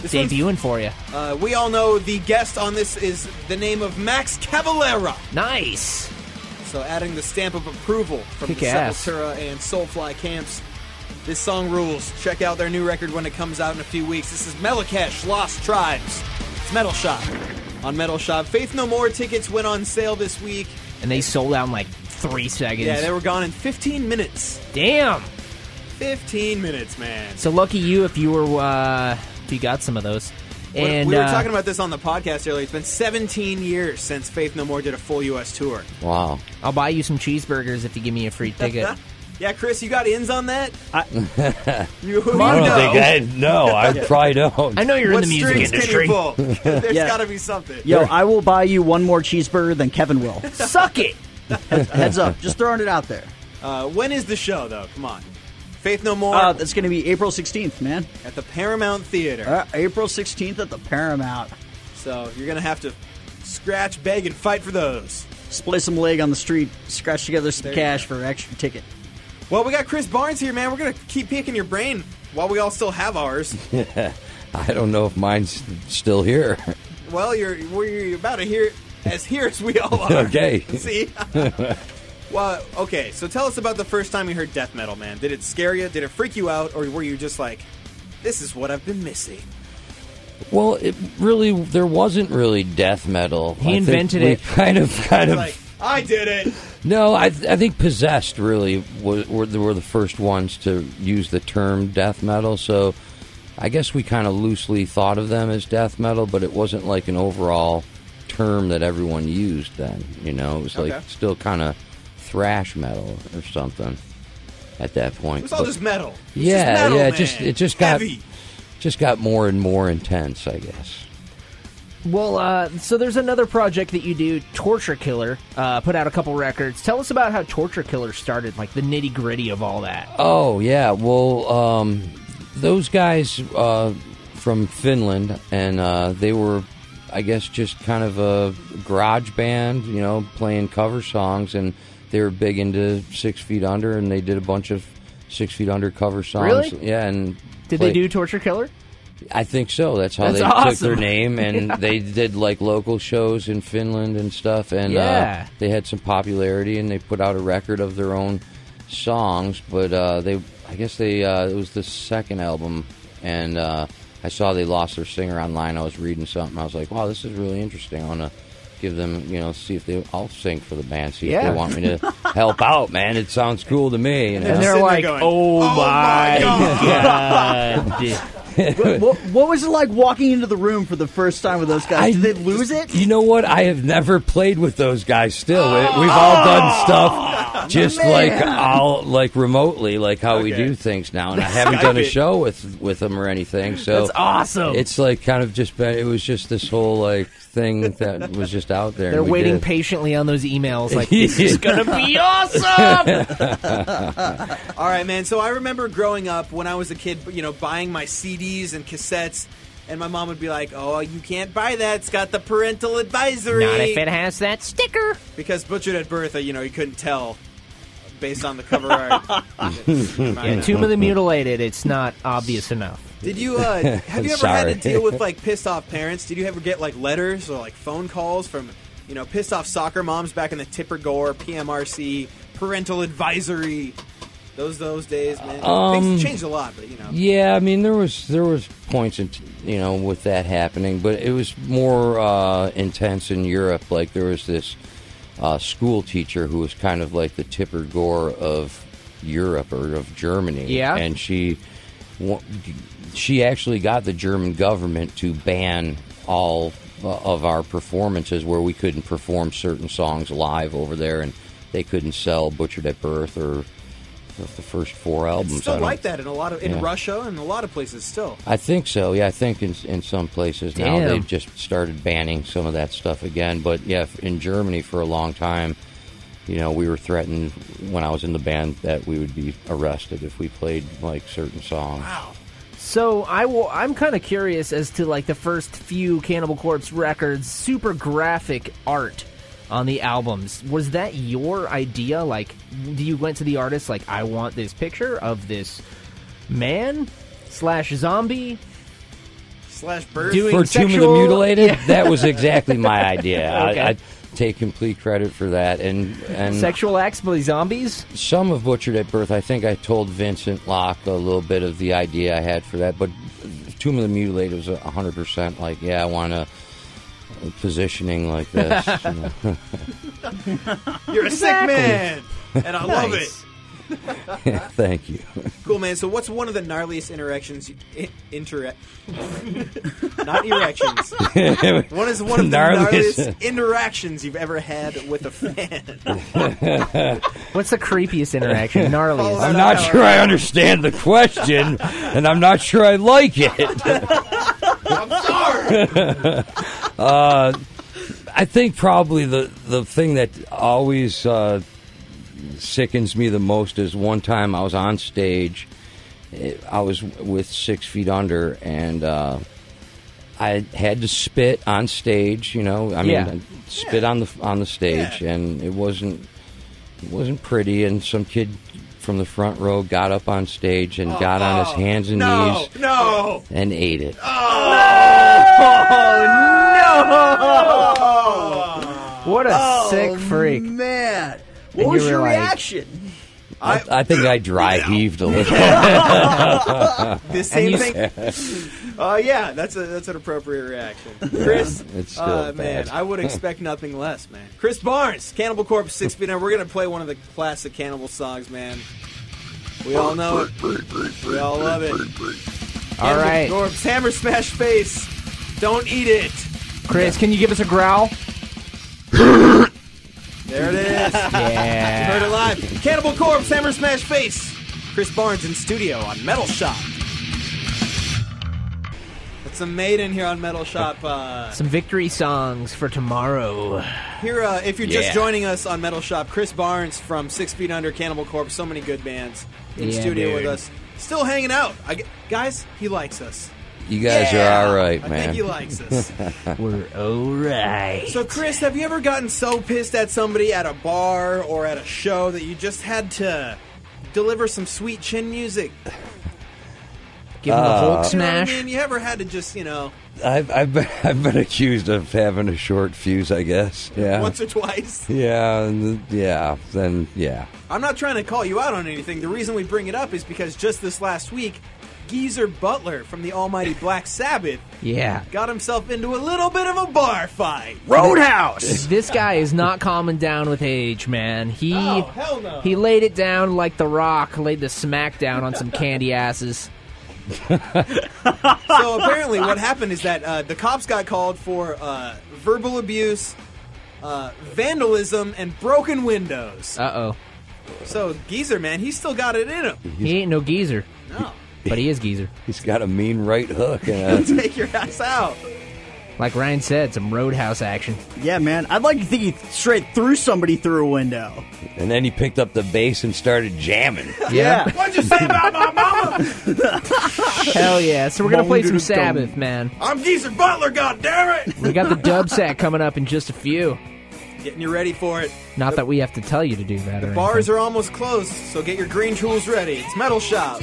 Speaker 2: This one's-
Speaker 3: debuting for you.
Speaker 2: Uh, we all know the guest on this is the name of Max Cavalera.
Speaker 3: Nice.
Speaker 2: So adding the stamp of approval from
Speaker 3: Kick
Speaker 2: the
Speaker 3: ass.
Speaker 2: Sepultura and Soulfly camps. This song rules. Check out their new record when it comes out in a few weeks. This is Melakesh Lost Tribes. It's Metal Shop. On Metal Shop, Faith No More tickets went on sale this week.
Speaker 3: And they sold out in like three seconds.
Speaker 2: Yeah, they were gone in 15 minutes.
Speaker 3: Damn.
Speaker 2: 15 minutes, man.
Speaker 3: So lucky you if you were uh,
Speaker 20: he got some of those.
Speaker 2: We-
Speaker 20: And
Speaker 2: we were
Speaker 20: uh,
Speaker 2: talking about this on the podcast earlier. It's been 17 years since Faith No More did a full U.S. tour.
Speaker 8: Wow.
Speaker 20: I'll buy you some cheeseburgers if you give me a free ticket.
Speaker 2: Yeah, Chris, you got ins on that?
Speaker 8: I
Speaker 2: You,
Speaker 8: don't think I no. I probably don't.
Speaker 5: What strings can you pull?
Speaker 2: There's
Speaker 5: Yeah.
Speaker 2: got to be something.
Speaker 5: Yo, I will buy you one more cheeseburger than Kevin will.
Speaker 2: suck it.
Speaker 5: Heads up, just throwing it out there.
Speaker 2: Uh, when is the show, though? Come on. Faith No More
Speaker 5: Uh, that's going to be April 16th, man.
Speaker 2: at the Paramount Theater.
Speaker 5: Uh, April 16th at the Paramount.
Speaker 2: So you're going to have to scratch, beg, and fight for those.
Speaker 5: Splay some leg on the street, scratch together some
Speaker 2: There you
Speaker 5: cash for extra ticket.
Speaker 2: Well, we got Chris Barnes here, man. We're going to keep picking your brain while we all still have ours.
Speaker 8: I don't know if mine's still here.
Speaker 2: Well, you're we're about to hear as here as we all are.
Speaker 8: Okay.
Speaker 2: See. well, okay. So tell us about the first time you heard death metal, man. Did it scare you? Did it freak you out, or were you just like, "This is what I've been missing"?
Speaker 8: Well, it really there wasn't really death metal.
Speaker 2: He
Speaker 8: I think
Speaker 2: invented
Speaker 8: we
Speaker 2: it.
Speaker 8: Kind of, kind
Speaker 2: It's
Speaker 8: of.
Speaker 2: like, I did it.
Speaker 8: no, I, th- I think possessed really were, were the- were the first ones to use the term death metal. So I guess we kind of loosely thought of them as death metal, but it wasn't like an overall term that everyone used then. You know, it was like
Speaker 2: Okay.
Speaker 8: still kind of thrash metal or something at that point.
Speaker 2: It was all
Speaker 8: But-
Speaker 2: just metal. It's just
Speaker 8: yeah,
Speaker 2: metal,
Speaker 8: yeah.
Speaker 2: man.
Speaker 8: It just it just got
Speaker 2: Heavy.
Speaker 8: just got more and more intense, I guess.
Speaker 3: Well, uh, so there's another project that you do, Torture Killer. Uh, put out a couple records. Tell us about how Torture Killer started, like the nitty gritty of all that.
Speaker 8: Oh yeah, well, um, those guys uh, from Finland, and uh, they were, I guess, just kind of a garage band, you know, playing cover songs, and they were big into Six Feet Under, and they did a bunch of Six Feet Under cover songs.
Speaker 3: Really?
Speaker 8: Um, Yeah, and
Speaker 3: Did
Speaker 8: play-
Speaker 3: they do Torture Killer?
Speaker 8: I think so. That's how
Speaker 3: That's
Speaker 8: they took their
Speaker 3: awesome.
Speaker 8: name, and
Speaker 3: Yeah.
Speaker 8: they did like local shows in Finland and stuff. And
Speaker 3: Yeah.
Speaker 8: uh, they had some popularity, and they put out a record of their own songs. But uh, they, I guess they, uh, it was the second album, and uh, I saw they lost their singer online. I was reading something. I was like, wow, this is really interesting. I want to give them, you know, see if they, I'll sing for the band, see if
Speaker 3: Yeah.
Speaker 8: they want me to help out, man. It sounds cool to me. You know?
Speaker 3: And they're like, oh, my
Speaker 8: God.
Speaker 5: what, what, what was it like walking into the room for the first time with those guys? Did they lose it?
Speaker 8: You know what? I have never played with those guys. Still, We- we've all done stuff just
Speaker 5: Oh! man.
Speaker 8: like all like remotely, like how we do things now. And I haven't done a
Speaker 3: Skype it.
Speaker 8: show with with them or anything. So
Speaker 3: That's awesome.
Speaker 8: It's like kind of just been. It was just this whole like thing that was just out there.
Speaker 3: They're
Speaker 8: and we
Speaker 3: waiting
Speaker 8: did.
Speaker 3: patiently on those emails. Like this is gonna be awesome.
Speaker 2: All right, man. So I remember growing up when I was a kid, you know, buying my CDs and cassettes, and my mom would be like, "Oh, you can't buy that. It's got the parental advisory."
Speaker 3: Not if it has that sticker.
Speaker 2: Because Butchered at Bertha, you know, you couldn't tell based on the cover art.
Speaker 3: yeah, Tomb of the Mutilated. It's not obvious enough.
Speaker 2: Did you uh, have you ever
Speaker 3: Sorry.
Speaker 2: had to deal with like pissed off parents? Did you ever get like letters or like phone calls from you know pissed off soccer moms back in the Tipper Gore, PMRC, parental advisory? Those those days, man.
Speaker 8: Um,
Speaker 2: Things changed a lot, but you know.
Speaker 8: Yeah, I mean there was there was points in, you know with that happening, but it was more uh, intense in Europe. Like there was this uh, school teacher who was kind of like the Tipper Gore of Europe or of Germany.
Speaker 3: Yeah.
Speaker 8: and she wa- she actually got the German government to ban all uh, of our performances where we couldn't perform certain songs live over there, and they couldn't sell "Butchered at Birth" or. The first four albums.
Speaker 2: It's
Speaker 8: I
Speaker 2: still
Speaker 8: don't
Speaker 2: like that in a lot of in
Speaker 8: Yeah.
Speaker 2: Russia and a lot of places still.
Speaker 8: I think so. Yeah, I think in in some places now
Speaker 2: Damn.
Speaker 8: they've just started banning some of that stuff again. But yeah, f- in Germany for a long time, you know, we were threatened when I was in the band that we would be arrested if we played like certain songs.
Speaker 3: So I will. I'm kind of curious as to like the first few Cannibal Corpse records, super graphic art on the albums. Was that your idea? Like, do you went to the artist like, I want this picture of this man slash zombie
Speaker 2: slash bird
Speaker 3: doing
Speaker 8: for Tomb of
Speaker 3: sexual-
Speaker 8: the Mutilated,
Speaker 3: Yeah.
Speaker 8: that was exactly my idea.
Speaker 3: Okay.
Speaker 8: I, I take complete credit for that. And and
Speaker 3: sexual acts by zombies.
Speaker 8: some of Butchered at Birth, I think I told Vincent Locke a little bit of the idea I had for that, but Tomb of the Mutilated was 100% like, yeah, I want to positioning like this. you know.
Speaker 2: You're a sick
Speaker 3: Exactly.
Speaker 2: man, and I love it.
Speaker 3: Nice.
Speaker 8: Thank you.
Speaker 2: Cool, man. So, what's one of the gnarliest interactions? You, I, intera- not erections. one is one of the
Speaker 8: Gnarliest.
Speaker 2: gnarliest interactions you've ever had with a fan.
Speaker 3: What's the creepiest interaction? Gnarliest.
Speaker 8: I'm not sure I understand the question, and I'm not sure I like it. uh, I think probably the the thing that always uh, sickens me the most is one time I was on stage, eh, I was with Six Feet Under, and uh, I had to spit on stage. You know, I mean,
Speaker 4: Yeah.
Speaker 8: spit on the on the stage, and it wasn't it wasn't pretty. And some kid from the front row got up on stage and got on his hands and knees
Speaker 2: Oh, no.
Speaker 8: and ate it.
Speaker 2: Oh
Speaker 3: no! What a
Speaker 2: Oh,
Speaker 3: sick freak.
Speaker 2: Man,
Speaker 3: And
Speaker 2: what was
Speaker 3: you were
Speaker 2: your
Speaker 3: like-
Speaker 2: reaction?
Speaker 8: I, I think I dry heaved a little.
Speaker 2: The same thing. Oh yeah, that's a that's an appropriate reaction, Chris.
Speaker 8: it's still
Speaker 2: uh, man,
Speaker 8: bad.
Speaker 2: I would expect nothing less, man. Chris Barnes, Cannibal Corpse, Six Feet Under. We're gonna play one of the classic Cannibal songs, man. We all know it. We all love it.
Speaker 3: All
Speaker 2: Cannibal
Speaker 3: right.
Speaker 2: Corpse, Hammer Smash Face. Don't eat it.
Speaker 3: Chris, can you give us a growl?
Speaker 2: There it is.
Speaker 3: Yeah.
Speaker 2: You heard it live. Cannibal Corpse, Hammer Smash Face. Chris Barnes in studio on Metal Shop. It's a maiden here on Metal Shop. Uh,
Speaker 3: Some victory songs for tomorrow.
Speaker 2: Here, uh, if you're just
Speaker 3: Yeah.
Speaker 2: joining us on Metal Shop, Chris Barnes from Six Feet Under, Cannibal Corpse, so many good bands in
Speaker 8: Yeah,
Speaker 2: studio
Speaker 8: dude.
Speaker 2: with us. Still hanging out. I g guys, he likes us.
Speaker 8: You guys
Speaker 2: Yeah,
Speaker 8: are all right,
Speaker 2: I
Speaker 8: man.
Speaker 2: think he likes us.
Speaker 3: We're all right.
Speaker 2: So, Chris, have you ever gotten so pissed at somebody at a bar or at a show that you just had to deliver some sweet chin music?
Speaker 8: Give him the Uh, Hulk
Speaker 2: You, know what
Speaker 8: smash.
Speaker 2: I mean? you ever had to just, you know,
Speaker 8: I've, I've, been, I've been accused of having a short fuse, I guess. Yeah.
Speaker 2: once or twice?
Speaker 8: Yeah, and th- yeah, then yeah.
Speaker 2: I'm not trying to call you out on anything. The reason we bring it up is because just this last week, Geezer Butler from the almighty Black Sabbath
Speaker 3: Yeah.
Speaker 2: got himself into a little bit of a bar fight.
Speaker 3: this guy is not calming down with age, man. He
Speaker 2: Oh, hell no.
Speaker 3: he laid it down like The Rock laid the smack down on some candy asses.
Speaker 2: so apparently, what happened is that uh, the cops got called for uh, verbal abuse, uh, vandalism, and broken windows.
Speaker 3: Uh oh.
Speaker 2: So Geezer, man, he's still got it in him.
Speaker 3: He ain't no geezer.
Speaker 2: No.
Speaker 3: But he is geezer.
Speaker 8: He's got a mean right hook.
Speaker 2: He'll take your ass out.
Speaker 3: like Ryan said, some roadhouse action.
Speaker 5: Yeah, man. I'd like to think he straight threw somebody through a window.
Speaker 8: And then he picked up the bass and started jamming.
Speaker 5: Yeah.
Speaker 2: What'd you say about my mama?
Speaker 3: Hell yeah. So we're going to play some Sabbath, man.
Speaker 2: I'm Geezer Butler, God damn it!
Speaker 3: We got the dub set coming up in just a few.
Speaker 2: Getting you ready for it.
Speaker 3: Not that we have to tell you to do that. or
Speaker 2: Bars are almost closed, so get your green tools ready. It's Metal Shop.